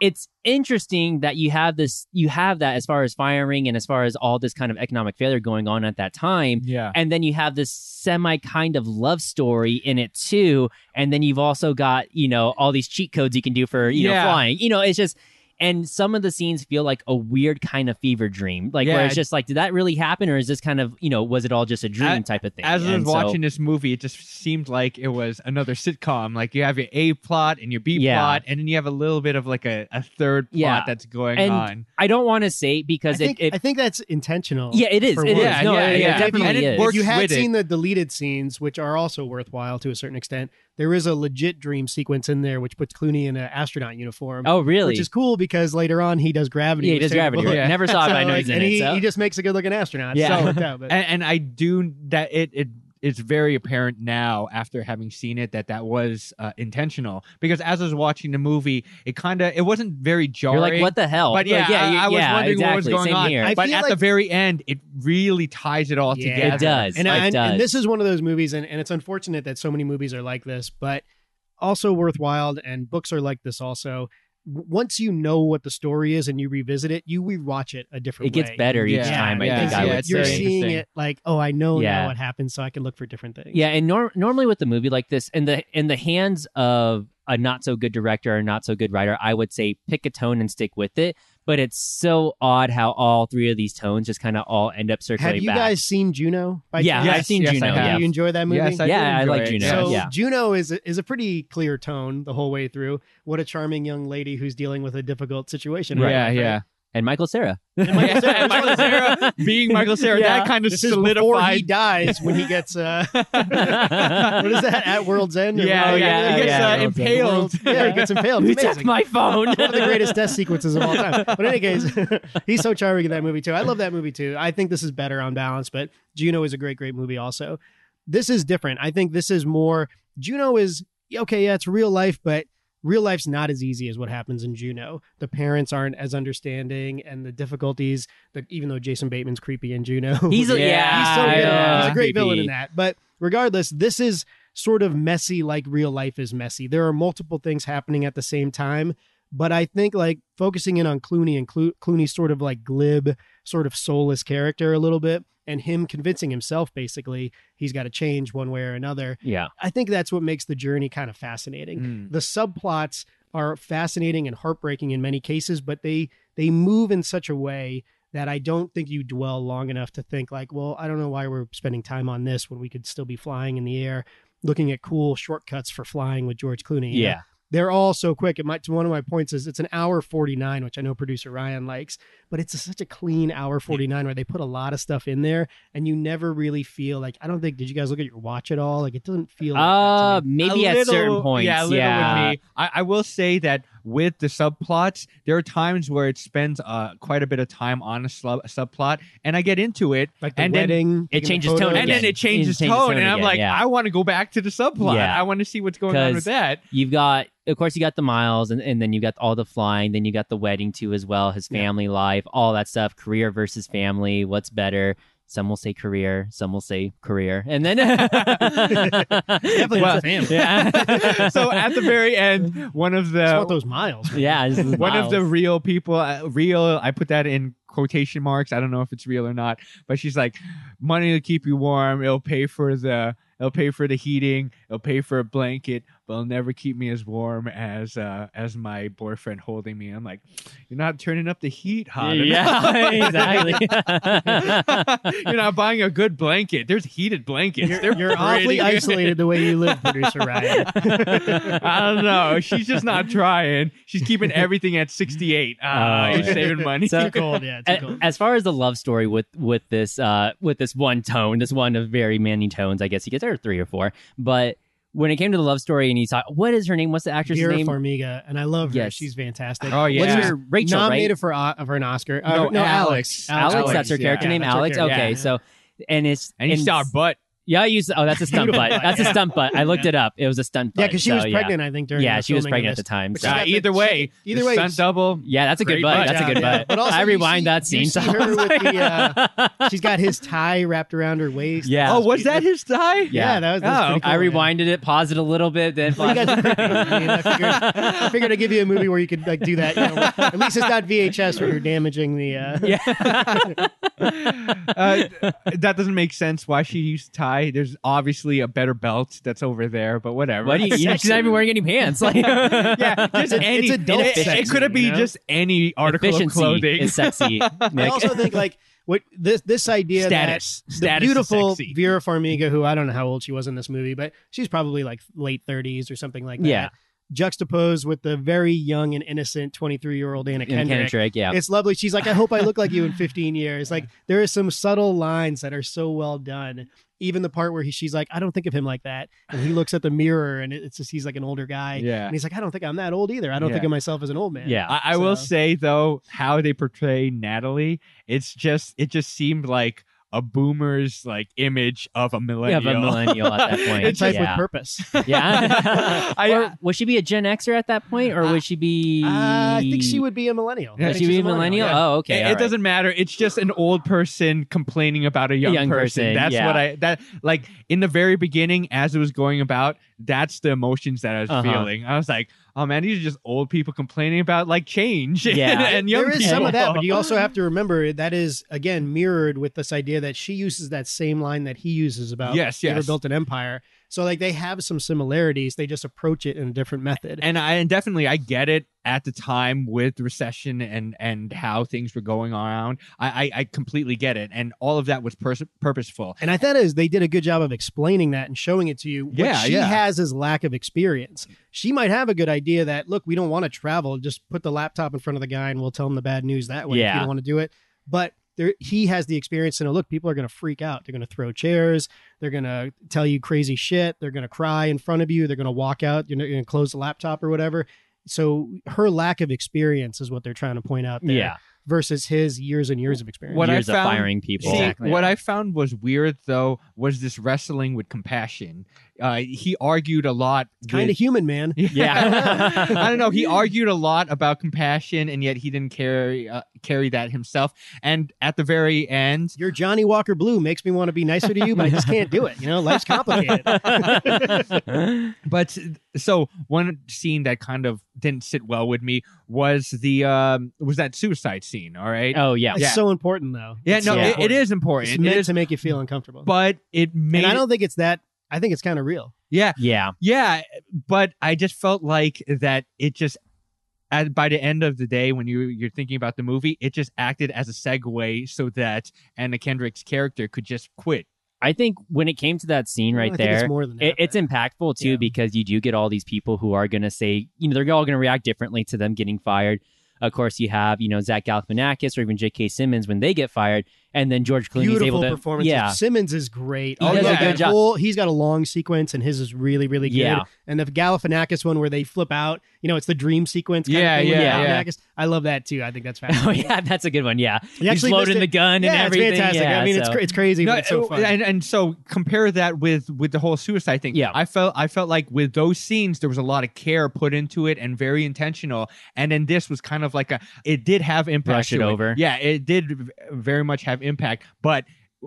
[SPEAKER 1] it's interesting that you have this you have that as far as firing and as far as all this kind of economic failure going on at that time.
[SPEAKER 2] yeah.
[SPEAKER 1] And then you have this semi kind of love story in it too. And then you've also got, you know, all these cheat codes you can do for, you
[SPEAKER 2] Yeah.
[SPEAKER 1] know, flying. You know, it's just and some of the scenes feel like a weird kind of fever dream. Like
[SPEAKER 2] Yeah.
[SPEAKER 1] where it's just like, did that really happen or is this kind of, you know, was it all just a dream type of thing?
[SPEAKER 2] As I was
[SPEAKER 1] And so-
[SPEAKER 2] watching this movie, it just seemed like it was another sitcom. Like you have your A plot and your B
[SPEAKER 1] Yeah.
[SPEAKER 2] plot, and then you have a little bit of like a, a third plot
[SPEAKER 1] Yeah.
[SPEAKER 2] that's going
[SPEAKER 1] And-
[SPEAKER 2] on.
[SPEAKER 1] I don't want to say
[SPEAKER 3] I
[SPEAKER 1] because
[SPEAKER 3] think,
[SPEAKER 1] it,
[SPEAKER 3] I
[SPEAKER 1] it
[SPEAKER 3] think that's intentional.
[SPEAKER 1] yeah, it is.
[SPEAKER 3] for
[SPEAKER 1] It is.
[SPEAKER 3] one.
[SPEAKER 2] Yeah,
[SPEAKER 1] No,
[SPEAKER 2] yeah,
[SPEAKER 1] it, it
[SPEAKER 2] yeah. And
[SPEAKER 1] definitely
[SPEAKER 2] it
[SPEAKER 1] is.
[SPEAKER 2] works
[SPEAKER 3] if you had
[SPEAKER 2] with it.
[SPEAKER 3] seen the deleted scenes, which are also worthwhile to a certain extent, there is a legit dream sequence in there which puts Clooney in an astronaut uniform,
[SPEAKER 1] oh, really?
[SPEAKER 3] which is cool because later on he does gravity.
[SPEAKER 1] yeah, he
[SPEAKER 3] which
[SPEAKER 1] does
[SPEAKER 3] they-
[SPEAKER 1] gravity. right?
[SPEAKER 2] Yeah.
[SPEAKER 1] Never saw it,
[SPEAKER 3] So,
[SPEAKER 1] but I know
[SPEAKER 3] <laughs> like,
[SPEAKER 1] he's in
[SPEAKER 3] and
[SPEAKER 1] it.
[SPEAKER 3] he,
[SPEAKER 1] so.
[SPEAKER 3] he just makes a good looking astronaut.
[SPEAKER 1] Yeah.
[SPEAKER 3] Yeah. So it worked out, but-
[SPEAKER 2] And, and I do that. It it it's very apparent now after having seen it that that was uh, intentional because as I was watching the movie, it kind of it wasn't very jarring.
[SPEAKER 1] You're like, what the hell?
[SPEAKER 2] But yeah,
[SPEAKER 1] yeah,
[SPEAKER 2] I-
[SPEAKER 1] you-
[SPEAKER 2] I was
[SPEAKER 1] yeah,
[SPEAKER 2] wondering
[SPEAKER 1] exactly.
[SPEAKER 2] what was going
[SPEAKER 1] Same
[SPEAKER 2] on.
[SPEAKER 1] Here.
[SPEAKER 3] I
[SPEAKER 2] but
[SPEAKER 3] feel
[SPEAKER 2] at the
[SPEAKER 3] like-
[SPEAKER 2] very end, it really ties it all
[SPEAKER 3] Yeah.
[SPEAKER 2] together.
[SPEAKER 1] It does.
[SPEAKER 3] and,
[SPEAKER 1] it
[SPEAKER 3] I, and,
[SPEAKER 1] does.
[SPEAKER 3] and this is one of those movies, and, and it's unfortunate that so many movies are like this, but also worthwhile. And books are like this also. W- Once you know what the story is and you revisit it, you rewatch it a
[SPEAKER 1] it
[SPEAKER 3] different way.
[SPEAKER 1] gets better each
[SPEAKER 2] Yeah,
[SPEAKER 1] time. I
[SPEAKER 2] yeah,
[SPEAKER 1] think
[SPEAKER 3] because
[SPEAKER 1] I
[SPEAKER 2] yeah,
[SPEAKER 1] would
[SPEAKER 2] it's
[SPEAKER 1] say.
[SPEAKER 3] you're
[SPEAKER 2] very
[SPEAKER 3] seeing
[SPEAKER 2] interesting.
[SPEAKER 3] it like, oh, I know
[SPEAKER 1] Yeah.
[SPEAKER 3] now what happened, so I can look for different things.
[SPEAKER 1] Yeah, and nor- normally with a movie like this, in the in the hands of a not so good director or not so good writer, I would say pick a tone and stick with it. But it's so odd how all three of these tones just kind of all end up circulating
[SPEAKER 3] Have you
[SPEAKER 1] back.
[SPEAKER 3] guys seen Juno? By
[SPEAKER 1] yeah,
[SPEAKER 3] chance?
[SPEAKER 1] I've seen
[SPEAKER 2] yes, I
[SPEAKER 1] Juno.
[SPEAKER 2] have.
[SPEAKER 1] yeah.
[SPEAKER 3] Do you enjoy that movie?
[SPEAKER 2] Yes, I
[SPEAKER 1] Yeah,
[SPEAKER 2] did
[SPEAKER 1] I
[SPEAKER 2] enjoy
[SPEAKER 1] like
[SPEAKER 2] it.
[SPEAKER 1] Juno.
[SPEAKER 3] So
[SPEAKER 1] yeah.
[SPEAKER 3] Juno is a, is a pretty clear tone the whole way through. What a charming young lady who's dealing with a difficult situation. in her
[SPEAKER 2] Yeah,
[SPEAKER 3] life,
[SPEAKER 2] yeah.
[SPEAKER 3] right?
[SPEAKER 1] and Michael <laughs> Sarah.
[SPEAKER 3] Michael Cera-
[SPEAKER 2] Yeah,
[SPEAKER 1] <laughs>
[SPEAKER 2] Michael Sarah being Michael Sarah,
[SPEAKER 1] Yeah.
[SPEAKER 2] that kind of
[SPEAKER 3] This is before he
[SPEAKER 2] solidified.
[SPEAKER 3] dies when he gets <laughs> uh, what is that at World's End? or-
[SPEAKER 2] Yeah,
[SPEAKER 1] Oh,
[SPEAKER 2] yeah,
[SPEAKER 1] yeah,
[SPEAKER 2] he gets
[SPEAKER 1] yeah.
[SPEAKER 2] uh, impaled.
[SPEAKER 3] World's- yeah, he gets impaled.
[SPEAKER 1] Who
[SPEAKER 3] It's
[SPEAKER 1] took
[SPEAKER 3] amazing.
[SPEAKER 1] my phone?
[SPEAKER 3] One of the <laughs> greatest death sequences of all time. But in any case, <laughs> he's so charming in that movie too. I love that movie too. I think this is better on balance, but Juno is a great, great movie also. This is different. I think this is more Juno is okay, yeah, it's real life, but real life's not as easy as what happens in Juno. The parents aren't as understanding and the difficulties that even though Jason Bateman's creepy in Juno.
[SPEAKER 1] <laughs>
[SPEAKER 3] <laughs>
[SPEAKER 1] He's a,
[SPEAKER 2] Yeah,
[SPEAKER 1] yeah,
[SPEAKER 3] He's so good.
[SPEAKER 1] yeah.
[SPEAKER 3] He's a great villain in
[SPEAKER 1] Creepy.
[SPEAKER 3] that. But regardless, this is sort of messy like real life is messy. There are multiple things happening at the same time. But I think like focusing in on Clooney and Clo- Clooney's sort of like glib, sort of soulless character a little bit, and him convincing himself basically he's got to change one way or another.
[SPEAKER 1] Yeah,
[SPEAKER 3] I think that's what makes the journey kind of fascinating
[SPEAKER 2] Mm.
[SPEAKER 3] the subplots are fascinating and heartbreaking in many cases but they they move in such a way that i don't think you dwell long enough to think like well i don't know why we're spending time on this when we could still be flying in the air looking at cool shortcuts for flying with george clooney you know?
[SPEAKER 1] yeah.
[SPEAKER 3] they're all so quick it might one of my points is it's an hour 49 which i know producer ryan likes but it's such a clean hour 49 where they put a lot of stuff in there and you never really feel like i don't think did you guys look at your watch at all like it doesn't feel like that to me.
[SPEAKER 1] Uh, maybe
[SPEAKER 2] A
[SPEAKER 1] at certain
[SPEAKER 2] little-
[SPEAKER 1] points.
[SPEAKER 2] Yeah, a little
[SPEAKER 1] yeah.
[SPEAKER 2] with me. I, I will say that with the subplots, there are times where it spends uh, quite a bit of time on a sub- subplot, and I get into it,
[SPEAKER 3] like the
[SPEAKER 2] and then-
[SPEAKER 3] wedding
[SPEAKER 1] It
[SPEAKER 3] taking the
[SPEAKER 1] changes
[SPEAKER 3] photos.
[SPEAKER 1] tone
[SPEAKER 2] and then
[SPEAKER 1] again.
[SPEAKER 2] it
[SPEAKER 1] It Oh,
[SPEAKER 2] changes,
[SPEAKER 1] changes
[SPEAKER 2] tone,
[SPEAKER 1] tone
[SPEAKER 2] and I'm
[SPEAKER 1] again,
[SPEAKER 2] like,
[SPEAKER 1] yeah.
[SPEAKER 2] I want to go back to the subplot.
[SPEAKER 1] Yeah.
[SPEAKER 2] I want to see what's going on
[SPEAKER 1] Because-
[SPEAKER 2] with that.
[SPEAKER 1] You've got, of course, you got the miles, and, and then you got all the flying, then you got the wedding too, as well, his
[SPEAKER 3] Yeah.
[SPEAKER 1] family life, all that stuff, career versus family, what's better. Some will say career, some will say career, and then <laughs> definitely
[SPEAKER 2] not
[SPEAKER 1] family. <laughs> <laughs> Yeah.
[SPEAKER 2] <laughs> so at the very end, one of
[SPEAKER 3] It's
[SPEAKER 2] the
[SPEAKER 3] about those miles. man.
[SPEAKER 1] yeah, this is
[SPEAKER 2] one of
[SPEAKER 1] miles.
[SPEAKER 2] the real people uh, real i put that in quotation marks i don't know if it's real or not but she's like money will keep you warm it'll pay for the it'll pay for the heating it'll pay for a blanket will never keep me as warm as uh, as my boyfriend holding me. I'm like, you're not turning up the heat hot.
[SPEAKER 1] <laughs> yeah,
[SPEAKER 2] enough." <laughs>
[SPEAKER 1] <laughs> exactly.
[SPEAKER 2] you're not buying a good blanket. There's heated blankets.
[SPEAKER 3] <laughs> You're,
[SPEAKER 2] They're
[SPEAKER 3] you're awfully
[SPEAKER 2] pretty good.
[SPEAKER 3] isolated the way you live, producer Ryan.
[SPEAKER 2] <laughs> I don't know. She's just not trying. She's keeping everything at 68. Uh,
[SPEAKER 1] Oh,
[SPEAKER 2] you're
[SPEAKER 1] yeah.
[SPEAKER 2] saving money.
[SPEAKER 1] So-
[SPEAKER 3] too cold, yeah, too
[SPEAKER 1] A-
[SPEAKER 3] cold.
[SPEAKER 1] as far as the love story with with this uh with this one tone this one of very many tones i guess he gets there are three or four but when it came to the love story and he saw what is her name what's the actress
[SPEAKER 3] Vera
[SPEAKER 1] name
[SPEAKER 3] Farmiga, and I love her.
[SPEAKER 1] Yes.
[SPEAKER 3] She's fantastic.
[SPEAKER 2] Oh, yeah.
[SPEAKER 1] what's her rachel
[SPEAKER 3] Nominated
[SPEAKER 1] right
[SPEAKER 3] for uh, for an Oscar. Uh,
[SPEAKER 2] No,
[SPEAKER 3] no,
[SPEAKER 2] Alex.
[SPEAKER 3] Alex.
[SPEAKER 1] alex,
[SPEAKER 2] Alex,
[SPEAKER 1] that's her
[SPEAKER 2] yeah.
[SPEAKER 1] character
[SPEAKER 2] Yeah,
[SPEAKER 1] name
[SPEAKER 3] that's her
[SPEAKER 1] alex
[SPEAKER 3] character,
[SPEAKER 1] okay
[SPEAKER 3] yeah.
[SPEAKER 1] so and it's
[SPEAKER 2] and you saw her
[SPEAKER 1] it's-
[SPEAKER 2] butt.
[SPEAKER 1] yeah you saw, oh that's a stunt
[SPEAKER 3] Beautiful
[SPEAKER 1] butt
[SPEAKER 3] butt,
[SPEAKER 1] that's a
[SPEAKER 3] yeah.
[SPEAKER 1] stunt butt i looked it up it was a stunt butt
[SPEAKER 3] Yeah, because she
[SPEAKER 1] so,
[SPEAKER 3] was
[SPEAKER 1] yeah.
[SPEAKER 3] pregnant, I think,
[SPEAKER 1] yeah,
[SPEAKER 3] during the
[SPEAKER 1] she was
[SPEAKER 3] filming
[SPEAKER 1] pregnant at
[SPEAKER 3] of
[SPEAKER 1] the
[SPEAKER 3] this.
[SPEAKER 1] time
[SPEAKER 3] But
[SPEAKER 1] so.
[SPEAKER 3] she's
[SPEAKER 2] Uh,
[SPEAKER 3] got the-
[SPEAKER 2] either way,
[SPEAKER 3] either
[SPEAKER 2] the
[SPEAKER 3] way,
[SPEAKER 2] stunt
[SPEAKER 3] she-
[SPEAKER 2] double.
[SPEAKER 1] yeah that's a good
[SPEAKER 2] Great
[SPEAKER 1] butt
[SPEAKER 2] butt
[SPEAKER 1] that's a
[SPEAKER 3] job,
[SPEAKER 1] good
[SPEAKER 3] Oh, yeah.
[SPEAKER 1] butt
[SPEAKER 3] But also
[SPEAKER 1] i
[SPEAKER 3] you
[SPEAKER 1] rewind
[SPEAKER 3] see-
[SPEAKER 1] that
[SPEAKER 3] you
[SPEAKER 1] scene <laughs>
[SPEAKER 3] see
[SPEAKER 1] so-
[SPEAKER 3] her with the, uh, She's got his tie wrapped around her
[SPEAKER 1] <laughs>
[SPEAKER 3] waist.
[SPEAKER 1] yeah
[SPEAKER 2] Oh, was that his tie?
[SPEAKER 1] yeah.
[SPEAKER 3] yeah, that was. That was
[SPEAKER 2] Oh,
[SPEAKER 3] pretty cool,
[SPEAKER 1] I
[SPEAKER 3] yeah.
[SPEAKER 1] rewinded it, paused it a little bit, then.
[SPEAKER 3] Well, you guys
[SPEAKER 1] <laughs>
[SPEAKER 3] are pretty good. I mean, I figured- I figured I'd give you a movie where you could like do that. You know, at least it's not VHS where you're damaging the. Uh,
[SPEAKER 1] <laughs>
[SPEAKER 3] <laughs>
[SPEAKER 1] yeah.
[SPEAKER 2] <laughs> Uh, that doesn't make sense. Why she used tie? There's obviously a better belt that's over there, but whatever.
[SPEAKER 1] Why do you, you she's not even wearing any pants. <laughs> Like, yeah,
[SPEAKER 2] yeah, <laughs> just
[SPEAKER 3] It's a-
[SPEAKER 2] any.
[SPEAKER 3] it's adult
[SPEAKER 2] it, it,
[SPEAKER 3] sexy,
[SPEAKER 2] could have
[SPEAKER 3] you
[SPEAKER 2] been
[SPEAKER 3] know?
[SPEAKER 2] just any article
[SPEAKER 1] efficiency
[SPEAKER 2] of clothing. <laughs>
[SPEAKER 1] is
[SPEAKER 3] <laughs>
[SPEAKER 1] sexy.
[SPEAKER 3] I
[SPEAKER 1] Nick.
[SPEAKER 3] also think like what this this idea that
[SPEAKER 2] status.
[SPEAKER 3] the
[SPEAKER 2] status is
[SPEAKER 3] beautiful
[SPEAKER 2] sexy.
[SPEAKER 3] Vera Farmiga, who I don't know how old she was in this movie, but she's probably like late 30s or something like that.
[SPEAKER 1] Yeah.
[SPEAKER 3] Juxtaposed with the very young and innocent 23 year old Anna
[SPEAKER 1] <laughs> And
[SPEAKER 3] Kendrick.
[SPEAKER 1] Kendrick, yeah.
[SPEAKER 3] It's lovely. She's like, I hope I look like
[SPEAKER 1] <laughs>
[SPEAKER 3] you in 15 years. Like, there are some subtle lines that are so well done. Even the part where he, she's like, I don't think of him like that. And he looks at the mirror and it's just, he's like an older guy.
[SPEAKER 2] Yeah.
[SPEAKER 3] And he's like, I don't think I'm that old either. I don't
[SPEAKER 2] Yeah.
[SPEAKER 3] think of myself as an old man.
[SPEAKER 1] yeah.
[SPEAKER 2] I, I will
[SPEAKER 3] So-
[SPEAKER 2] say though, how they portray Natalie, it's just it just seemed like a boomer's like image of a
[SPEAKER 1] Yeah,
[SPEAKER 2] millennial.
[SPEAKER 1] but millennial at
[SPEAKER 3] <laughs>
[SPEAKER 1] that point.
[SPEAKER 3] It's like with
[SPEAKER 1] yeah.
[SPEAKER 3] purpose.
[SPEAKER 1] yeah.
[SPEAKER 3] <laughs>
[SPEAKER 2] I-
[SPEAKER 1] or, would she be a Gen Xer at that point, or would she be?
[SPEAKER 3] Uh, <laughs> I think she would be a millennial.
[SPEAKER 2] Yeah,
[SPEAKER 3] I
[SPEAKER 1] Would
[SPEAKER 3] think
[SPEAKER 1] she
[SPEAKER 3] she's
[SPEAKER 1] be a millennial?
[SPEAKER 3] yeah.
[SPEAKER 1] Oh,
[SPEAKER 2] it,
[SPEAKER 1] okay.
[SPEAKER 2] it
[SPEAKER 1] all right.
[SPEAKER 2] doesn't matter. It's just an old person complaining about a young,
[SPEAKER 1] young person,
[SPEAKER 2] That's
[SPEAKER 1] yeah.
[SPEAKER 2] what I that like in the very beginning as it was going about. That's the emotions that I was
[SPEAKER 1] Uh-huh.
[SPEAKER 2] feeling. I was like, oh man, these are just old people complaining about like change. <laughs>
[SPEAKER 1] Yeah.
[SPEAKER 2] and, and young
[SPEAKER 3] there is some of that,
[SPEAKER 2] people.
[SPEAKER 3] but you also have to remember that is again mirrored with this idea that she uses that same line that he uses about
[SPEAKER 2] Yes,
[SPEAKER 3] "You ever
[SPEAKER 2] yes.
[SPEAKER 3] built an empire. So like they have some similarities, they just approach it in a different method.
[SPEAKER 2] <laughs> and I and definitely I get it at the time with recession and and how things were going around. I I, I completely get it, and all of that was pers- purposeful.
[SPEAKER 3] And I thought is they did a good job of explaining that and showing it to you. What
[SPEAKER 2] Yeah,
[SPEAKER 3] she
[SPEAKER 2] yeah.
[SPEAKER 3] has is lack of experience. She might have a good idea that look, we don't want to travel. Just put the laptop in front of the guy and we'll tell him the bad news that way if
[SPEAKER 1] Yeah.
[SPEAKER 3] you don't want to do it. But there, he has the experience to know. Look, people are going to freak out. They're going to throw chairs. They're going to tell you crazy shit. They're going to cry in front of you. They're going to walk out. You're going to close the laptop or whatever. So her lack of experience is what they're trying to point out there.
[SPEAKER 1] Yeah.
[SPEAKER 3] Versus his years and years of experience.
[SPEAKER 2] What I
[SPEAKER 1] Years of
[SPEAKER 2] found-
[SPEAKER 1] firing people.
[SPEAKER 2] See,
[SPEAKER 3] Exactly.
[SPEAKER 2] what I found was weird though was this wrestling with compassion. Uh, he argued a lot.
[SPEAKER 3] Kind of <laughs>
[SPEAKER 2] with-
[SPEAKER 3] human, man.
[SPEAKER 1] Yeah.
[SPEAKER 2] <laughs> I
[SPEAKER 3] <laughs>
[SPEAKER 2] don't know. He argued a lot about compassion, and yet he didn't carry uh, carry that himself. And at the very end,
[SPEAKER 3] your Johnny Walker Blue makes me want to be nicer to you, but I just can't do it. You know,
[SPEAKER 2] <laughs>
[SPEAKER 3] life's complicated.
[SPEAKER 2] But so one scene that kind of didn't sit well with me was the um was that suicide scene. All
[SPEAKER 1] <laughs>
[SPEAKER 2] right.
[SPEAKER 1] oh yeah.
[SPEAKER 3] It's
[SPEAKER 2] Yeah.
[SPEAKER 3] so important, though.
[SPEAKER 2] yeah.
[SPEAKER 3] It's
[SPEAKER 2] No,
[SPEAKER 3] so
[SPEAKER 2] it- it
[SPEAKER 3] important.
[SPEAKER 2] is important.
[SPEAKER 3] It's
[SPEAKER 2] It
[SPEAKER 3] meant
[SPEAKER 2] is-
[SPEAKER 3] to make you feel uncomfortable.
[SPEAKER 2] but it made.
[SPEAKER 3] and I don't think it's that. I think it's kind of real.
[SPEAKER 2] yeah.
[SPEAKER 1] Yeah.
[SPEAKER 2] Yeah. But I just felt like that it just. At, by the end of the day, when you you're thinking about the movie, it just acted as a segue so that Anna Kendrick's character could just quit.
[SPEAKER 1] I think when it came to that scene right
[SPEAKER 3] I think
[SPEAKER 1] there,
[SPEAKER 3] it's more than that.
[SPEAKER 1] it, it's impactful too
[SPEAKER 3] Yeah.
[SPEAKER 1] because you do get all these people who are going to say, you know, they're all going to react differently to them getting fired. Of course, you have you know Zach Galifianakis or even J.K. Simmons when they get fired, and then George Clooney is able
[SPEAKER 3] beautiful
[SPEAKER 1] to
[SPEAKER 3] performance.
[SPEAKER 1] Yeah, <laughs>
[SPEAKER 3] Simmons is great. Oh,
[SPEAKER 2] He
[SPEAKER 3] I
[SPEAKER 2] does a
[SPEAKER 3] love
[SPEAKER 2] good
[SPEAKER 3] that
[SPEAKER 1] job.
[SPEAKER 3] whole- he's got a long sequence, and his is really, really good.
[SPEAKER 1] Yeah.
[SPEAKER 3] And the Galifianakis one where they flip out. You know, it's the dream sequence. Kind
[SPEAKER 2] Yeah,
[SPEAKER 3] of thing with
[SPEAKER 2] yeah, yeah.
[SPEAKER 3] Galifianakis. I love that too. I
[SPEAKER 1] <laughs>
[SPEAKER 3] think that's
[SPEAKER 1] oh
[SPEAKER 3] fascinating.
[SPEAKER 1] yeah, that's a good one. Yeah,
[SPEAKER 3] You
[SPEAKER 1] he's
[SPEAKER 3] actually missed
[SPEAKER 1] loading
[SPEAKER 3] it.
[SPEAKER 1] the gun and
[SPEAKER 3] yeah, it's
[SPEAKER 1] everything.
[SPEAKER 3] fantastic.
[SPEAKER 1] Yeah,
[SPEAKER 3] I mean, it's
[SPEAKER 1] so-
[SPEAKER 3] cra- it's crazy, but it's so
[SPEAKER 2] uh,
[SPEAKER 3] fun.
[SPEAKER 2] And and so compare that with with the whole suicide thing.
[SPEAKER 1] Yeah.
[SPEAKER 2] I felt I felt like with those scenes there was a lot of care put into it and very intentional. And then this was kind of like a it did have impact.
[SPEAKER 1] Brush it
[SPEAKER 2] to
[SPEAKER 1] over.
[SPEAKER 2] Yeah, it did v- very much have impact. But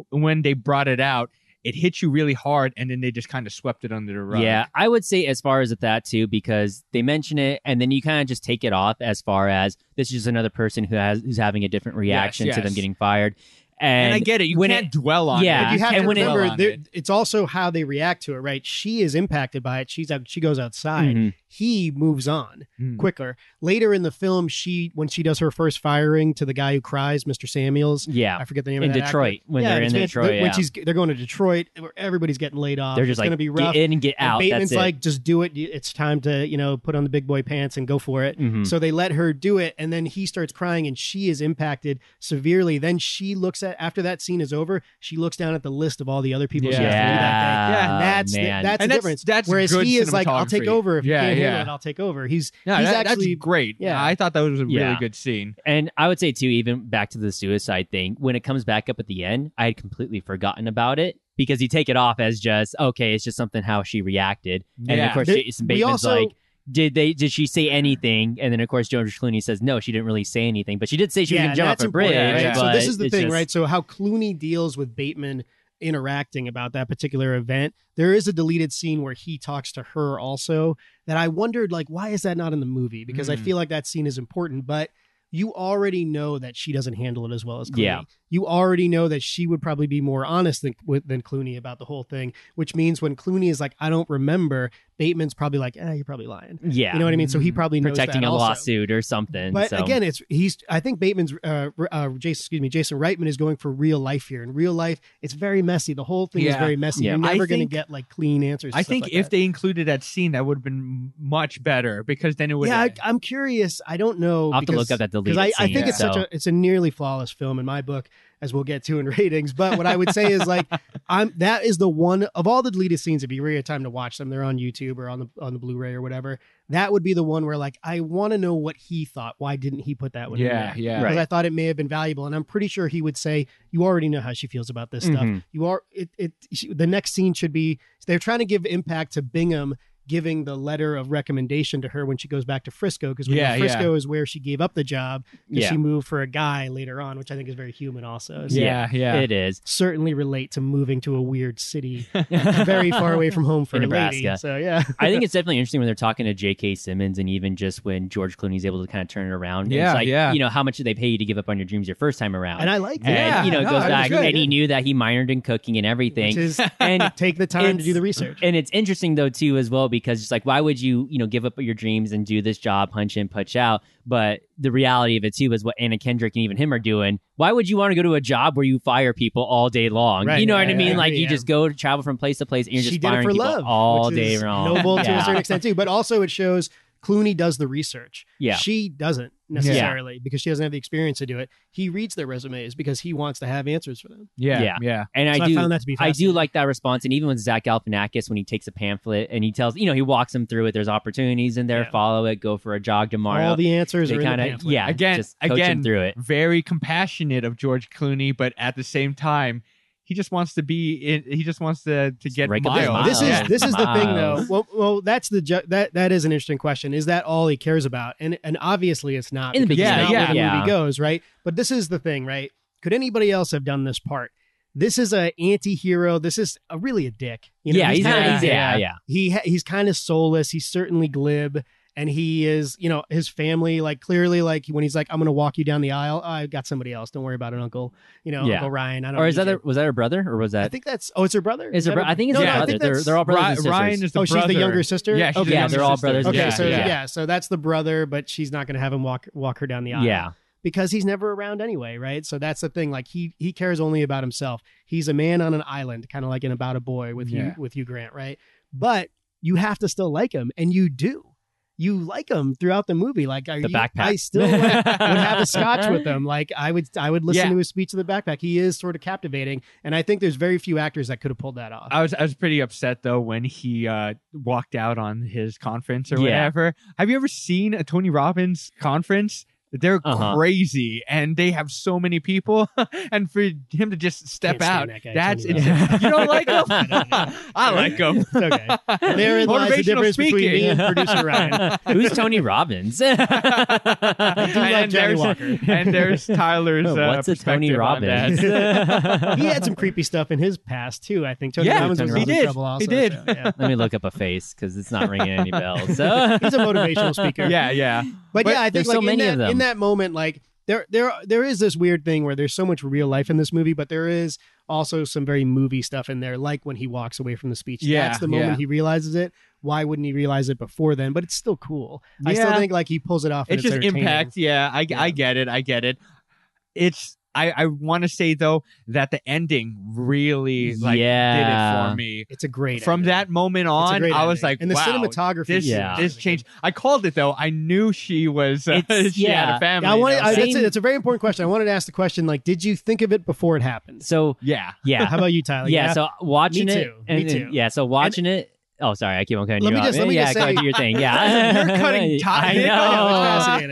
[SPEAKER 2] when they brought it out, it hit you really hard, and then they just kind of swept it under the rug.
[SPEAKER 1] Yeah, I would say as far as at that too, because they mention it and then you kind of just take it off as far as this is just another person who has who's having a different reaction to them
[SPEAKER 2] yes.
[SPEAKER 1] getting fired.
[SPEAKER 2] And,
[SPEAKER 1] And,
[SPEAKER 2] I get it. You
[SPEAKER 1] when
[SPEAKER 2] can't dwell on
[SPEAKER 1] yeah,
[SPEAKER 2] it.
[SPEAKER 3] you have
[SPEAKER 1] and
[SPEAKER 3] to
[SPEAKER 1] when it-
[SPEAKER 3] remember,
[SPEAKER 2] Dwell on
[SPEAKER 3] there-
[SPEAKER 2] it.
[SPEAKER 3] it's also how they react to it, right? She is impacted by it. She's out, she goes outside.
[SPEAKER 1] Mhm.
[SPEAKER 3] He moves on
[SPEAKER 2] Mm.
[SPEAKER 3] quicker. Later in the film, she when she does her first firing to the guy who cries, Mr. Samuels.
[SPEAKER 1] yeah,
[SPEAKER 3] I forget the name
[SPEAKER 1] in
[SPEAKER 3] of that actor.
[SPEAKER 1] Detroit when
[SPEAKER 3] Yeah,
[SPEAKER 1] they're in
[SPEAKER 3] it's fantastic.
[SPEAKER 1] Detroit,
[SPEAKER 3] when
[SPEAKER 1] yeah.
[SPEAKER 3] she's they're going to Detroit, where everybody's getting laid off.
[SPEAKER 1] they're just
[SPEAKER 3] it's going to
[SPEAKER 1] like
[SPEAKER 3] be rough.
[SPEAKER 1] get in, get
[SPEAKER 3] And
[SPEAKER 1] out. that's
[SPEAKER 3] Bateman's
[SPEAKER 1] it.
[SPEAKER 3] like, just do it. You- It's time to you know put on the big boy pants and go for it.
[SPEAKER 1] Mhm.
[SPEAKER 3] So they let her do it, and then he starts crying, and she is impacted severely. Then she looks at after that scene is over, she looks down at the list of all the other people. She has to do that day.
[SPEAKER 1] yeah,
[SPEAKER 2] Yeah,
[SPEAKER 3] And that's the,
[SPEAKER 1] man.
[SPEAKER 3] that's
[SPEAKER 2] And
[SPEAKER 3] the
[SPEAKER 2] that's-
[SPEAKER 3] difference.
[SPEAKER 2] that's
[SPEAKER 3] Whereas
[SPEAKER 2] good
[SPEAKER 3] he is like, I'll take
[SPEAKER 2] cinematography.
[SPEAKER 3] over. If
[SPEAKER 2] Yeah,
[SPEAKER 3] you can't handle
[SPEAKER 2] yeah.
[SPEAKER 3] it, I'll take over. He's
[SPEAKER 2] Yeah,
[SPEAKER 3] he's
[SPEAKER 2] that-
[SPEAKER 3] actually
[SPEAKER 2] that's great.
[SPEAKER 3] yeah.
[SPEAKER 2] I thought that was a really
[SPEAKER 1] Yeah.
[SPEAKER 2] good scene.
[SPEAKER 1] And I would say too, even back to the suicide thing, when it comes back up at the end, I had completely forgotten about it because you take it off as just okay, it's just something how she reacted. And
[SPEAKER 2] Yeah.
[SPEAKER 1] of course,
[SPEAKER 3] There-
[SPEAKER 1] Jason
[SPEAKER 3] we
[SPEAKER 1] Bateman's
[SPEAKER 3] also-
[SPEAKER 1] like, did they? Did she say anything? And then of course, George Clooney says no, she didn't really say anything, but she did say she
[SPEAKER 3] yeah,
[SPEAKER 1] was gonna jump
[SPEAKER 3] that's
[SPEAKER 1] off a bridge.
[SPEAKER 3] important,
[SPEAKER 2] yeah.
[SPEAKER 3] Right? So
[SPEAKER 1] but
[SPEAKER 3] this is the
[SPEAKER 1] it's
[SPEAKER 3] thing,
[SPEAKER 1] just-
[SPEAKER 3] right? So how Clooney deals with Bateman interacting about that particular event. There is a deleted scene where he talks to her also that I wondered like why is that not in the movie? Because I
[SPEAKER 2] Mm.
[SPEAKER 3] feel like that scene is important, but you already know that she doesn't handle it as well as Clooney.
[SPEAKER 1] Yeah.
[SPEAKER 3] You already know that she would probably be more honest than with- than Clooney about the whole thing, which means when Clooney is like I don't remember, Bateman's probably like, "Eh, you're probably lying."
[SPEAKER 1] Yeah,
[SPEAKER 3] You know what I mean? So he probably knows
[SPEAKER 1] protecting
[SPEAKER 3] that
[SPEAKER 1] a
[SPEAKER 3] also.
[SPEAKER 1] lawsuit or something.
[SPEAKER 3] But
[SPEAKER 1] so.
[SPEAKER 3] again, it's he's. I think Bateman's, uh, r- uh, Jason, excuse me, Jason Reitman is going for real life here. In real life, it's very messy. The whole thing is
[SPEAKER 2] Yeah.
[SPEAKER 3] very messy.
[SPEAKER 1] Yeah.
[SPEAKER 3] You're
[SPEAKER 2] I
[SPEAKER 3] never going to
[SPEAKER 2] think-
[SPEAKER 3] get like clean answers. to
[SPEAKER 2] I
[SPEAKER 3] stuff
[SPEAKER 2] think
[SPEAKER 3] like
[SPEAKER 2] if
[SPEAKER 3] that.
[SPEAKER 2] they included that scene, that would have been much better because then it would.
[SPEAKER 3] yeah, I, I'm curious. I don't know.
[SPEAKER 1] I'll have to
[SPEAKER 3] because-
[SPEAKER 1] look up that
[SPEAKER 3] because
[SPEAKER 1] deleted
[SPEAKER 3] I,
[SPEAKER 1] scene.
[SPEAKER 3] I think it's
[SPEAKER 1] so.
[SPEAKER 3] such a it's a nearly flawless film in my book, as we'll get to in <laughs> ratings. But what I would say is like I'm that is the one of all the deleted scenes. If you really have time to watch them, they're on YouTube or on the on the Blu-ray or whatever. That would be the one where like I want to know what he thought. Why didn't he put that one? in
[SPEAKER 2] yeah,
[SPEAKER 3] there?
[SPEAKER 2] yeah.
[SPEAKER 1] Right.
[SPEAKER 3] because uh, I thought it may have been valuable. And I'm pretty sure he would say, "You already know how she feels about this stuff.
[SPEAKER 1] Mhm.
[SPEAKER 2] Mm-hmm.
[SPEAKER 3] You are it. It she, the next scene should be they're trying to give impact to Bingham." Giving the letter of recommendation to her when she goes back to Frisco because
[SPEAKER 2] Yeah, yeah.
[SPEAKER 3] Frisco is where she gave up the job because
[SPEAKER 1] Yeah.
[SPEAKER 3] she moved for a guy later on, which I think is very human. Also, It's
[SPEAKER 2] Yeah, yeah.
[SPEAKER 1] It
[SPEAKER 2] <laughs>
[SPEAKER 1] is
[SPEAKER 3] certainly relate to moving to a
[SPEAKER 1] <laughs>
[SPEAKER 3] weird city, very far away from home for
[SPEAKER 1] In
[SPEAKER 3] a lady.
[SPEAKER 1] Nebraska.
[SPEAKER 3] So yeah,
[SPEAKER 1] I think it's definitely interesting when they're talking to J.K. Simmons, and even just when George Clooney's able to kind of turn it around.
[SPEAKER 2] Yeah,
[SPEAKER 1] it's like,
[SPEAKER 2] yeah.
[SPEAKER 1] You know, how much did they pay you to give up on your dreams your first time around?
[SPEAKER 3] and I like
[SPEAKER 1] And,
[SPEAKER 3] that.
[SPEAKER 2] Yeah,
[SPEAKER 1] you know, it
[SPEAKER 2] no,
[SPEAKER 1] goes
[SPEAKER 2] it was
[SPEAKER 1] back,
[SPEAKER 2] good.
[SPEAKER 1] and he knew that he minored in cooking and everything.
[SPEAKER 3] Which is
[SPEAKER 1] and
[SPEAKER 3] take the time to
[SPEAKER 1] It's-
[SPEAKER 3] do the research.
[SPEAKER 1] and it's interesting though too as well because it's like why would you you know give up your dreams and do this job punch in punch out but the reality of it too is what Anna Kendrick and even him are doing why would you want to go to a job where you fire people all day long
[SPEAKER 3] Right,
[SPEAKER 1] you know
[SPEAKER 3] yeah,
[SPEAKER 1] what I
[SPEAKER 3] yeah,
[SPEAKER 1] mean
[SPEAKER 3] I
[SPEAKER 1] like
[SPEAKER 3] agree,
[SPEAKER 1] you
[SPEAKER 3] yeah.
[SPEAKER 1] just go travel from place to place and you're
[SPEAKER 3] she
[SPEAKER 1] just
[SPEAKER 3] did it
[SPEAKER 1] firing
[SPEAKER 3] for
[SPEAKER 1] people
[SPEAKER 3] love
[SPEAKER 1] all
[SPEAKER 3] which
[SPEAKER 1] day
[SPEAKER 3] is
[SPEAKER 1] long
[SPEAKER 3] Noble to
[SPEAKER 1] <laughs> Yeah.
[SPEAKER 3] a certain extent too, but also it shows Clooney does the research.
[SPEAKER 1] Yeah.
[SPEAKER 3] she doesn't necessarily because she doesn't have the experience to do it. He reads their resumes because he wants to have answers for them.
[SPEAKER 2] yeah, yeah,
[SPEAKER 1] Yeah. and
[SPEAKER 3] So
[SPEAKER 1] I
[SPEAKER 3] I,
[SPEAKER 1] do
[SPEAKER 3] found that to be.
[SPEAKER 1] I do
[SPEAKER 3] fascinating.
[SPEAKER 1] like that response, and even with Zach Galifianakis, when he takes a pamphlet and he tells, you know, he walks him through it. There's opportunities in there.
[SPEAKER 3] Yeah.
[SPEAKER 1] Follow it. Go for a jog tomorrow.
[SPEAKER 3] all the answers
[SPEAKER 1] they
[SPEAKER 3] are in
[SPEAKER 1] kind
[SPEAKER 3] the
[SPEAKER 1] of,
[SPEAKER 3] pamphlet.
[SPEAKER 1] yeah,
[SPEAKER 2] Again-
[SPEAKER 1] just coach him
[SPEAKER 2] again,
[SPEAKER 1] through it.
[SPEAKER 2] Very compassionate of George Clooney, but at the same time, he just wants to be. In, he just wants to to get
[SPEAKER 1] rake up his
[SPEAKER 2] miles.
[SPEAKER 3] This
[SPEAKER 1] Miles.
[SPEAKER 3] is this is the thing though.
[SPEAKER 1] Miles.
[SPEAKER 3] Well, well, that's the ju- that that is an interesting question. Is that all he cares about? And and obviously it's not.
[SPEAKER 1] In the
[SPEAKER 3] because it's
[SPEAKER 2] beginning,
[SPEAKER 3] not where
[SPEAKER 2] yeah,
[SPEAKER 3] the
[SPEAKER 1] yeah.
[SPEAKER 3] movie goes right. But this is the thing, right? Could anybody else have done this part? This is a anti-hero. This is a, really a dick. You know,
[SPEAKER 1] yeah, he's,
[SPEAKER 3] kinda-
[SPEAKER 1] not,
[SPEAKER 2] he's-
[SPEAKER 1] yeah,
[SPEAKER 2] yeah.
[SPEAKER 1] yeah.
[SPEAKER 3] he ha- he's kind of soulless. He's certainly glib, and he is you know his family like clearly like when he's like I'm gonna walk you down the aisle. "Oh, I've got somebody else. Don't worry about it, Uncle. You know,
[SPEAKER 1] Yeah.
[SPEAKER 3] Uncle Ryan. I don't.
[SPEAKER 1] Or is
[SPEAKER 3] need
[SPEAKER 1] that
[SPEAKER 3] you."
[SPEAKER 1] a, was that her brother or was
[SPEAKER 3] I
[SPEAKER 1] that?
[SPEAKER 3] think that's. Oh, it's her brother.
[SPEAKER 1] Is
[SPEAKER 3] that
[SPEAKER 1] her, bro- I think it's her
[SPEAKER 3] no, no, I
[SPEAKER 1] brother.
[SPEAKER 3] think
[SPEAKER 1] they're,
[SPEAKER 3] that's-
[SPEAKER 1] they're all brothers
[SPEAKER 2] Ri-
[SPEAKER 1] and sisters.
[SPEAKER 2] Ryan is the
[SPEAKER 3] oh,
[SPEAKER 2] brother.
[SPEAKER 3] she's the younger sister.
[SPEAKER 2] Yeah, she's
[SPEAKER 3] okay.
[SPEAKER 2] the
[SPEAKER 1] Yeah,
[SPEAKER 2] younger
[SPEAKER 1] they're all
[SPEAKER 2] sister.
[SPEAKER 1] brothers and
[SPEAKER 3] Okay,
[SPEAKER 1] Yeah,
[SPEAKER 3] so
[SPEAKER 1] yeah.
[SPEAKER 3] yeah. so that's the brother, but she's not gonna have him walk walk her down the uh, aisle.
[SPEAKER 1] yeah,
[SPEAKER 3] because he's never around anyway, right? So that's the thing. Like he he cares only about himself. He's a man on an island, kind of like in About a Boy with
[SPEAKER 2] Yeah.
[SPEAKER 3] you with you Grant, right? But you have to still like him, and you do. You like him throughout the movie. Like are
[SPEAKER 1] the
[SPEAKER 3] you-
[SPEAKER 1] backpack.
[SPEAKER 3] I still like, <laughs>
[SPEAKER 1] <laughs>
[SPEAKER 3] would have a scotch with him. Like I would I would listen
[SPEAKER 2] Yeah.
[SPEAKER 3] to his speech in the backpack. He is sort of captivating, and I think there's very few actors that could have pulled that off.
[SPEAKER 2] I was I was pretty upset though when he uh, walked out on his conference or
[SPEAKER 1] Yeah.
[SPEAKER 2] whatever. Have you ever seen a Tony Robbins conference? They're
[SPEAKER 1] Uh-huh.
[SPEAKER 2] crazy and they have so many people, <laughs> and for him to just step
[SPEAKER 3] Can't stand
[SPEAKER 2] out,
[SPEAKER 3] that guy,
[SPEAKER 2] that's
[SPEAKER 3] Tony
[SPEAKER 2] <laughs> it's, you don't like him.
[SPEAKER 3] I don't know. <laughs>
[SPEAKER 2] I like him.
[SPEAKER 3] It's okay. Therein lies the
[SPEAKER 2] Motivational
[SPEAKER 3] difference between me and
[SPEAKER 2] speaking. <laughs>
[SPEAKER 3] producer Ryan.
[SPEAKER 1] Who's Tony
[SPEAKER 3] <laughs>
[SPEAKER 1] Robbins? <laughs> What's
[SPEAKER 3] like
[SPEAKER 2] and,
[SPEAKER 3] Johnny
[SPEAKER 2] there's,
[SPEAKER 3] Walker.
[SPEAKER 2] and there's Tyler's. Uh,
[SPEAKER 1] a Tony
[SPEAKER 2] perspective on that.
[SPEAKER 1] Robbins? <laughs>
[SPEAKER 3] He had some creepy stuff in his past too. I think Tony
[SPEAKER 2] Yeah,
[SPEAKER 3] Robbins
[SPEAKER 1] Tony
[SPEAKER 3] was
[SPEAKER 1] Robbins.
[SPEAKER 3] in
[SPEAKER 2] He did.
[SPEAKER 3] trouble also.
[SPEAKER 2] He did.
[SPEAKER 3] so,
[SPEAKER 2] <laughs>
[SPEAKER 3] yeah.
[SPEAKER 1] Let me look up a face because it's not ringing any bells. So.
[SPEAKER 3] <laughs> He's a motivational speaker.
[SPEAKER 2] <laughs> Yeah, yeah.
[SPEAKER 3] but,
[SPEAKER 2] But
[SPEAKER 3] yeah, I think
[SPEAKER 1] there's
[SPEAKER 3] like
[SPEAKER 1] so
[SPEAKER 3] in
[SPEAKER 1] many
[SPEAKER 3] that,
[SPEAKER 1] of them.
[SPEAKER 3] in that moment, like there there there is this weird thing where there's so much real life in this movie, but there is also some very movie stuff in there, like when he walks away from the speech.
[SPEAKER 2] Yeah,
[SPEAKER 3] That's the moment
[SPEAKER 2] yeah.
[SPEAKER 3] he realizes it. Why wouldn't he realize it before then? But it's still cool. I still
[SPEAKER 2] Yeah.
[SPEAKER 3] think like he pulls it off. and
[SPEAKER 2] it's just
[SPEAKER 3] entertaining.
[SPEAKER 2] impact. Yeah, I
[SPEAKER 3] Yeah.
[SPEAKER 2] I get it. I get it. It's I I want to say though that the ending really like did it
[SPEAKER 1] Yeah.
[SPEAKER 2] for me.
[SPEAKER 3] It's a great
[SPEAKER 2] From
[SPEAKER 3] ending.
[SPEAKER 2] that moment
[SPEAKER 3] It's a
[SPEAKER 2] on,
[SPEAKER 3] great
[SPEAKER 2] I was
[SPEAKER 3] ending.
[SPEAKER 2] like,
[SPEAKER 3] and the
[SPEAKER 2] wow,
[SPEAKER 3] cinematography.
[SPEAKER 2] this
[SPEAKER 3] is
[SPEAKER 1] Yeah.
[SPEAKER 2] this
[SPEAKER 3] really
[SPEAKER 2] changed.
[SPEAKER 3] good.
[SPEAKER 2] I called it though. I knew she was uh,
[SPEAKER 1] It's-
[SPEAKER 2] <laughs> she had
[SPEAKER 1] yeah.
[SPEAKER 2] a family.
[SPEAKER 3] I wanted.
[SPEAKER 2] though,
[SPEAKER 3] I,
[SPEAKER 2] so-
[SPEAKER 3] that's, a, that's a very important question. I wanted to ask the question: like, did you think of it before it happened?
[SPEAKER 1] So
[SPEAKER 2] yeah.
[SPEAKER 1] yeah,
[SPEAKER 3] How about you, Tyler?
[SPEAKER 1] yeah.
[SPEAKER 3] <laughs>
[SPEAKER 1] So watching
[SPEAKER 3] Uh, Me
[SPEAKER 1] it,
[SPEAKER 3] too.
[SPEAKER 1] and,
[SPEAKER 3] Me too.
[SPEAKER 1] yeah. So watching it. Oh, sorry, I keep on cutting
[SPEAKER 3] Let
[SPEAKER 1] you
[SPEAKER 3] me
[SPEAKER 1] off.
[SPEAKER 3] just- let me
[SPEAKER 1] yeah,
[SPEAKER 3] just
[SPEAKER 1] go
[SPEAKER 3] say-
[SPEAKER 1] do your
[SPEAKER 3] <laughs>
[SPEAKER 1] thing. Yeah,
[SPEAKER 2] You're cutting
[SPEAKER 1] <laughs> I
[SPEAKER 2] ties.
[SPEAKER 1] know. <laughs>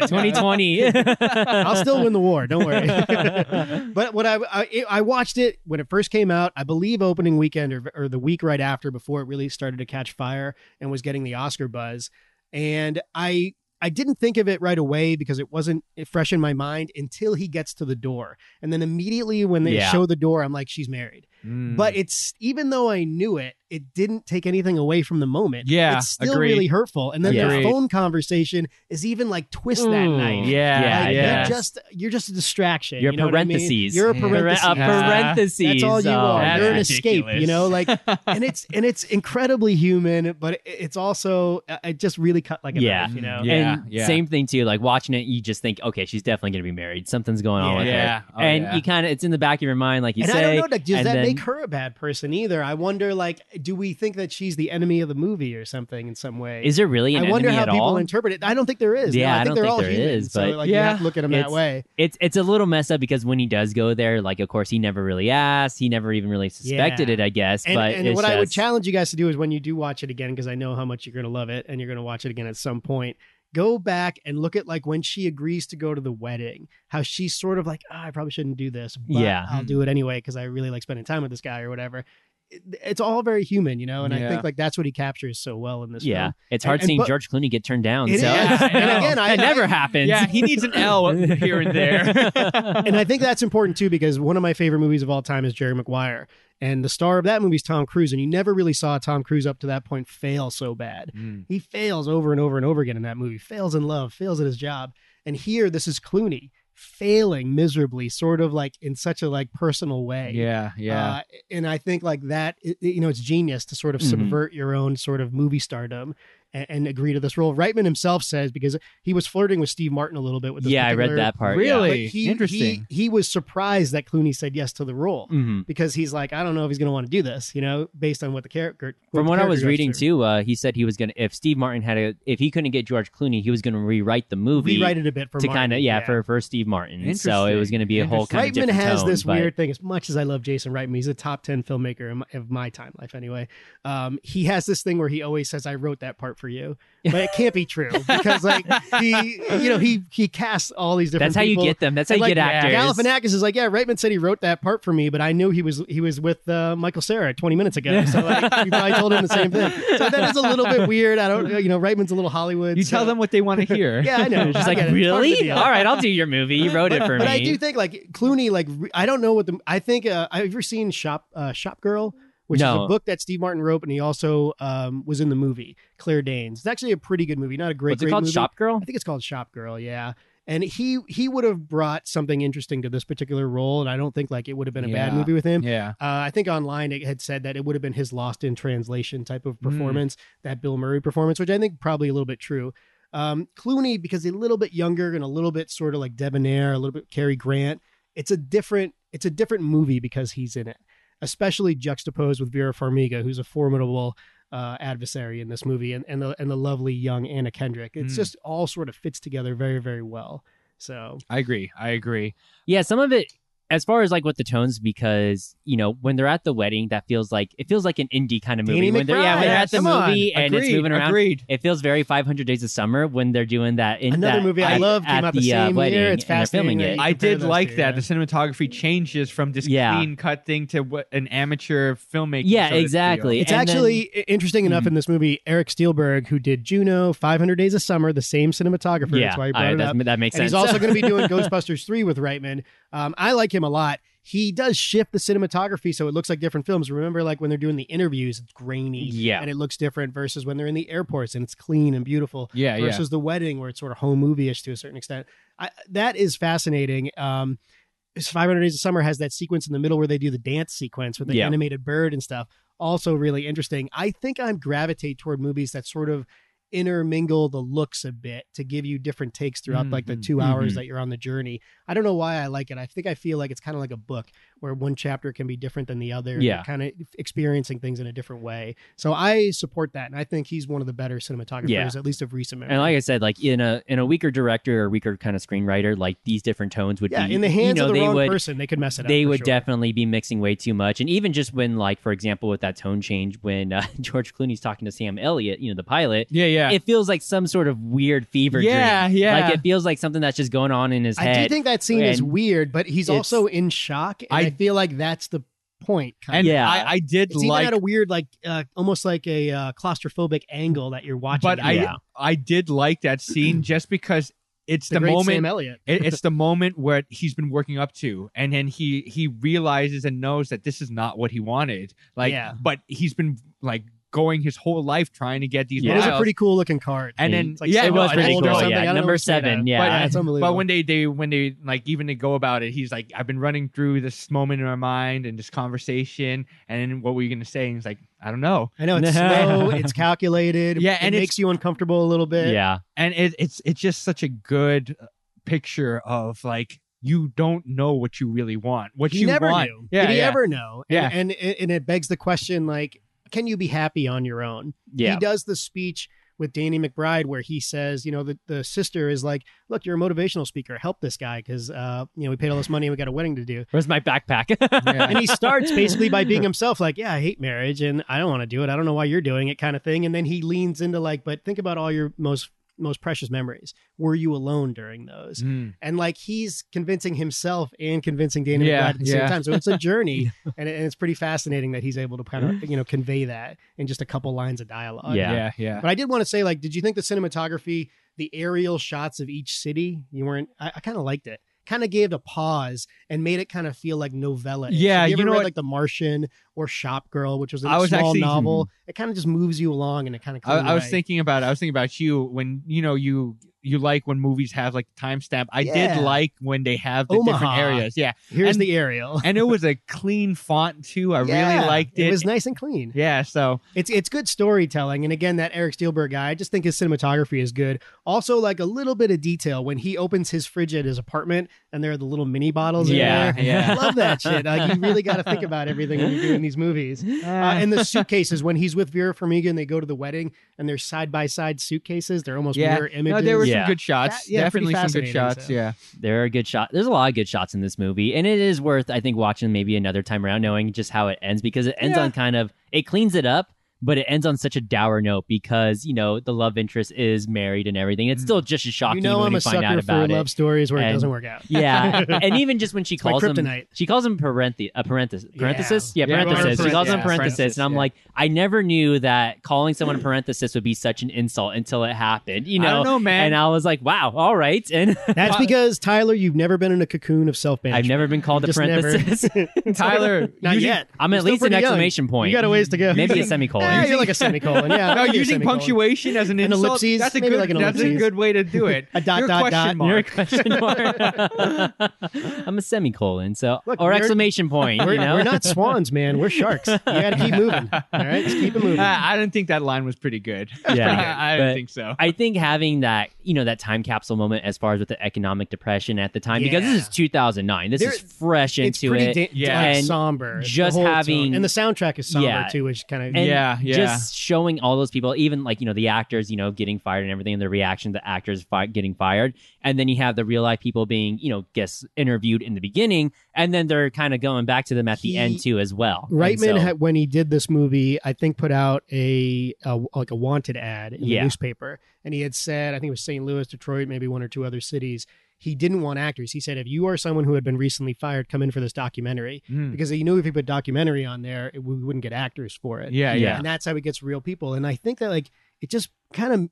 [SPEAKER 3] Fascinating.
[SPEAKER 1] 2020.
[SPEAKER 3] <laughs> I'll still win the war. Don't worry.
[SPEAKER 1] <laughs>
[SPEAKER 3] <laughs>
[SPEAKER 1] Right.
[SPEAKER 3] but what I, I it- I watched it when it first came out. I believe opening weekend or, or the week right after before it really started to catch fire and was getting the Oscar buzz. And I I didn't think of it right away because it wasn't fresh in my mind until he gets to the door. And then immediately when they
[SPEAKER 1] Yeah.
[SPEAKER 3] show the door, I'm like, she's married.
[SPEAKER 1] Mm.
[SPEAKER 2] <laughs>
[SPEAKER 3] But it's even though I knew it, it didn't take anything away from the moment.
[SPEAKER 2] Yeah,
[SPEAKER 3] it's still
[SPEAKER 2] agreed.
[SPEAKER 3] really hurtful. And then their
[SPEAKER 2] Agreed.
[SPEAKER 3] phone conversation is even like twist that
[SPEAKER 1] Ooh.
[SPEAKER 3] night.
[SPEAKER 2] yeah,
[SPEAKER 1] Yeah,
[SPEAKER 3] Like,
[SPEAKER 1] yeah.
[SPEAKER 3] You're just you're just a distraction.
[SPEAKER 1] Your
[SPEAKER 3] you know what I mean?
[SPEAKER 1] parentheses.
[SPEAKER 3] You're a
[SPEAKER 2] Yeah.
[SPEAKER 3] parenthesis.
[SPEAKER 1] A
[SPEAKER 2] Yeah.
[SPEAKER 1] uh, parentheses.
[SPEAKER 3] That's all you
[SPEAKER 1] Oh,
[SPEAKER 3] are.
[SPEAKER 2] that's
[SPEAKER 3] You're an
[SPEAKER 1] yeah.
[SPEAKER 3] escape. You know, like,
[SPEAKER 1] <laughs>
[SPEAKER 3] and it's and it's incredibly human, but it- it's also it just really cut like a
[SPEAKER 1] Yeah.
[SPEAKER 3] knife. You know.
[SPEAKER 2] Yeah.
[SPEAKER 1] and same thing too. Like watching it, you just think, okay, she's definitely gonna be married. Something's going on with her.
[SPEAKER 2] yeah. Oh,
[SPEAKER 1] and
[SPEAKER 2] yeah.
[SPEAKER 1] you kind of, it's in the back of your mind, like you
[SPEAKER 3] and
[SPEAKER 1] say.
[SPEAKER 3] I don't know, like, does
[SPEAKER 1] and
[SPEAKER 3] that
[SPEAKER 1] then-
[SPEAKER 3] make her a bad person either? I wonder, like, do we think that she's the enemy of the movie or something in some way?
[SPEAKER 1] Is there really
[SPEAKER 3] I
[SPEAKER 1] an
[SPEAKER 3] wonder
[SPEAKER 1] enemy
[SPEAKER 3] how
[SPEAKER 1] at
[SPEAKER 3] people
[SPEAKER 1] all?
[SPEAKER 3] interpret it. I don't think there is. No,
[SPEAKER 1] Yeah,
[SPEAKER 3] I,
[SPEAKER 1] I
[SPEAKER 3] think
[SPEAKER 1] don't
[SPEAKER 3] they're
[SPEAKER 1] think
[SPEAKER 3] all
[SPEAKER 1] there
[SPEAKER 3] human,
[SPEAKER 1] is,
[SPEAKER 3] so,
[SPEAKER 1] but-
[SPEAKER 3] like, you have to look at them that
[SPEAKER 1] It's-
[SPEAKER 3] way.
[SPEAKER 1] it's it's a little messed up because when he does go there, like of course he never really asked, he never even really suspected
[SPEAKER 3] Yeah.
[SPEAKER 1] it, I guess.
[SPEAKER 3] And,
[SPEAKER 1] but
[SPEAKER 3] and
[SPEAKER 1] it's
[SPEAKER 3] what I would
[SPEAKER 1] just-
[SPEAKER 3] challenge you guys to do is when you do watch it again, because I know how much you're going to love it and you're going to watch it again at some point, go back and look at like when she agrees to go to the wedding, how she's sort of like, "Ah, I probably shouldn't do this, but
[SPEAKER 1] Yeah.
[SPEAKER 3] I'll do it anyway because I really like spending time with this guy or whatever. It- It's all very human, you know, and I
[SPEAKER 2] Yeah.
[SPEAKER 3] think like that's what he captures so well in this
[SPEAKER 1] yeah,
[SPEAKER 3] film.
[SPEAKER 1] it's
[SPEAKER 3] And-
[SPEAKER 1] hard
[SPEAKER 3] and
[SPEAKER 1] seeing
[SPEAKER 3] but-
[SPEAKER 1] George Clooney get turned down. <laughs>
[SPEAKER 3] It
[SPEAKER 1] so
[SPEAKER 3] is.
[SPEAKER 2] I
[SPEAKER 3] And
[SPEAKER 2] know.
[SPEAKER 3] again, I
[SPEAKER 1] that never happens.
[SPEAKER 2] Yeah, he needs
[SPEAKER 1] <laughs>
[SPEAKER 2] an L here and there.
[SPEAKER 3] and I think that's important too because one of my favorite movies of all time is Jerry Maguire, and the star of that movie is Tom Cruise, and you never really saw Tom Cruise up to that point fail so bad.
[SPEAKER 2] Mm.
[SPEAKER 3] He fails over and over and over again in that movie. Fails in love, fails at his job. And here, this is Clooney failing miserably, sort of like in such a like personal way.
[SPEAKER 2] Yeah, yeah.
[SPEAKER 3] Uh, and I think like that, it- it- you know, it's genius to sort of
[SPEAKER 1] Mhm.
[SPEAKER 3] subvert your own sort of movie stardom and, and agree to this role. Reitman himself says because he was flirting with Steve Martin a little bit with this
[SPEAKER 1] yeah, I read
[SPEAKER 3] particular-
[SPEAKER 1] that part.
[SPEAKER 2] Really?
[SPEAKER 3] But
[SPEAKER 2] Interesting.
[SPEAKER 3] He, he was surprised that Clooney said yes to the role
[SPEAKER 1] Yeah. Mhm.
[SPEAKER 3] because he's like, I don't know if he's going to want to do this, you know, based on what the character.
[SPEAKER 1] From
[SPEAKER 3] the
[SPEAKER 1] what I
[SPEAKER 3] character
[SPEAKER 1] was
[SPEAKER 3] goes
[SPEAKER 1] reading
[SPEAKER 3] through.
[SPEAKER 1] too, uh, he said he was gonna if Steve Martin had a if he couldn't get George Clooney, he was gonna rewrite the movie
[SPEAKER 3] rewrite it a bit for
[SPEAKER 1] to kind of yeah, for for Steve Martin. So it was gonna be a whole kind of
[SPEAKER 3] Reitman
[SPEAKER 1] different
[SPEAKER 3] has
[SPEAKER 1] tone,
[SPEAKER 3] this
[SPEAKER 1] but-
[SPEAKER 3] weird thing. As much as I love Jason Reitman, he's a top ten filmmaker in my, of my time life anyway. Um, he has this thing where he always says, "I wrote that part for you," but it can't be true because like
[SPEAKER 1] <laughs>
[SPEAKER 3] he, you know, he he casts all these different.
[SPEAKER 1] That's how you
[SPEAKER 3] people.
[SPEAKER 1] get them. That's how
[SPEAKER 3] And,
[SPEAKER 1] you
[SPEAKER 3] like,
[SPEAKER 1] get actors.
[SPEAKER 3] Galifianakis is like, yeah, Reitman said he wrote that part for me, but I knew he was he was with uh, Michael Sarah 20 minutes ago, so
[SPEAKER 2] <laughs>
[SPEAKER 3] like, you probably told him the same thing. So that is a little bit weird. I don't, you know, Reitman's a little Hollywood.
[SPEAKER 2] you
[SPEAKER 3] so-
[SPEAKER 2] tell them what they want to hear.
[SPEAKER 3] uh, <laughs> Yeah, I know.
[SPEAKER 1] It's just <laughs>
[SPEAKER 3] I
[SPEAKER 1] like,
[SPEAKER 3] get it. It's part of the
[SPEAKER 1] really?
[SPEAKER 3] deal.
[SPEAKER 1] All right, I'll do your movie. You wrote it for
[SPEAKER 3] But
[SPEAKER 1] me.
[SPEAKER 3] I do think like Clooney, like re- I don't know what the I think uh, I've ever seen Shop uh, Shop Girl, which is a
[SPEAKER 1] No.
[SPEAKER 3] book that Steve Martin wrote, and he also um, was in the movie Claire Danes. It's actually a pretty good movie, not a great.
[SPEAKER 1] What's it
[SPEAKER 3] great
[SPEAKER 1] called?
[SPEAKER 3] movie.
[SPEAKER 1] Shop Girl?
[SPEAKER 3] I think it's called Shop Girl. Yeah. And he he would have brought something interesting to this particular role, and I don't think like it would have been a bad
[SPEAKER 2] Yeah.
[SPEAKER 3] movie with him.
[SPEAKER 2] yeah.
[SPEAKER 3] Uh, I think online it had said that it would have been his lost in translation type of
[SPEAKER 2] Mm.
[SPEAKER 3] performance, that Bill Murray performance, which I think probably a little bit true. Um, Clooney, because he's a little bit younger and a little bit sort of like debonair, a little bit Cary Grant, it's a different it's a different movie because he's in it, especially juxtaposed with Vera Farmiga, who's a formidable uh, adversary in this movie, and, and the and the lovely young Anna Kendrick. It's
[SPEAKER 2] Mm.
[SPEAKER 3] just all sort of fits together very very well. So
[SPEAKER 2] I agree. I agree.
[SPEAKER 1] Yeah, some of it as far as like with the tones, because you know when they're at the wedding, that feels like it feels like an indie kind of movie.
[SPEAKER 3] Danny
[SPEAKER 1] when they're, yeah, when they're
[SPEAKER 3] McBride,
[SPEAKER 1] at the
[SPEAKER 3] come on.
[SPEAKER 1] movie and
[SPEAKER 2] agreed.
[SPEAKER 1] it's moving around,
[SPEAKER 2] Agreed.
[SPEAKER 1] it feels very 500 Days of Summer when they're doing that. In
[SPEAKER 3] Another
[SPEAKER 1] that,
[SPEAKER 3] movie I
[SPEAKER 1] at-
[SPEAKER 3] love came
[SPEAKER 1] at
[SPEAKER 3] out the
[SPEAKER 1] uh,
[SPEAKER 3] same year.
[SPEAKER 1] wedding,
[SPEAKER 3] It's
[SPEAKER 1] and they're
[SPEAKER 3] fascinating
[SPEAKER 1] filming
[SPEAKER 3] that
[SPEAKER 1] it.
[SPEAKER 3] you
[SPEAKER 2] I
[SPEAKER 3] compare
[SPEAKER 2] did
[SPEAKER 3] those
[SPEAKER 2] like
[SPEAKER 3] two,
[SPEAKER 2] that.
[SPEAKER 3] yeah.
[SPEAKER 2] The cinematography changes from this
[SPEAKER 1] Yeah.
[SPEAKER 2] clean cut thing to what an amateur filmmaker.
[SPEAKER 1] Yeah,
[SPEAKER 2] sort of
[SPEAKER 1] exactly.
[SPEAKER 2] deal.
[SPEAKER 3] It's
[SPEAKER 1] And then- Mm-hmm.
[SPEAKER 3] actually i- interesting enough
[SPEAKER 2] Mhm.
[SPEAKER 3] in this movie, Eric Steelberg, who did Juno, 500 Days of Summer, the same cinematographer.
[SPEAKER 1] yeah,
[SPEAKER 3] that's why he brought
[SPEAKER 1] I-
[SPEAKER 3] it
[SPEAKER 1] that,
[SPEAKER 3] up.
[SPEAKER 1] that makes
[SPEAKER 3] And
[SPEAKER 1] sense.
[SPEAKER 3] he's also
[SPEAKER 1] <laughs>
[SPEAKER 3] going to be doing Ghostbusters 3 with Reitman. Um, I like him a lot. He does shift the cinematography so it looks like different films. Remember, like when they're doing the interviews, it's grainy
[SPEAKER 1] Yeah.
[SPEAKER 3] and it looks different versus when they're in the airports and it's clean and beautiful
[SPEAKER 2] Yeah, yeah.
[SPEAKER 3] versus the wedding where it's sort of home movie ish to a certain extent. I, that is fascinating. Um, it's 500 Days of Summer has that sequence in the middle where they do the dance sequence with the
[SPEAKER 1] Yeah.
[SPEAKER 3] animated bird and stuff. Also, really interesting. I think I gravitate toward movies that sort of intermingle the looks a bit to give you different takes throughout like the
[SPEAKER 2] Mhm.
[SPEAKER 3] 2 hours
[SPEAKER 1] Mhm.
[SPEAKER 3] that you're on the journey. I don't know why I like it. I think I feel like it's kind of like a book where one chapter can be different than the other.
[SPEAKER 1] Yeah.
[SPEAKER 3] Kind of experiencing things in a different way. So I support that. And I think he's one of the better cinematographers,
[SPEAKER 1] Yeah.
[SPEAKER 3] at least of recent memory.
[SPEAKER 1] And like I said, like in a in a weaker director or weaker kind of screenwriter, like these different tones would
[SPEAKER 3] yeah,
[SPEAKER 1] be
[SPEAKER 3] in the hands
[SPEAKER 1] you know,
[SPEAKER 3] of the
[SPEAKER 1] they
[SPEAKER 3] wrong
[SPEAKER 1] would
[SPEAKER 3] person, they could mess it up.
[SPEAKER 1] they
[SPEAKER 3] for
[SPEAKER 1] would
[SPEAKER 3] sure.
[SPEAKER 1] definitely be mixing way too much. And even just when like for example with that tone change when uh, <laughs> George Clooney's talking to Sam Elliott, you know, the pilot,
[SPEAKER 2] Yeah, yeah.
[SPEAKER 1] it feels like some sort of weird fever
[SPEAKER 2] yeah,
[SPEAKER 1] dream.
[SPEAKER 2] yeah.
[SPEAKER 1] Like it feels like something that's just going on in his
[SPEAKER 3] I
[SPEAKER 1] head.
[SPEAKER 3] do think that scene is
[SPEAKER 1] And
[SPEAKER 3] weird, but he's
[SPEAKER 1] it's-
[SPEAKER 3] also in shock, and I,
[SPEAKER 2] I-
[SPEAKER 3] feel like that's the point. kind
[SPEAKER 2] and
[SPEAKER 3] of.
[SPEAKER 1] yeah.
[SPEAKER 2] I, I did
[SPEAKER 3] it's even
[SPEAKER 2] like
[SPEAKER 3] at a weird, like uh, almost like a uh, claustrophobic angle that you're watching.
[SPEAKER 2] but
[SPEAKER 3] it
[SPEAKER 2] I
[SPEAKER 3] in.
[SPEAKER 1] Yeah.
[SPEAKER 2] I did like that
[SPEAKER 3] <clears throat>
[SPEAKER 2] scene just because it's
[SPEAKER 3] the,
[SPEAKER 2] the,
[SPEAKER 3] great Sam
[SPEAKER 2] moment
[SPEAKER 3] Elliott.
[SPEAKER 2] it, it's the moment where he's been working up to and then he he realizes and knows that this is not what he wanted. Like
[SPEAKER 3] Yeah.
[SPEAKER 2] but he's been like going his whole life trying to get these
[SPEAKER 1] Yeah.
[SPEAKER 3] <laughs> It was a
[SPEAKER 2] miles.
[SPEAKER 3] pretty cool looking card.
[SPEAKER 2] and
[SPEAKER 1] Yeah,
[SPEAKER 2] then
[SPEAKER 3] It's like
[SPEAKER 2] yeah,
[SPEAKER 1] it
[SPEAKER 3] Sam
[SPEAKER 1] was
[SPEAKER 2] no,
[SPEAKER 3] Elliott's
[SPEAKER 2] and-
[SPEAKER 1] pretty
[SPEAKER 3] old
[SPEAKER 1] cool.
[SPEAKER 3] or
[SPEAKER 1] yeah.
[SPEAKER 3] something. I don't know
[SPEAKER 1] Number
[SPEAKER 3] what's made
[SPEAKER 1] seven,
[SPEAKER 3] of.
[SPEAKER 1] yeah.
[SPEAKER 2] But,
[SPEAKER 3] Yeah, it's unbelievable.
[SPEAKER 2] but when they they when they like even to go about it, he's like, I've been running through this moment in my mind and this conversation, and then what were you gonna say? And he's like, I don't know.
[SPEAKER 1] <laughs>
[SPEAKER 3] I know it's slow, it's calculated.
[SPEAKER 2] Yeah,
[SPEAKER 3] it
[SPEAKER 2] and it's-
[SPEAKER 3] makes you uncomfortable a little bit.
[SPEAKER 1] yeah.
[SPEAKER 2] And it, it's it's just such a good uh, picture of like you don't know what you really want, what
[SPEAKER 3] he
[SPEAKER 2] you
[SPEAKER 3] never
[SPEAKER 2] want.
[SPEAKER 3] knew.
[SPEAKER 2] Yeah,
[SPEAKER 3] Did he
[SPEAKER 2] yeah.
[SPEAKER 3] ever know?
[SPEAKER 2] Yeah.
[SPEAKER 3] And, and and it begs the question, like, can you be happy on your own?
[SPEAKER 1] Yeah.
[SPEAKER 3] he does the speech with Danny McBride where he says, you know, the, the sister is like, look, you're a motivational speaker. Help this guy because, uh, you know, we paid all this money and we got a wedding to do.
[SPEAKER 1] Where's my backpack? <laughs>
[SPEAKER 2] <laughs>
[SPEAKER 3] And he starts basically by being himself, like, yeah, I hate marriage and I don't want to do it. I don't know why you're doing it kind of thing. And then he leans into like, but think about all your most most precious memories. Were you alone during those?
[SPEAKER 2] Mm.
[SPEAKER 3] And like he's convincing himself and convincing Danny
[SPEAKER 2] Yeah,
[SPEAKER 3] McBride at the same
[SPEAKER 2] yeah.
[SPEAKER 3] time. So
[SPEAKER 2] <laughs>
[SPEAKER 3] it's a journey. and, it- and it's pretty fascinating that he's able to kind of, you know, convey that in just a couple lines of dialogue.
[SPEAKER 1] Yeah.
[SPEAKER 2] Mm-hmm. yeah, yeah.
[SPEAKER 3] But I did want to say, like, did you think the cinematography, the aerial shots of each city, you weren't? I, I kind of liked it. Kind of gave it a pause and made it kind of feel like novella.
[SPEAKER 2] Yeah, you
[SPEAKER 3] you, ever
[SPEAKER 2] know
[SPEAKER 3] read
[SPEAKER 2] what-
[SPEAKER 3] like The Martian or Shop Girl, which was a
[SPEAKER 2] I was
[SPEAKER 3] small
[SPEAKER 2] actually- hmm.
[SPEAKER 3] novel. It kind of just moves you along and it kind of.
[SPEAKER 2] I, I was thinking about I was thinking about you when you know you you like when movies have like timestamp. I
[SPEAKER 3] Yeah.
[SPEAKER 2] did like when they have the
[SPEAKER 3] Omaha.
[SPEAKER 2] different areas. Yeah.
[SPEAKER 3] here's
[SPEAKER 2] and-
[SPEAKER 3] the aerial.
[SPEAKER 2] And it was a clean font too. I
[SPEAKER 3] Yeah,
[SPEAKER 2] really liked it.
[SPEAKER 3] It was nice and clean.
[SPEAKER 2] yeah, so
[SPEAKER 3] It's it's good storytelling, and again, that Eric Steelberg guy. I just think his cinematography is good. Also, like a little bit of detail when he opens his fridge at his apartment, and there are the little mini bottles. in there.
[SPEAKER 2] Yeah,
[SPEAKER 3] I
[SPEAKER 2] yeah. <laughs>
[SPEAKER 3] love that shit. Like, you really got to think about everything when you're doing these movies.
[SPEAKER 2] uh,
[SPEAKER 3] Uh,
[SPEAKER 2] <laughs>
[SPEAKER 3] and the suitcases when he's with Vera Farmiga and they go to the wedding and they're side by side suitcases. They're almost
[SPEAKER 2] Yeah.
[SPEAKER 3] mirror images.
[SPEAKER 2] no, there were
[SPEAKER 1] Yeah.
[SPEAKER 2] some good shots.
[SPEAKER 3] That- yeah, pretty
[SPEAKER 2] Definitely some good
[SPEAKER 3] fascinating,
[SPEAKER 2] shots.
[SPEAKER 3] so.
[SPEAKER 2] Yeah.
[SPEAKER 1] there are good shots. There's a lot of good shots in this movie, and it is worth, I think, watching maybe another time around, knowing just how it ends because it ends
[SPEAKER 2] Yeah.
[SPEAKER 1] on kind of it cleans it up, but it ends on such a dour note because you know the love interest is married and everything. It's still just as shocking
[SPEAKER 3] Mm. you know,
[SPEAKER 1] when
[SPEAKER 3] I'm
[SPEAKER 1] you
[SPEAKER 3] a
[SPEAKER 1] find
[SPEAKER 3] sucker
[SPEAKER 1] out
[SPEAKER 3] for
[SPEAKER 1] about
[SPEAKER 3] love
[SPEAKER 1] it.
[SPEAKER 3] stories where it
[SPEAKER 1] And-
[SPEAKER 3] doesn't work out. <laughs>
[SPEAKER 1] Yeah, and even just when she
[SPEAKER 3] It's my
[SPEAKER 1] calls him,
[SPEAKER 3] kryptonite.
[SPEAKER 1] she calls him parenthe- a parenthesis,
[SPEAKER 3] Yeah.
[SPEAKER 1] parenthesis, yeah,
[SPEAKER 2] Yeah,
[SPEAKER 1] parenthesis. She calls him
[SPEAKER 2] parenthesis,
[SPEAKER 1] parenthesis,
[SPEAKER 2] parenthesis,
[SPEAKER 1] and I'm
[SPEAKER 2] yeah.
[SPEAKER 1] like, I never knew that calling
[SPEAKER 3] <clears throat>
[SPEAKER 1] someone a parenthesis would be such an insult until it happened. You
[SPEAKER 2] I
[SPEAKER 1] know,
[SPEAKER 2] don't know, man.
[SPEAKER 1] and I was like, wow, all right, and <laughs>
[SPEAKER 3] That's because Tyler, you've never been in a cocoon of self
[SPEAKER 1] I've
[SPEAKER 3] management.
[SPEAKER 1] never been called a
[SPEAKER 3] Just never.
[SPEAKER 1] parenthesis.
[SPEAKER 3] <laughs>
[SPEAKER 1] uh, <laughs>
[SPEAKER 2] Tyler
[SPEAKER 3] Not
[SPEAKER 2] using,
[SPEAKER 3] yet.
[SPEAKER 1] I'm
[SPEAKER 3] You're
[SPEAKER 1] at
[SPEAKER 3] still
[SPEAKER 1] least an
[SPEAKER 3] pretty young.
[SPEAKER 1] exclamation point.
[SPEAKER 3] You got a ways to go. <laughs>
[SPEAKER 1] Maybe a
[SPEAKER 3] Ah,
[SPEAKER 1] <laughs> semicolon.
[SPEAKER 3] you're like a semicolon. Yeah, <laughs>
[SPEAKER 2] No,
[SPEAKER 3] I can do
[SPEAKER 2] using
[SPEAKER 3] semicolon.
[SPEAKER 2] punctuation as an,
[SPEAKER 3] An
[SPEAKER 2] insult.
[SPEAKER 3] ellipses,
[SPEAKER 2] That's a
[SPEAKER 3] maybe
[SPEAKER 2] good
[SPEAKER 3] like an
[SPEAKER 2] that's a
[SPEAKER 3] ellipses.
[SPEAKER 2] good way to do it.
[SPEAKER 3] <laughs> A dot,
[SPEAKER 2] You're a
[SPEAKER 3] dot,
[SPEAKER 2] question
[SPEAKER 3] dot.
[SPEAKER 2] mark.
[SPEAKER 1] You're a
[SPEAKER 3] <laughs>
[SPEAKER 1] question mark. I'm a semicolon, so
[SPEAKER 3] Look,
[SPEAKER 1] or
[SPEAKER 3] we're-
[SPEAKER 1] exclamation point.
[SPEAKER 3] We're,
[SPEAKER 1] you know,
[SPEAKER 3] we're not swans, man. We're sharks. You
[SPEAKER 1] <laughs>
[SPEAKER 3] gotta keep moving. All
[SPEAKER 2] <laughs>
[SPEAKER 3] right, just keep it moving.
[SPEAKER 2] Uh, I didn't think that line was pretty good.
[SPEAKER 1] Yeah.
[SPEAKER 2] <laughs> I, I
[SPEAKER 1] But-
[SPEAKER 2] don't think so.
[SPEAKER 1] I think having that, you know, that time capsule moment as far as with the economic depression at the time, because this
[SPEAKER 3] Yeah.
[SPEAKER 1] is 2009. This
[SPEAKER 3] There-
[SPEAKER 1] is fresh
[SPEAKER 3] it's
[SPEAKER 1] into
[SPEAKER 3] pretty
[SPEAKER 1] it.
[SPEAKER 3] da-
[SPEAKER 2] Yeah.
[SPEAKER 3] like,
[SPEAKER 1] And
[SPEAKER 3] somber. the
[SPEAKER 1] just
[SPEAKER 3] whole
[SPEAKER 1] having-
[SPEAKER 3] tone. and the soundtrack is somber
[SPEAKER 1] Yeah.
[SPEAKER 3] too, which kind of
[SPEAKER 1] and
[SPEAKER 2] yeah, yeah.
[SPEAKER 1] Just showing all those people, even like, you know, the actors, you know, getting fired and everything, and the reaction to actors fi- getting fired. And then you have the real life people being, you know, guess interviewed in the beginning. And then they're kind of going back to them at
[SPEAKER 3] He-
[SPEAKER 1] the end, too, as well. And
[SPEAKER 3] Reitman,
[SPEAKER 1] so-
[SPEAKER 3] had, when he did this movie, I think put out a, a like a wanted ad in
[SPEAKER 1] Yeah.
[SPEAKER 3] the newspaper, and he had said, I think it was St. Louis, Detroit, maybe one or two other cities. He didn't want actors. He said, if you are someone who had been recently fired, come in for this documentary
[SPEAKER 2] Mm.
[SPEAKER 3] because he knew if he put documentary on there, it, we wouldn't get actors for it.
[SPEAKER 2] yeah,
[SPEAKER 1] Yeah.
[SPEAKER 2] yeah.
[SPEAKER 3] and that's how he gets real people. And I think that like it just kind of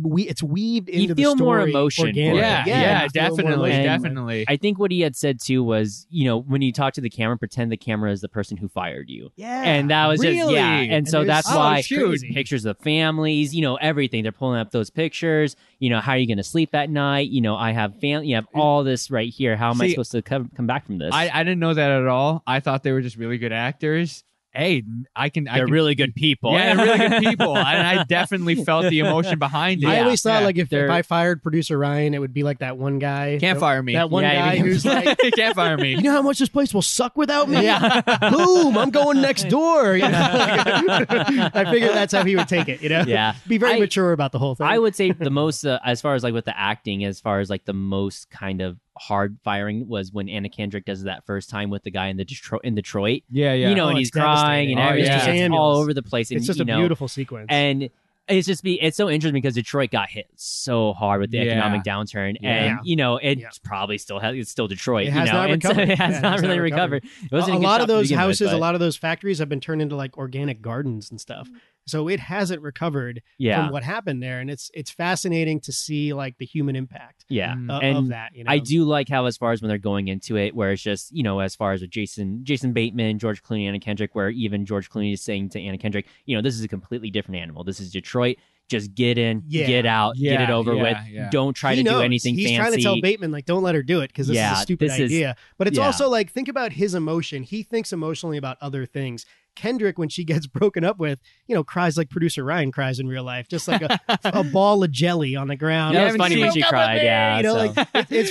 [SPEAKER 3] we it's weaved into the
[SPEAKER 1] feel more
[SPEAKER 3] story
[SPEAKER 1] emotion for
[SPEAKER 3] organically.
[SPEAKER 1] it.
[SPEAKER 2] yeah, yeah,
[SPEAKER 3] you feel more
[SPEAKER 2] definitely,
[SPEAKER 3] emotion.
[SPEAKER 2] definitely.
[SPEAKER 1] <laughs> I think what he had said too was, you know, when you talk to the camera, pretend the camera is the person who fired you.
[SPEAKER 3] Yeah,
[SPEAKER 1] and that was just yeah.
[SPEAKER 2] Ah, really?
[SPEAKER 1] And, so
[SPEAKER 3] there's-
[SPEAKER 1] that's
[SPEAKER 2] oh,
[SPEAKER 1] why
[SPEAKER 3] it's crazy.
[SPEAKER 1] pictures of families, you know, everything. They're pulling up those pictures. You know, how are you going to sleep at night? You know, I have family. You have all this right here. How am I
[SPEAKER 2] See,
[SPEAKER 1] supposed to come, come back from this?
[SPEAKER 2] I, I didn't know that at all. I thought they were just really good actors. Hey, I can. I
[SPEAKER 1] they're
[SPEAKER 2] can,
[SPEAKER 1] really good people.
[SPEAKER 2] <laughs> Yeah, they're really good people, and
[SPEAKER 1] <laughs>
[SPEAKER 3] <laughs>
[SPEAKER 2] I definitely felt the emotion behind it.
[SPEAKER 3] I always thought
[SPEAKER 2] Yeah.
[SPEAKER 3] like if, if
[SPEAKER 1] They're-
[SPEAKER 3] I fired producer Ryan, it would be like that one guy.
[SPEAKER 2] can't
[SPEAKER 3] that,
[SPEAKER 2] fire me.
[SPEAKER 3] That one
[SPEAKER 1] Yeah,
[SPEAKER 3] guy
[SPEAKER 1] he-
[SPEAKER 2] <laughs>
[SPEAKER 3] who's like,
[SPEAKER 2] can't fire
[SPEAKER 3] <laughs> you
[SPEAKER 2] me.
[SPEAKER 3] know how much this place will suck without me.
[SPEAKER 2] <laughs>
[SPEAKER 3] Boom! I'm
[SPEAKER 1] <laughs>
[SPEAKER 3] going next door. You know? <laughs> I figured that's how he would take it. You know,
[SPEAKER 1] Yeah.
[SPEAKER 3] be very
[SPEAKER 1] I-
[SPEAKER 3] mature about the whole thing.
[SPEAKER 1] I would say
[SPEAKER 3] <laughs>
[SPEAKER 1] the most, uh, as far as like with the acting, as far as like the most kind of hard firing was when Anna Kendrick does that first time with the guy in the Detroit, in Detroit.
[SPEAKER 2] Yeah, yeah. Mm.
[SPEAKER 1] You know,
[SPEAKER 3] Oh,
[SPEAKER 1] and
[SPEAKER 3] it's
[SPEAKER 1] he's crying and
[SPEAKER 2] devastating. Oh,
[SPEAKER 1] everything.
[SPEAKER 2] yeah.
[SPEAKER 1] It's
[SPEAKER 3] Samuels.
[SPEAKER 1] all over the place. And,
[SPEAKER 3] it's just
[SPEAKER 1] you
[SPEAKER 3] a
[SPEAKER 1] know,
[SPEAKER 3] beautiful sequence.
[SPEAKER 1] and it's just be it's so interesting because Detroit got hit so hard with the
[SPEAKER 2] Yeah.
[SPEAKER 1] economic downturn,
[SPEAKER 2] Yeah.
[SPEAKER 1] and you know it's
[SPEAKER 3] Yeah.
[SPEAKER 1] probably still has it's still Detroit.
[SPEAKER 3] It
[SPEAKER 1] you
[SPEAKER 3] has
[SPEAKER 1] know?
[SPEAKER 3] not
[SPEAKER 1] and so
[SPEAKER 3] recovered.
[SPEAKER 1] it
[SPEAKER 3] Yeah,
[SPEAKER 1] has
[SPEAKER 3] it
[SPEAKER 1] not
[SPEAKER 3] has
[SPEAKER 1] really
[SPEAKER 3] not recovered.
[SPEAKER 1] recovered. It
[SPEAKER 3] a,
[SPEAKER 1] wasn't
[SPEAKER 3] a
[SPEAKER 1] good
[SPEAKER 3] lot
[SPEAKER 1] shop
[SPEAKER 3] of
[SPEAKER 1] to
[SPEAKER 3] those
[SPEAKER 1] begin with,
[SPEAKER 3] houses, a
[SPEAKER 1] but-
[SPEAKER 3] lot of those factories have been turned into like organic gardens and stuff. So it hasn't recovered
[SPEAKER 1] Yeah,
[SPEAKER 3] from what happened there, and it's it's fascinating to see like the human impact
[SPEAKER 1] yeah,
[SPEAKER 2] Mm.
[SPEAKER 3] o-
[SPEAKER 1] and
[SPEAKER 3] of that. You know,
[SPEAKER 1] I do like how as far as when they're going into it, where it's just you know as far as with Jason Jason Bateman, George Clooney, Anna Kendrick, where even George Clooney is saying to Anna Kendrick, you know, this is a completely different animal. This is Detroit. Just get in,
[SPEAKER 3] Yeah.
[SPEAKER 1] get out, get it
[SPEAKER 2] Yeah,
[SPEAKER 1] over
[SPEAKER 2] yeah,
[SPEAKER 1] with.
[SPEAKER 2] yeah.
[SPEAKER 1] Don't try to
[SPEAKER 3] He knows.
[SPEAKER 1] do anything
[SPEAKER 3] He's
[SPEAKER 1] fancy.
[SPEAKER 3] trying to tell Bateman like, don't let her do it because this is
[SPEAKER 1] Yeah,
[SPEAKER 3] a stupid
[SPEAKER 1] this is-
[SPEAKER 3] idea. but it's
[SPEAKER 1] yeah.
[SPEAKER 3] also like, think about his emotion. He thinks emotionally about other things. Kendrick, when she <laughs> gets broken up with, you know, cries like producer Ryan cries in real life, just
[SPEAKER 1] <laughs>
[SPEAKER 3] like a, a ball of jelly on the ground.
[SPEAKER 1] Yeah, it
[SPEAKER 2] You
[SPEAKER 1] was
[SPEAKER 2] haven't
[SPEAKER 1] funny
[SPEAKER 2] seen
[SPEAKER 1] when she
[SPEAKER 3] Broke up with
[SPEAKER 1] cried.
[SPEAKER 3] me!
[SPEAKER 1] Yeah,
[SPEAKER 3] you know,
[SPEAKER 1] so-
[SPEAKER 3] like <laughs> it- it's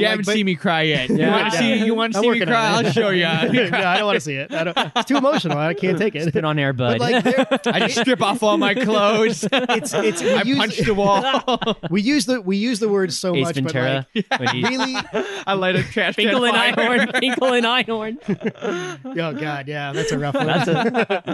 [SPEAKER 1] <laughs>
[SPEAKER 2] You
[SPEAKER 3] like,
[SPEAKER 2] haven't
[SPEAKER 3] but-
[SPEAKER 2] seen me cry yet. You
[SPEAKER 3] <laughs> Yeah,
[SPEAKER 2] want to
[SPEAKER 3] yeah.
[SPEAKER 2] see? You want to
[SPEAKER 3] <laughs> I'm
[SPEAKER 2] see me
[SPEAKER 3] working on
[SPEAKER 2] cry?
[SPEAKER 3] it.
[SPEAKER 2] I'll show you.
[SPEAKER 3] <laughs> no, I don't want to see it. I don't, it's too emotional. I can't take
[SPEAKER 1] <laughs>
[SPEAKER 3] it.
[SPEAKER 1] Spit on air, bud.
[SPEAKER 3] But like, there-
[SPEAKER 2] <laughs> I just strip off all my clothes.
[SPEAKER 3] <laughs> it's it's we
[SPEAKER 2] I
[SPEAKER 3] use,
[SPEAKER 2] punch the wall. <laughs>
[SPEAKER 3] we use the we use the word so
[SPEAKER 1] <laughs> Ace
[SPEAKER 3] much,
[SPEAKER 1] Ventura. when
[SPEAKER 3] but
[SPEAKER 1] he-
[SPEAKER 3] like <laughs> really,
[SPEAKER 2] I light a trash can
[SPEAKER 1] Finkel and
[SPEAKER 2] fire.
[SPEAKER 1] <laughs> Einhorn. Finkel and
[SPEAKER 3] <laughs>
[SPEAKER 1] Einhorn.
[SPEAKER 3] oh god, yeah, that's a rough one.
[SPEAKER 1] That's
[SPEAKER 2] <laughs>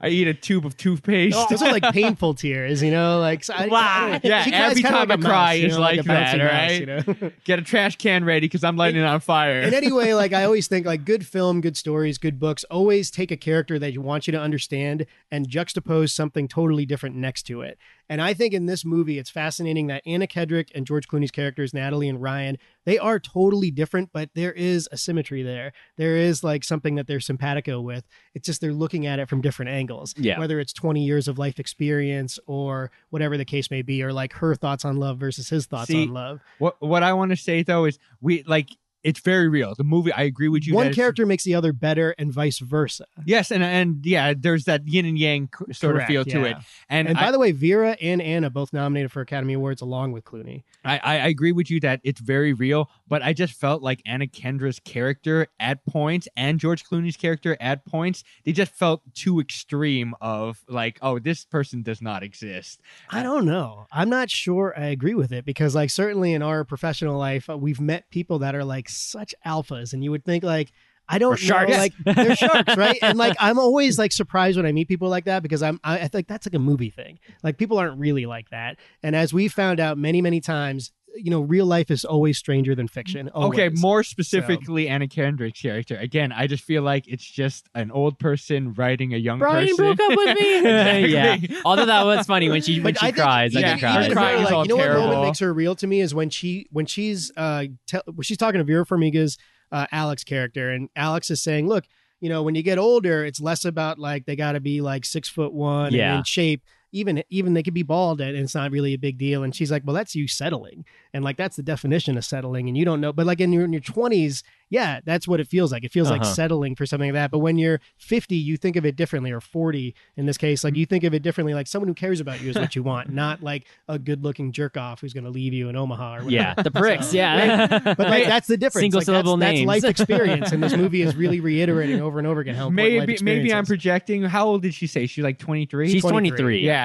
[SPEAKER 2] I eat a tube of toothpaste.
[SPEAKER 3] those are like painful tears, you know. Like so I,
[SPEAKER 1] Wow.
[SPEAKER 3] I don't-
[SPEAKER 2] Yeah,
[SPEAKER 3] she cries
[SPEAKER 2] every
[SPEAKER 3] kinda
[SPEAKER 2] time
[SPEAKER 3] like a
[SPEAKER 2] I cry
[SPEAKER 3] mouse, you
[SPEAKER 2] is
[SPEAKER 3] know,
[SPEAKER 2] like
[SPEAKER 3] a bouncy
[SPEAKER 2] that,
[SPEAKER 3] mouse,
[SPEAKER 2] right?
[SPEAKER 3] you know?
[SPEAKER 2] Get a trash can ready because I'm lighting it on fire. <laughs>
[SPEAKER 3] and anyway, like I always think, like good film, good stories, good books always take a character that you want you to understand and juxtapose something totally different next to it. And I think in this movie, it's fascinating that Anna Kedrick and George Clooney's characters, Natalie and Ryan, they are totally different, but there is a symmetry there. There is like something that they're simpatico with. It's just they're looking at it from different angles.
[SPEAKER 1] Yeah.
[SPEAKER 3] Whether it's 20 years of life experience or whatever the case may be, or like her thoughts on love versus his thoughts
[SPEAKER 2] See,
[SPEAKER 3] on love.
[SPEAKER 2] What what I want to say though is we like it's very real. The movie, I agree with you. that
[SPEAKER 3] One
[SPEAKER 2] it's-
[SPEAKER 3] character makes the other better and vice versa.
[SPEAKER 2] yes, and and yeah, there's that yin and yang c- sort
[SPEAKER 3] Correct,
[SPEAKER 2] of feel to
[SPEAKER 3] yeah.
[SPEAKER 2] it. And,
[SPEAKER 3] And
[SPEAKER 2] I,
[SPEAKER 3] by the way, Vera and Anna both nominated for Academy Awards along with Clooney.
[SPEAKER 2] I, I agree with you that it's very real, but I just felt like Anna Kendra's character at points and George Clooney's character at points, they just felt too extreme of like, oh, this person does not exist.
[SPEAKER 3] I don't know. I'm not sure I agree with it because, like, certainly in our professional life, uh, we've met people that are like such alphas, and you would think like. I don't
[SPEAKER 1] Or sharks.
[SPEAKER 3] know, like they're sharks, right? And like I'm always like surprised when I meet people like that because I'm I, I think that's like a movie thing. Like people aren't really like that. And as we found out many, many times, you know, real life is always stranger than fiction.
[SPEAKER 2] Okay,
[SPEAKER 3] always.
[SPEAKER 2] more specifically, Anna Kendrick's character. Again, I just feel like it's just an old person writing a young person.
[SPEAKER 1] up with me. <laughs>
[SPEAKER 2] <laughs>
[SPEAKER 1] yeah.
[SPEAKER 2] Exactly.
[SPEAKER 1] Although that was funny when she when
[SPEAKER 3] But
[SPEAKER 1] she
[SPEAKER 3] I think
[SPEAKER 1] cries.
[SPEAKER 3] even-
[SPEAKER 1] I
[SPEAKER 2] yeah,
[SPEAKER 1] think
[SPEAKER 3] even
[SPEAKER 1] cries.
[SPEAKER 3] if
[SPEAKER 2] Crying
[SPEAKER 3] her,
[SPEAKER 2] is
[SPEAKER 3] like,
[SPEAKER 2] all
[SPEAKER 3] you know what
[SPEAKER 2] terrible.
[SPEAKER 3] moment makes her real to me is when she when she's uh tell, when she's talking to Vera Farmiga's uh, Alex character, and Alex is saying, "Look, you know, when you get older, it's less about like they got to be like six foot one and
[SPEAKER 1] Yeah.
[SPEAKER 3] in shape." Even even they could be bald and it's not really a big deal. And she's like, well, that's you settling, and like that's the definition of settling. And you don't know, but like in your in your twenties, yeah, that's what it feels like. It feels like
[SPEAKER 1] Uh-huh.
[SPEAKER 3] settling for something like that. But when you're 50, you think of it differently, or 40 in this case,
[SPEAKER 2] Mm-hmm.
[SPEAKER 3] like you think of it differently. Like someone who cares about you is what you want, not like a good looking jerk off who's going to leave you in Omaha or whatever.
[SPEAKER 1] Yeah, the pricks.
[SPEAKER 3] So- <laughs>
[SPEAKER 1] Yeah,
[SPEAKER 2] <laughs>
[SPEAKER 3] But like that's the difference.
[SPEAKER 1] Single
[SPEAKER 3] like, that's-
[SPEAKER 1] syllable
[SPEAKER 3] that's,
[SPEAKER 1] names.
[SPEAKER 3] life experience, and this movie is really reiterating over and over again how important
[SPEAKER 2] <laughs>
[SPEAKER 3] life
[SPEAKER 2] Maybe maybe I'm
[SPEAKER 3] experience is.
[SPEAKER 2] projecting. How old did she say? She's like 23?
[SPEAKER 1] she's
[SPEAKER 3] 23.
[SPEAKER 1] twenty
[SPEAKER 3] 23.
[SPEAKER 1] three.
[SPEAKER 2] yeah.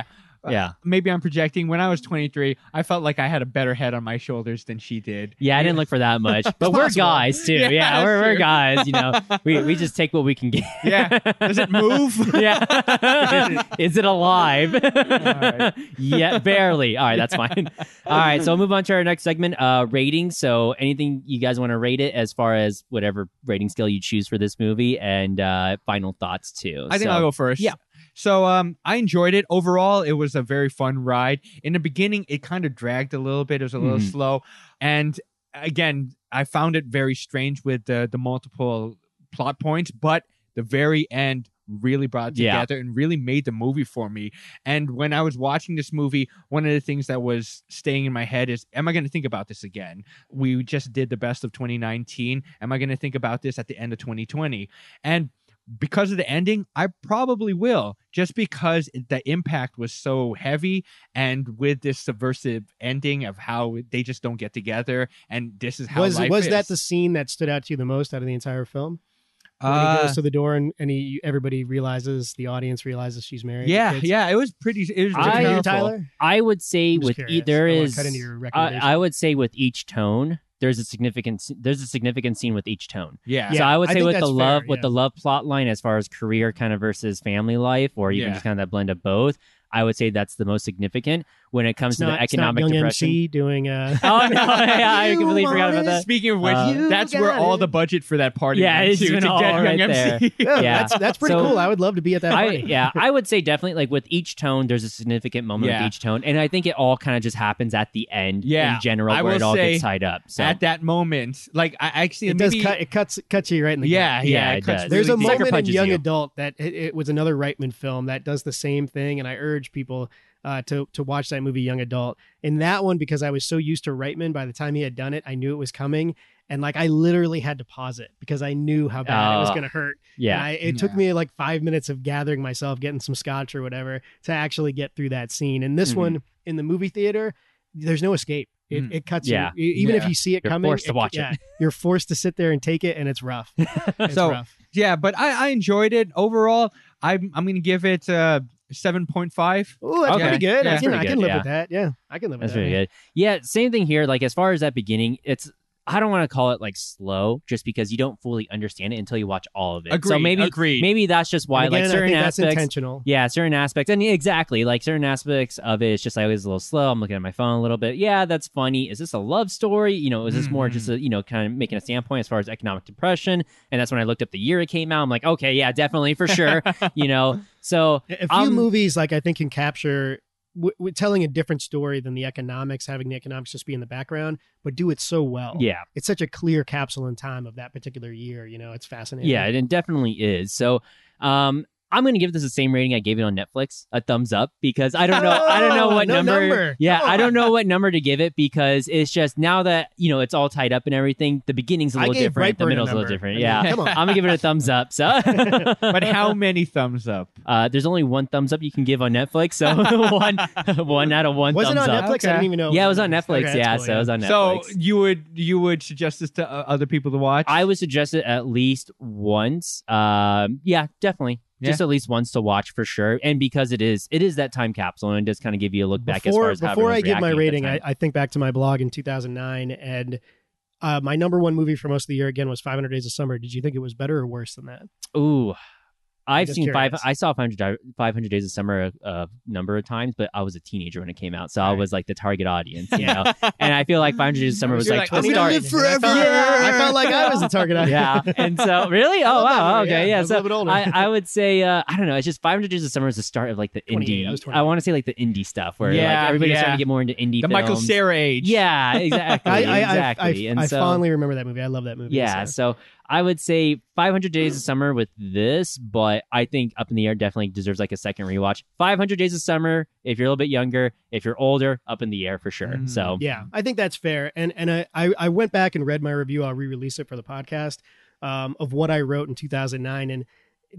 [SPEAKER 1] yeah,
[SPEAKER 2] Maybe I'm projecting. When I was 23, I felt like I had a better head on my shoulders than she did.
[SPEAKER 1] yeah. I didn't look for that much, but we're
[SPEAKER 3] possible.
[SPEAKER 1] guys too.
[SPEAKER 2] Yeah,
[SPEAKER 1] Yeah,
[SPEAKER 2] that's
[SPEAKER 1] we're, we're
[SPEAKER 2] true.
[SPEAKER 1] guys. You know, we
[SPEAKER 3] <laughs>
[SPEAKER 1] we just take what we can get.
[SPEAKER 2] Yeah. <laughs> Does it move?
[SPEAKER 1] <laughs>
[SPEAKER 3] <laughs>
[SPEAKER 1] yeah. Is it alive? <laughs>
[SPEAKER 2] right.
[SPEAKER 1] yeah, barely. All right, that's fine. All right, so we'll move on to our next segment, uh, rating. So anything you guys want to rate it as far as whatever rating scale you choose for this movie and uh, final thoughts too.
[SPEAKER 2] I think
[SPEAKER 1] So-
[SPEAKER 2] I'll go first.
[SPEAKER 1] Yeah.
[SPEAKER 2] So um, I enjoyed it overall. It was a very fun ride. In the beginning, it kind of dragged a little bit. It was a little
[SPEAKER 1] Mhm.
[SPEAKER 2] slow, and again, I found it very strange with the the multiple plot points. But the very end really brought it
[SPEAKER 1] Yeah.
[SPEAKER 2] together and really made the movie for me. And when I was watching this movie, one of the things that was staying in my head is, am I going to think about this again? We just did the best of 2019. Am I going to think about this at the end of 2020? And because of the ending, I probably will, just because it- the impact was so heavy. And with this subversive ending of how they just don't get together, and this is how
[SPEAKER 3] was
[SPEAKER 2] life
[SPEAKER 3] was
[SPEAKER 2] is.
[SPEAKER 3] that the scene that stood out to you the most out of the entire film? When he
[SPEAKER 2] Uh,
[SPEAKER 3] goes to the door and, and he, everybody realizes the audience realizes she's married.
[SPEAKER 2] yeah,
[SPEAKER 3] the kids-
[SPEAKER 2] yeah, it was pretty. It was
[SPEAKER 3] Is it
[SPEAKER 1] I-
[SPEAKER 3] for
[SPEAKER 2] pretty
[SPEAKER 3] you,
[SPEAKER 2] powerful.
[SPEAKER 3] Tyler.
[SPEAKER 1] I would say
[SPEAKER 3] I'm just
[SPEAKER 1] with e-
[SPEAKER 3] curious.
[SPEAKER 1] there
[SPEAKER 3] I wanna
[SPEAKER 1] is
[SPEAKER 3] cut into your recommendation.
[SPEAKER 1] I, I would say with each tone there's a significant s- there's a significant scene with each tone.
[SPEAKER 2] Yeah, <laughs>
[SPEAKER 1] so
[SPEAKER 3] Yeah,
[SPEAKER 1] I would
[SPEAKER 3] I
[SPEAKER 1] say
[SPEAKER 3] think
[SPEAKER 1] with the
[SPEAKER 3] that's fair,
[SPEAKER 1] love with
[SPEAKER 3] yeah.
[SPEAKER 1] the love plot line as far as career kind of versus family life or even
[SPEAKER 2] Yeah.
[SPEAKER 1] just kind of that blend of both. I would say that's the most significant when it comes
[SPEAKER 3] It's
[SPEAKER 1] to
[SPEAKER 3] not,
[SPEAKER 1] the
[SPEAKER 3] it's not
[SPEAKER 1] economic
[SPEAKER 3] Young
[SPEAKER 1] depression.
[SPEAKER 3] MC
[SPEAKER 2] <laughs>
[SPEAKER 3] doing <laughs> uh
[SPEAKER 1] <laughs> Oh no! <laughs> Yeah, I
[SPEAKER 3] <laughs> You
[SPEAKER 1] completely forgot about
[SPEAKER 3] want
[SPEAKER 1] that.
[SPEAKER 2] Speaking of which,
[SPEAKER 1] Uh,
[SPEAKER 3] You
[SPEAKER 2] that's where
[SPEAKER 3] got
[SPEAKER 2] all
[SPEAKER 3] it.
[SPEAKER 2] the budget for that party
[SPEAKER 1] Yeah,
[SPEAKER 2] went
[SPEAKER 1] it's
[SPEAKER 2] to,
[SPEAKER 1] been
[SPEAKER 2] to
[SPEAKER 1] all
[SPEAKER 2] get
[SPEAKER 1] right
[SPEAKER 2] Young MC.
[SPEAKER 3] yeah,
[SPEAKER 1] Yeah.
[SPEAKER 3] that's that's pretty
[SPEAKER 1] So-
[SPEAKER 3] cool. I would love to be at that
[SPEAKER 1] I,
[SPEAKER 3] party.
[SPEAKER 1] yeah, I would say definitely like with each tone, there's a significant moment
[SPEAKER 2] Yeah.
[SPEAKER 1] with each tone, and I think it all kind of just happens at the end.
[SPEAKER 2] Yeah,
[SPEAKER 1] in general,
[SPEAKER 2] I
[SPEAKER 1] where it
[SPEAKER 2] will
[SPEAKER 1] all
[SPEAKER 2] say
[SPEAKER 1] gets tied up. So
[SPEAKER 2] At that moment, like I actually
[SPEAKER 3] it
[SPEAKER 2] maybe,
[SPEAKER 3] does cut it cuts cuts you right in the gut.
[SPEAKER 2] Yeah, yeah,
[SPEAKER 1] Yeah, it
[SPEAKER 2] cuts
[SPEAKER 1] does.
[SPEAKER 3] There's
[SPEAKER 2] really
[SPEAKER 3] a
[SPEAKER 2] deep.
[SPEAKER 1] Sucker
[SPEAKER 3] moment in
[SPEAKER 1] punches
[SPEAKER 3] Young
[SPEAKER 1] you.
[SPEAKER 3] Adult that it, it was another Reitman film that does the same thing, and I urge people uh, to to watch that movie Young Adult. In that one, because I was so used to Reitman, by the time he had done it, I knew it was coming, and like I literally had to pause it because I knew how bad it was
[SPEAKER 2] Oh.
[SPEAKER 1] Ah,
[SPEAKER 3] going to hurt. And
[SPEAKER 1] yeah,
[SPEAKER 3] I, it took
[SPEAKER 2] Yeah.
[SPEAKER 3] me like five minutes of gathering myself, getting some scotch or whatever, to actually get through that scene. And this
[SPEAKER 1] Mhm.
[SPEAKER 3] one in the movie theater, there's no escape. It,
[SPEAKER 2] Mm.
[SPEAKER 3] it cuts
[SPEAKER 1] Yeah.
[SPEAKER 3] you. E- Even if
[SPEAKER 2] Yeah.
[SPEAKER 3] you see it
[SPEAKER 1] You're
[SPEAKER 3] coming,
[SPEAKER 1] forced to watch it.
[SPEAKER 3] yeah, You're forced to sit there and take it, and it's
[SPEAKER 1] <laughs>
[SPEAKER 3] rough. It's
[SPEAKER 2] So,
[SPEAKER 3] rough.
[SPEAKER 2] Yeah, but I, I enjoyed it overall. I'm I'm gonna give it uh, seven point five.
[SPEAKER 3] Oh, that's
[SPEAKER 1] Okay.
[SPEAKER 3] pretty good.
[SPEAKER 2] Yeah.
[SPEAKER 3] I, can,
[SPEAKER 1] Pretty
[SPEAKER 3] I can
[SPEAKER 1] good,
[SPEAKER 3] live
[SPEAKER 1] yeah.
[SPEAKER 3] with that. Yeah, I can live with
[SPEAKER 1] that's
[SPEAKER 3] that.
[SPEAKER 1] very good. Yeah, same thing here. Like as far as that beginning, it's I don't want to call it like slow, just because you don't fully understand it until you watch all of it.
[SPEAKER 2] Agreed.
[SPEAKER 1] So maybe
[SPEAKER 2] agreed.
[SPEAKER 1] maybe that's just why
[SPEAKER 3] And
[SPEAKER 1] like
[SPEAKER 3] again, I
[SPEAKER 1] certain
[SPEAKER 3] think that's
[SPEAKER 1] aspects.
[SPEAKER 3] intentional.
[SPEAKER 1] Yeah, certain aspects, and yeah, exactly like certain aspects of it. It's just like it's a little slow. I'm looking at my phone a little bit. Yeah, that's funny. Is this a love story? You know, is this more
[SPEAKER 2] Mhm.
[SPEAKER 3] Mm.
[SPEAKER 1] just a you know kind of making a standpoint as far as economic depression? And that's when I looked up the year it came out. I'm like, okay, yeah, definitely for
[SPEAKER 3] <laughs>
[SPEAKER 1] sure. you know, so
[SPEAKER 3] A few
[SPEAKER 1] Um,
[SPEAKER 3] movies like I think can capture w- w- telling a different story than the economics, having the economics just be in the background, but do it so well.
[SPEAKER 1] yeah,
[SPEAKER 3] it's such a clear capsule in time of that particular year. You know, it's fascinating.
[SPEAKER 1] yeah, it definitely is. So, um. I'm gonna give this the same rating I gave it on Netflix, a thumbs up, because I don't know, I don't
[SPEAKER 3] <laughs>
[SPEAKER 1] know
[SPEAKER 3] Oh,
[SPEAKER 1] what
[SPEAKER 3] no number.
[SPEAKER 1] Yeah,
[SPEAKER 3] Come
[SPEAKER 1] I don't
[SPEAKER 3] on.
[SPEAKER 1] know what number to give it because it's just now that you know it's all tied up and everything. The beginning's a
[SPEAKER 3] I
[SPEAKER 1] little
[SPEAKER 3] gave
[SPEAKER 1] different, the
[SPEAKER 3] Brightburn a
[SPEAKER 1] middle's a little
[SPEAKER 3] number. I
[SPEAKER 1] different.
[SPEAKER 3] mean,
[SPEAKER 1] Yeah,
[SPEAKER 3] <laughs>
[SPEAKER 1] <laughs>
[SPEAKER 3] come on.
[SPEAKER 1] I'm gonna give it a thumbs up.
[SPEAKER 3] <laughs>
[SPEAKER 1] So,
[SPEAKER 2] <laughs>
[SPEAKER 1] <laughs>
[SPEAKER 2] but how many thumbs up?
[SPEAKER 1] Uh, there's only one thumbs up you can give on Netflix, so <laughs> one, one <laughs> out of one
[SPEAKER 3] was it
[SPEAKER 1] thumbs
[SPEAKER 3] on
[SPEAKER 1] up.
[SPEAKER 3] Netflix? I
[SPEAKER 2] Okay.
[SPEAKER 3] didn't even know.
[SPEAKER 1] Yeah, it was on
[SPEAKER 3] Okay,
[SPEAKER 1] Netflix.
[SPEAKER 3] that's
[SPEAKER 1] yeah,
[SPEAKER 3] cool,
[SPEAKER 1] so it was on
[SPEAKER 2] So
[SPEAKER 1] Netflix.
[SPEAKER 2] you would you would suggest this to uh, other people to watch?
[SPEAKER 1] I would suggest it at least once. Um, yeah, definitely. Just at least once to watch for sure, and because it is, it is that time capsule, and it does kind of give you a look back
[SPEAKER 3] before,
[SPEAKER 1] as far as
[SPEAKER 3] before
[SPEAKER 1] how
[SPEAKER 3] I
[SPEAKER 1] everyone's
[SPEAKER 3] give my
[SPEAKER 1] reacting
[SPEAKER 3] rating,
[SPEAKER 1] at the
[SPEAKER 3] I,
[SPEAKER 1] time.
[SPEAKER 3] I think back to my blog in 2009, and uh, my number one movie for most of the year again was 500 Days of Summer. Did you think it was better or worse than that?
[SPEAKER 1] Ooh, I've
[SPEAKER 3] just
[SPEAKER 1] seen five.
[SPEAKER 3] curious.
[SPEAKER 1] I saw 500, di- 500 Days of Summer a, a number of times, but I was a teenager when it came out, so I
[SPEAKER 2] Right.
[SPEAKER 1] was like the target audience, you
[SPEAKER 3] <laughs>
[SPEAKER 1] know. and I feel like 500 Days of Summer was
[SPEAKER 2] You're
[SPEAKER 1] like,
[SPEAKER 3] "Oh,
[SPEAKER 2] like, I'm
[SPEAKER 1] the
[SPEAKER 2] gonna
[SPEAKER 1] start.
[SPEAKER 2] live forever.
[SPEAKER 3] Yeah, I felt like <laughs> I was the target audience.
[SPEAKER 1] yeah, and so really,
[SPEAKER 3] I
[SPEAKER 1] oh
[SPEAKER 3] love that
[SPEAKER 1] wow,
[SPEAKER 3] movie,
[SPEAKER 1] okay,
[SPEAKER 3] I
[SPEAKER 1] yeah.
[SPEAKER 3] was a
[SPEAKER 1] So
[SPEAKER 3] little bit older.
[SPEAKER 1] I, I would say uh, I don't know. It's just 500 Days of Summer is the start of like the
[SPEAKER 3] 28, I was
[SPEAKER 1] indie.
[SPEAKER 3] 28.
[SPEAKER 1] I want to say like the indie stuff where
[SPEAKER 2] Yeah,
[SPEAKER 1] like everybody's
[SPEAKER 2] yeah.
[SPEAKER 1] starting to get more into indie.
[SPEAKER 2] the Michael
[SPEAKER 1] films.
[SPEAKER 2] Cera age.
[SPEAKER 1] Yeah,
[SPEAKER 3] <laughs>
[SPEAKER 1] exactly,
[SPEAKER 3] I, I,
[SPEAKER 1] exactly.
[SPEAKER 3] I, I,
[SPEAKER 1] and
[SPEAKER 3] I
[SPEAKER 1] so,
[SPEAKER 3] fondly remember that movie. I love that movie.
[SPEAKER 1] yeah,
[SPEAKER 3] so.
[SPEAKER 1] so I would say 500 Days of Summer with this, but I think Up in the Air definitely deserves like a second rewatch. 500 Days of Summer, if you're a little bit younger, if you're older, Up in the Air for sure.
[SPEAKER 2] Mm.
[SPEAKER 1] So
[SPEAKER 3] yeah, I think that's fair. And and I I, I went back and read my review. I'll re-release it for the podcast um, of what I wrote in 2009 and.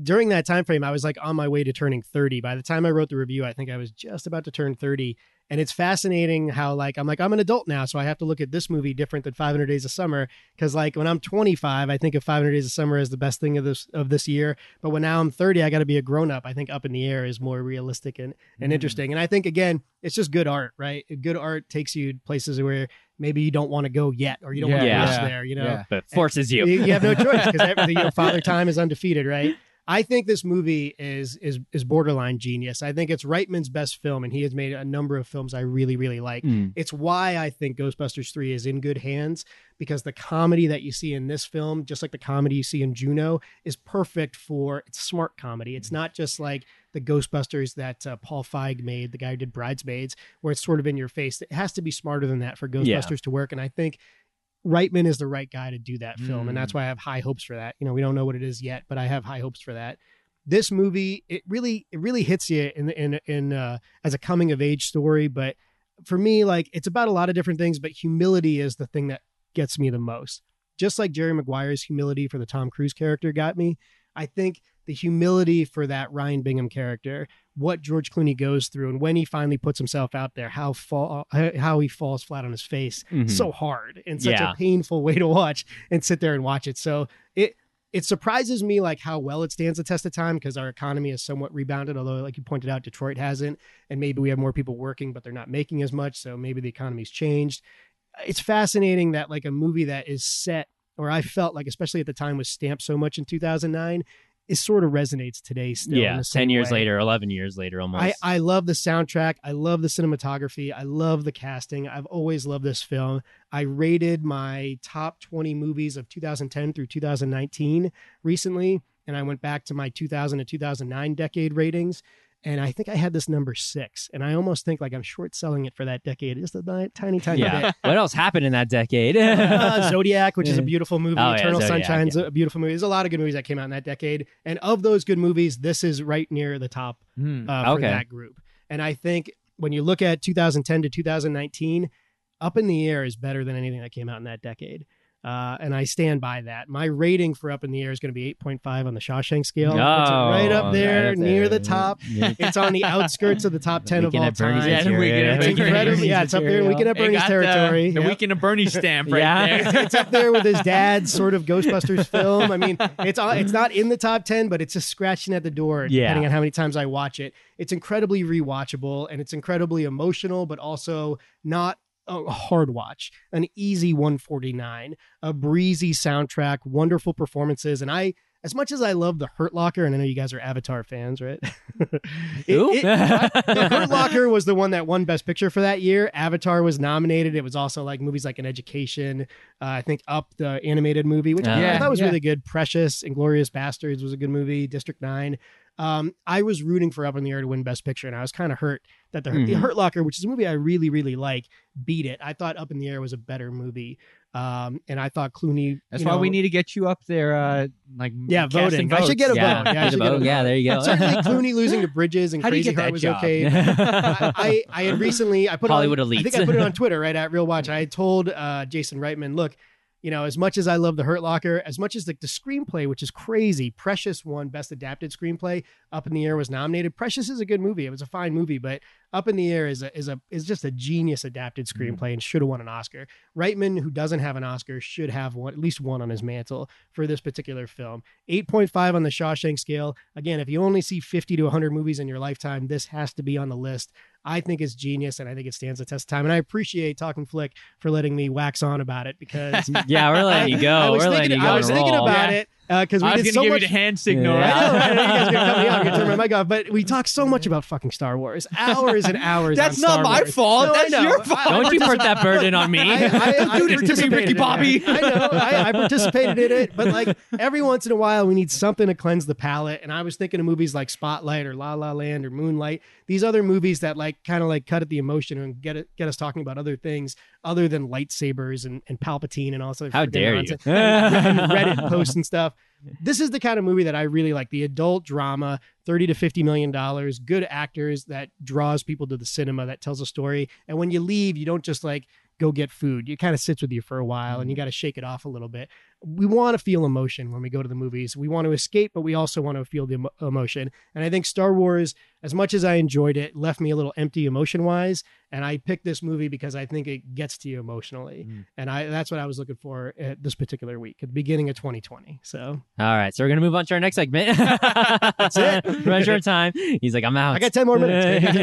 [SPEAKER 3] During that time frame, I was like on my way to turning 30. By the time I wrote the review, I think I was just about to turn 30. And it's fascinating how like I'm like I'm an adult now, so I have to look at this movie different than 500 Days of Summer because like when I'm 25, I think of 500 Days of Summer as the best thing of this of this year. But when now I'm 30, I got to be a grown up. I think Up in the Air is more realistic and and
[SPEAKER 2] Mm.
[SPEAKER 3] interesting. And I think again, it's just good art, right? Good art takes you places where maybe you don't want to go yet, or you don't want to
[SPEAKER 1] Yeah.
[SPEAKER 3] rush
[SPEAKER 2] Yeah.
[SPEAKER 3] there. You know,
[SPEAKER 2] Yeah.
[SPEAKER 1] but forces you. <laughs>
[SPEAKER 3] you, you have no choice because you know, father time is undefeated, right? I think this movie is is is borderline genius. I think it's Reitman's best film, and he has made a number of films I really really like.
[SPEAKER 1] Mm.
[SPEAKER 3] It's why I think Ghostbusters 3 is in good hands because the comedy that you see in this film, just like the comedy you see in Juno, is perfect for it's smart comedy.
[SPEAKER 1] Mm.
[SPEAKER 3] It's not just like the Ghostbusters that uh, Paul Feig made, the guy who did Bridesmaids, where it's sort of in your face. It has to be smarter than that for Ghostbusters
[SPEAKER 1] Yeah.
[SPEAKER 3] to work. And I think Reitman is the right guy to do that film.
[SPEAKER 2] Mm.
[SPEAKER 3] And that's why I have high hopes for that. You know, we don't know what it is yet, but I have high hopes for that. This movie, it really, it really hits you in, in, in, uh, as a coming of age story, but for me, like it's about a lot of different things, but humility is the thing that gets me the most. Just like Jerry Maguire's humility for the Tom Cruise character got me, I think the humility for that Ryan Bingham character, what George Clooney goes through, and when he finally puts himself out there, how fall, how he falls flat on his face
[SPEAKER 1] Mhm.
[SPEAKER 3] so hard and such
[SPEAKER 1] Yeah.
[SPEAKER 3] a painful way to watch and sit there and watch it. So it it surprises me like how well it stands the test of time because our economy has somewhat rebounded, although like you pointed out, Detroit hasn't, and maybe we have more people working, but they're not making as much, so maybe the economy's changed. It's fascinating that like a movie that is set, or I felt like especially at the time was stamped so much in 2009, it sort of resonates today still. in
[SPEAKER 1] yeah,
[SPEAKER 3] the same
[SPEAKER 1] ten years
[SPEAKER 3] way.
[SPEAKER 1] later, eleven years later, almost.
[SPEAKER 3] I, I love the soundtrack. I love the cinematography. I love the casting. I've always loved this film. I rated my top 20 movies of 2010 through 2019 recently, and I went back to my 2000 to 2009 decade ratings. And I think I had this number six, and I almost think like I'm short selling it for that decade just a ni- tiny, tiny bit
[SPEAKER 1] yeah. what else happened in that decade?
[SPEAKER 3] uh, Zodiac, which is a
[SPEAKER 1] <laughs> Yeah.
[SPEAKER 3] beautiful movie.
[SPEAKER 1] Oh, yeah,
[SPEAKER 3] Eternal
[SPEAKER 1] Zodiac,
[SPEAKER 3] Sunshine's a beautiful movie. There's a lot of good movies that came out in that decade, and of those good movies, this is right near the top
[SPEAKER 2] Mm.
[SPEAKER 3] uh, for
[SPEAKER 1] Okay.
[SPEAKER 3] that group. And I think when you look at 2010 to 2019, Up in the Air is better than anything that came out in that decade. Uh, and I stand by that. My rating for Up in the Air is going to be 8.5 on the Shawshank scale. It's
[SPEAKER 1] Oh,
[SPEAKER 3] right up there,
[SPEAKER 1] that's-
[SPEAKER 3] near the
[SPEAKER 1] <laughs>
[SPEAKER 3] top. <laughs>
[SPEAKER 1] Yeah.
[SPEAKER 3] It's on the outskirts of
[SPEAKER 1] <laughs>
[SPEAKER 3] the top 10 of
[SPEAKER 1] Weekend
[SPEAKER 3] all
[SPEAKER 1] at Bernie's
[SPEAKER 3] time.
[SPEAKER 2] Yeah, the
[SPEAKER 1] interior.
[SPEAKER 2] Weekend at
[SPEAKER 3] It's
[SPEAKER 2] Bernie's
[SPEAKER 3] incredible.
[SPEAKER 2] interior.
[SPEAKER 3] Yeah, it's up there. We get up
[SPEAKER 2] It
[SPEAKER 3] Bernie's
[SPEAKER 2] got
[SPEAKER 3] territory.
[SPEAKER 2] The,
[SPEAKER 3] Yep
[SPEAKER 2] the Weekend of
[SPEAKER 1] <laughs>
[SPEAKER 2] Bernie stamp right
[SPEAKER 1] Yeah.
[SPEAKER 2] there.
[SPEAKER 3] it's up there with his dad's sort of Ghostbusters film. I mean, it's all, it's not in the top ten, but it's just scratching at the door
[SPEAKER 1] Yeah.
[SPEAKER 3] depending on how many times I watch it. It's incredibly rewatchable and it's incredibly emotional, but also not a hard watch. An easy 149, a breezy soundtrack, wonderful performances, and I. As much as I love the Hurt Locker, and I know you guys are Avatar fans, right? <laughs> It-
[SPEAKER 1] Who?
[SPEAKER 3] it- the
[SPEAKER 2] <laughs>
[SPEAKER 3] Hurt Locker was the one that won Best Picture for that year. Avatar was nominated. It was also like movies like An Education, uh, I think Up, the animated movie, which
[SPEAKER 1] Yeah.
[SPEAKER 3] I thought was
[SPEAKER 2] Yeah.
[SPEAKER 3] really good. Precious, Inglorious Bastards was a good movie. District Nine. Um, I was rooting for Up in the Air to win Best Picture, and I was kind of hurt that the, the
[SPEAKER 2] Mm-hmm.
[SPEAKER 1] Mhm.
[SPEAKER 3] Hurt Locker, which is a movie I really, really like, beat it. I thought Up in the Air was a better movie, um, and I thought Clooney.
[SPEAKER 2] <laughs> That's
[SPEAKER 3] you
[SPEAKER 2] why
[SPEAKER 3] know- <laughs>
[SPEAKER 2] we need to get you up there, uh, like
[SPEAKER 3] Yeah,
[SPEAKER 2] casting
[SPEAKER 3] voting. I should
[SPEAKER 2] votes.
[SPEAKER 3] get a
[SPEAKER 1] yeah,
[SPEAKER 3] vote. Yeah,
[SPEAKER 1] <laughs> get
[SPEAKER 3] I
[SPEAKER 1] a
[SPEAKER 3] should get a
[SPEAKER 1] vote. yeah, there you go. <laughs>
[SPEAKER 3] Certainly, Clooney losing
[SPEAKER 2] <laughs>
[SPEAKER 3] to Bridges and
[SPEAKER 2] How do you
[SPEAKER 3] Crazy
[SPEAKER 2] get
[SPEAKER 3] Heart
[SPEAKER 2] that
[SPEAKER 3] was
[SPEAKER 2] job?
[SPEAKER 3] okay. I, I had recently I put
[SPEAKER 1] Hollywood
[SPEAKER 3] on, I think
[SPEAKER 1] elites.
[SPEAKER 3] I put it on Twitter right at Real Watch. I had told uh, Jason Reitman, look, you know, as much as I love the Hurt Locker, as much as the, the screenplay, which is crazy, Precious won Best Adapted Screenplay. Up in the Air was nominated. Precious is a good movie. It was a fine movie, but Up in the Air is a, is a is just a genius adapted
[SPEAKER 1] Mm-hmm.
[SPEAKER 3] screenplay and should have won an Oscar. Reitman, who doesn't have an Oscar, should have one at least one on his mantle for this particular film. 8.5 on the Shawshank scale. Again, if you only see 50 to 100 movies in your lifetime, this has to be on the list. I think it's genius and I think it stands the test of time. And I appreciate Talking Flick for letting me wax on about it
[SPEAKER 2] <laughs>
[SPEAKER 3] because
[SPEAKER 1] yeah, we're letting you go.
[SPEAKER 2] Oh,
[SPEAKER 3] I was
[SPEAKER 1] we're
[SPEAKER 3] thinking,
[SPEAKER 1] letting you go.
[SPEAKER 3] I was
[SPEAKER 1] and
[SPEAKER 3] thinking
[SPEAKER 1] roll.
[SPEAKER 3] about
[SPEAKER 2] Yeah.
[SPEAKER 3] it because
[SPEAKER 2] I
[SPEAKER 3] we
[SPEAKER 2] was gonna
[SPEAKER 3] did so
[SPEAKER 2] give
[SPEAKER 3] much.
[SPEAKER 2] you the hand signal.
[SPEAKER 1] Yeah.
[SPEAKER 3] <laughs> I know, right?
[SPEAKER 1] <laughs>
[SPEAKER 3] You guys are gonna cut me off. I'm gonna turn
[SPEAKER 1] Yeah.
[SPEAKER 3] my mic off. But we talk so much about fucking Star Wars, hours and hours.
[SPEAKER 2] That's
[SPEAKER 3] on
[SPEAKER 2] not
[SPEAKER 3] Star
[SPEAKER 2] my
[SPEAKER 3] Wars.
[SPEAKER 2] fault.
[SPEAKER 3] No, I
[SPEAKER 2] That's
[SPEAKER 3] know.
[SPEAKER 2] your fault. <laughs>
[SPEAKER 3] I-
[SPEAKER 1] Don't you put that burden on <laughs> me.
[SPEAKER 3] <laughs> I, I, I
[SPEAKER 2] Don't do this to me, Ricky
[SPEAKER 3] participated in it.
[SPEAKER 2] Bobby.
[SPEAKER 3] I know. I, I participated in it, but like every once in a while, we need something to cleanse the palate. And I was thinking of movies like Spotlight or La La Land or Moonlight. These other movies that like kind of like cut at the emotion and get it, get us talking about other things other than lightsabers and, and Palpatine and all sorts. of
[SPEAKER 1] How
[SPEAKER 3] freaking
[SPEAKER 1] dare you?
[SPEAKER 3] nonsense. And
[SPEAKER 1] <laughs>
[SPEAKER 3] Reddit posts and stuff. This is the kind of movie that I really like. The adult drama, thirty to fifty million dollars, good actors that draws people to the cinema, that tells a story. And when you leave, you don't just like go get food. It kind of sits with you for a while
[SPEAKER 1] Mm-hmm.
[SPEAKER 3] and you got to shake it off a little bit. We want to feel emotion when we go to the movies. We want to escape, but we also want to feel the emo- emotion. And I think Star Wars, as much as I enjoyed it, left me a little empty emotion wise. And I picked this movie because I think it gets to you emotionally.
[SPEAKER 2] Mm.
[SPEAKER 3] And I that's what I was looking for at this particular week, at the beginning of 2020. So
[SPEAKER 1] All right, so we're gonna move on to our next segment.
[SPEAKER 3] <laughs>
[SPEAKER 1] That's <laughs>
[SPEAKER 3] it.
[SPEAKER 1] Run short of time. He's like, I'm out.
[SPEAKER 3] I got 10 more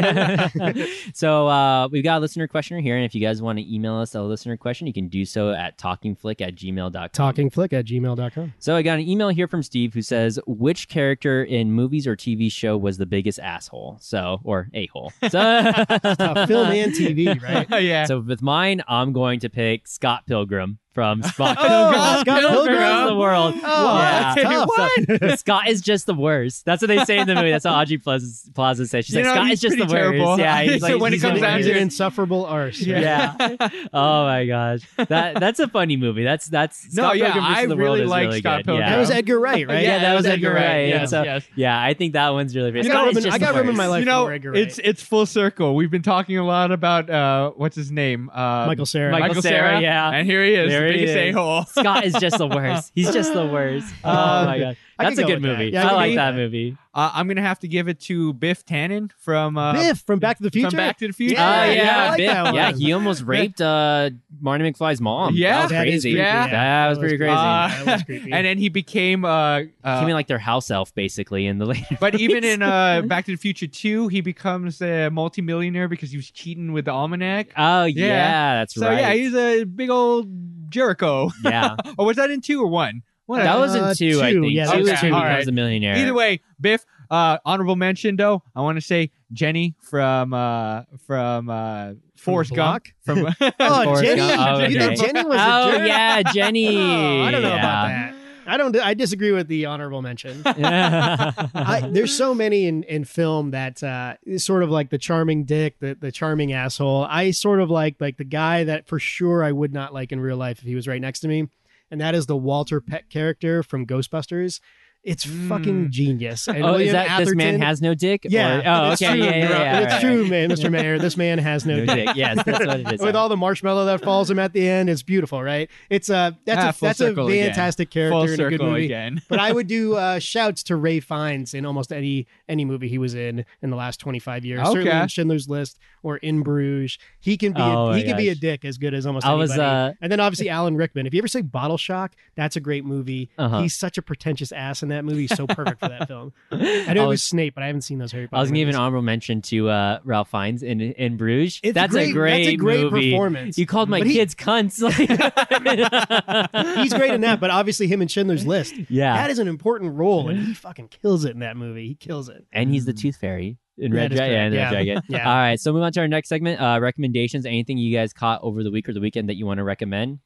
[SPEAKER 2] <laughs>
[SPEAKER 3] minutes.
[SPEAKER 1] so uh, we've got a listener questioner here, and if you guys want to email us a listener question, you can do so at talkingflick at gmail.com.
[SPEAKER 3] Talking excitingflick
[SPEAKER 2] <laughs>
[SPEAKER 3] at gmail.com.
[SPEAKER 1] So I got an email here from Steve who says, "Which character in movies or TV show was the biggest asshole?" So or a
[SPEAKER 2] <laughs>
[SPEAKER 1] hole. So
[SPEAKER 3] Tough. Uh, Film and TV, right?
[SPEAKER 1] <laughs>
[SPEAKER 2] yeah.
[SPEAKER 1] So with mine, I'm going to pick Scott Pilgrim
[SPEAKER 2] <laughs>
[SPEAKER 1] from Spock.
[SPEAKER 2] Oh,
[SPEAKER 3] God, Scott Pilgrim.
[SPEAKER 1] versus the
[SPEAKER 2] <laughs>
[SPEAKER 1] world.
[SPEAKER 2] <laughs> Oh,
[SPEAKER 3] <laughs>
[SPEAKER 1] Yeah.
[SPEAKER 2] that's tough.
[SPEAKER 1] So, Scott is just the worst. That's what they say in the movie. That's how Audrey Plaza, Plaza says. She's
[SPEAKER 2] You
[SPEAKER 1] like,
[SPEAKER 2] know,
[SPEAKER 1] Scott
[SPEAKER 2] he's
[SPEAKER 1] is just the
[SPEAKER 2] pretty terrible.
[SPEAKER 1] worst. Yeah.
[SPEAKER 2] <laughs>
[SPEAKER 1] He's
[SPEAKER 2] So
[SPEAKER 1] like,
[SPEAKER 2] when it
[SPEAKER 1] he's
[SPEAKER 2] comes
[SPEAKER 1] the
[SPEAKER 2] down
[SPEAKER 3] He's
[SPEAKER 1] worst.
[SPEAKER 2] to
[SPEAKER 3] an
[SPEAKER 2] it-
[SPEAKER 3] insufferable arse.
[SPEAKER 2] Yeah.
[SPEAKER 3] <laughs>
[SPEAKER 1] yeah. oh my gosh. That that's a funny movie. That's that's
[SPEAKER 2] No,
[SPEAKER 1] Scott
[SPEAKER 2] yeah,
[SPEAKER 1] Pilgrim versus
[SPEAKER 2] I
[SPEAKER 1] the
[SPEAKER 2] really
[SPEAKER 1] world is
[SPEAKER 2] like
[SPEAKER 1] really
[SPEAKER 2] Scott
[SPEAKER 1] good. Yeah.
[SPEAKER 2] Pilgrim.
[SPEAKER 3] That was
[SPEAKER 2] <laughs>
[SPEAKER 3] Edgar Wright, right?
[SPEAKER 1] Yeah, that was Edgar Wright. Yeah,
[SPEAKER 2] Yes,
[SPEAKER 1] so-
[SPEAKER 2] yes.
[SPEAKER 1] Yeah, I think that one's really.
[SPEAKER 3] I
[SPEAKER 1] Scott
[SPEAKER 3] got
[SPEAKER 1] is
[SPEAKER 3] Roman-
[SPEAKER 1] just
[SPEAKER 3] I got
[SPEAKER 1] the
[SPEAKER 3] Roman
[SPEAKER 1] worst.
[SPEAKER 3] my life
[SPEAKER 2] you know,
[SPEAKER 3] for Edgar Wright.
[SPEAKER 2] it's it's full circle. We've been talking a lot about uh, what's his name, uh,
[SPEAKER 3] Michael Sarah.
[SPEAKER 1] Michael Cera,
[SPEAKER 2] Cera,
[SPEAKER 1] yeah.
[SPEAKER 2] <laughs> and here he is,
[SPEAKER 1] There
[SPEAKER 2] the
[SPEAKER 1] he
[SPEAKER 2] biggest
[SPEAKER 1] is.
[SPEAKER 2] a hole.
[SPEAKER 1] Scott is just the worst. He's just the
[SPEAKER 3] <laughs>
[SPEAKER 1] worst. Oh
[SPEAKER 2] Um,
[SPEAKER 1] my god,
[SPEAKER 3] Uh, I
[SPEAKER 1] that's
[SPEAKER 3] could
[SPEAKER 1] a
[SPEAKER 3] go
[SPEAKER 1] good
[SPEAKER 3] with that.
[SPEAKER 1] movie.
[SPEAKER 3] Yeah, I
[SPEAKER 1] I
[SPEAKER 3] could
[SPEAKER 1] like
[SPEAKER 3] go
[SPEAKER 1] that
[SPEAKER 3] with
[SPEAKER 1] movie.
[SPEAKER 2] Uh, I'm gonna have to give it to Biff Tannen from uh,
[SPEAKER 3] Biff from Back to the Future.
[SPEAKER 2] From Back to the Future. Uh,
[SPEAKER 3] Yeah,
[SPEAKER 1] Oh
[SPEAKER 3] yeah, I
[SPEAKER 1] yeah,
[SPEAKER 3] like
[SPEAKER 1] Biff.
[SPEAKER 3] that one.
[SPEAKER 1] yeah, he almost raped uh, Marty McFly's mom.
[SPEAKER 2] Yeah.
[SPEAKER 1] that was
[SPEAKER 3] That is
[SPEAKER 1] crazy.
[SPEAKER 3] creepy,
[SPEAKER 2] Yeah.
[SPEAKER 1] that was pretty crazy.
[SPEAKER 2] Uh,
[SPEAKER 3] That was
[SPEAKER 2] <laughs>
[SPEAKER 3] creepy.
[SPEAKER 2] and then he became uh, uh,
[SPEAKER 1] Came in like their house elf basically in the
[SPEAKER 3] <laughs>
[SPEAKER 1] later.
[SPEAKER 2] But even in uh, Back to the Future 2, he becomes a multimillionaire because he was cheating with the almanac.
[SPEAKER 1] Oh yeah, that's
[SPEAKER 2] so yeah,
[SPEAKER 1] right.
[SPEAKER 2] he's a big old Jericho.
[SPEAKER 3] <laughs>
[SPEAKER 1] yeah,
[SPEAKER 2] Or was that in 2 or 1? What
[SPEAKER 1] that was
[SPEAKER 3] Uh,
[SPEAKER 1] in two, I
[SPEAKER 3] two,
[SPEAKER 1] think.
[SPEAKER 3] yeah,
[SPEAKER 1] two
[SPEAKER 2] okay,
[SPEAKER 1] is two
[SPEAKER 2] all
[SPEAKER 1] becomes
[SPEAKER 2] right.
[SPEAKER 1] a millionaire.
[SPEAKER 2] Either way, Biff, uh, honorable mention though. I want to say Jenny from uh, from uh, Forrest Gump.
[SPEAKER 3] Block?
[SPEAKER 2] From <laughs>
[SPEAKER 3] oh,
[SPEAKER 1] Forrest
[SPEAKER 3] Jenny.
[SPEAKER 1] Gump. Oh,
[SPEAKER 3] You
[SPEAKER 1] okay.
[SPEAKER 3] think Jenny was
[SPEAKER 1] oh
[SPEAKER 3] a jerk?
[SPEAKER 1] yeah, Jenny.
[SPEAKER 3] <laughs> Oh, I don't know about
[SPEAKER 1] Yeah.
[SPEAKER 3] that. I don't. I disagree with the honorable mention.
[SPEAKER 1] <laughs>
[SPEAKER 3] I, there's so many in, in film that uh, is sort of like the charming dick, the, the charming asshole. I sort of like like the guy that for sure I would not like in real life if he was right next to me, and that is the Walter Peck character from Ghostbusters. It's fucking
[SPEAKER 2] Mm.
[SPEAKER 3] genius.
[SPEAKER 1] <laughs>
[SPEAKER 3] And
[SPEAKER 1] oh, is
[SPEAKER 3] William
[SPEAKER 1] that this man
[SPEAKER 3] Atherton-
[SPEAKER 1] has no dick?
[SPEAKER 3] Yeah,
[SPEAKER 1] Or, oh,
[SPEAKER 3] it's
[SPEAKER 1] okay.
[SPEAKER 3] true,
[SPEAKER 1] yeah, yeah,
[SPEAKER 3] bro.
[SPEAKER 1] yeah,
[SPEAKER 3] it's
[SPEAKER 1] right.
[SPEAKER 3] true, man, Mr. Mayor. This man has
[SPEAKER 1] <laughs>
[SPEAKER 3] no,
[SPEAKER 1] No dick. Yes, that's what it is.
[SPEAKER 3] <laughs> With all the marshmallow that falls him at the end, it's beautiful, right? It's a that's
[SPEAKER 2] Ah,
[SPEAKER 3] a
[SPEAKER 2] full
[SPEAKER 3] that's a
[SPEAKER 2] circle again.
[SPEAKER 3] fantastic
[SPEAKER 2] Full
[SPEAKER 3] character in a good
[SPEAKER 2] circle
[SPEAKER 3] movie
[SPEAKER 2] again.
[SPEAKER 1] <laughs>
[SPEAKER 3] but I would do uh, shouts to Ray Fiennes in almost any any movie he was in in the last 25 years. Certainly
[SPEAKER 2] Okay.
[SPEAKER 3] in Schindler's List or in Bruges, he can be
[SPEAKER 1] Oh,
[SPEAKER 3] a,
[SPEAKER 1] my
[SPEAKER 3] he can be a
[SPEAKER 1] gosh.
[SPEAKER 3] dick as good as almost
[SPEAKER 1] I
[SPEAKER 3] anybody.
[SPEAKER 1] was, uh,
[SPEAKER 3] and then obviously Alan Rickman. If you ever say Bottle Shock, that's a great movie.
[SPEAKER 1] Uh-huh.
[SPEAKER 3] He's such a pretentious ass in that movie. He's
[SPEAKER 1] <laughs>
[SPEAKER 3] so perfect for that film. <laughs> I know
[SPEAKER 1] uh, I
[SPEAKER 3] it
[SPEAKER 1] was-
[SPEAKER 3] was Snape, but I haven't seen those Harry Potter.
[SPEAKER 1] I was gonna give
[SPEAKER 3] movies.
[SPEAKER 1] an honorable mention to uh, Ralph Fiennes in in Bruges.
[SPEAKER 3] It's
[SPEAKER 1] that's
[SPEAKER 3] great,
[SPEAKER 1] a great,
[SPEAKER 3] that's a great
[SPEAKER 1] movie.
[SPEAKER 3] performance.
[SPEAKER 1] You called my
[SPEAKER 3] But he-
[SPEAKER 1] kids cunts. <laughs> Like- <laughs>
[SPEAKER 3] <laughs> He's great in that, but obviously him and Schindler's List.
[SPEAKER 1] yeah,
[SPEAKER 3] That is an important
[SPEAKER 1] <laughs>
[SPEAKER 3] role, and he fucking kills it in that movie. He kills it.
[SPEAKER 1] and he's the Tooth Fairy in
[SPEAKER 3] Hmm. That
[SPEAKER 1] Red
[SPEAKER 3] is
[SPEAKER 1] Dragon. Yeah, in Red
[SPEAKER 3] correct.
[SPEAKER 1] Dragon.
[SPEAKER 3] Yeah.
[SPEAKER 1] All right, so move on to our next segment. Uh, recommendations. Anything you guys caught over the week or the weekend that you want to recommend?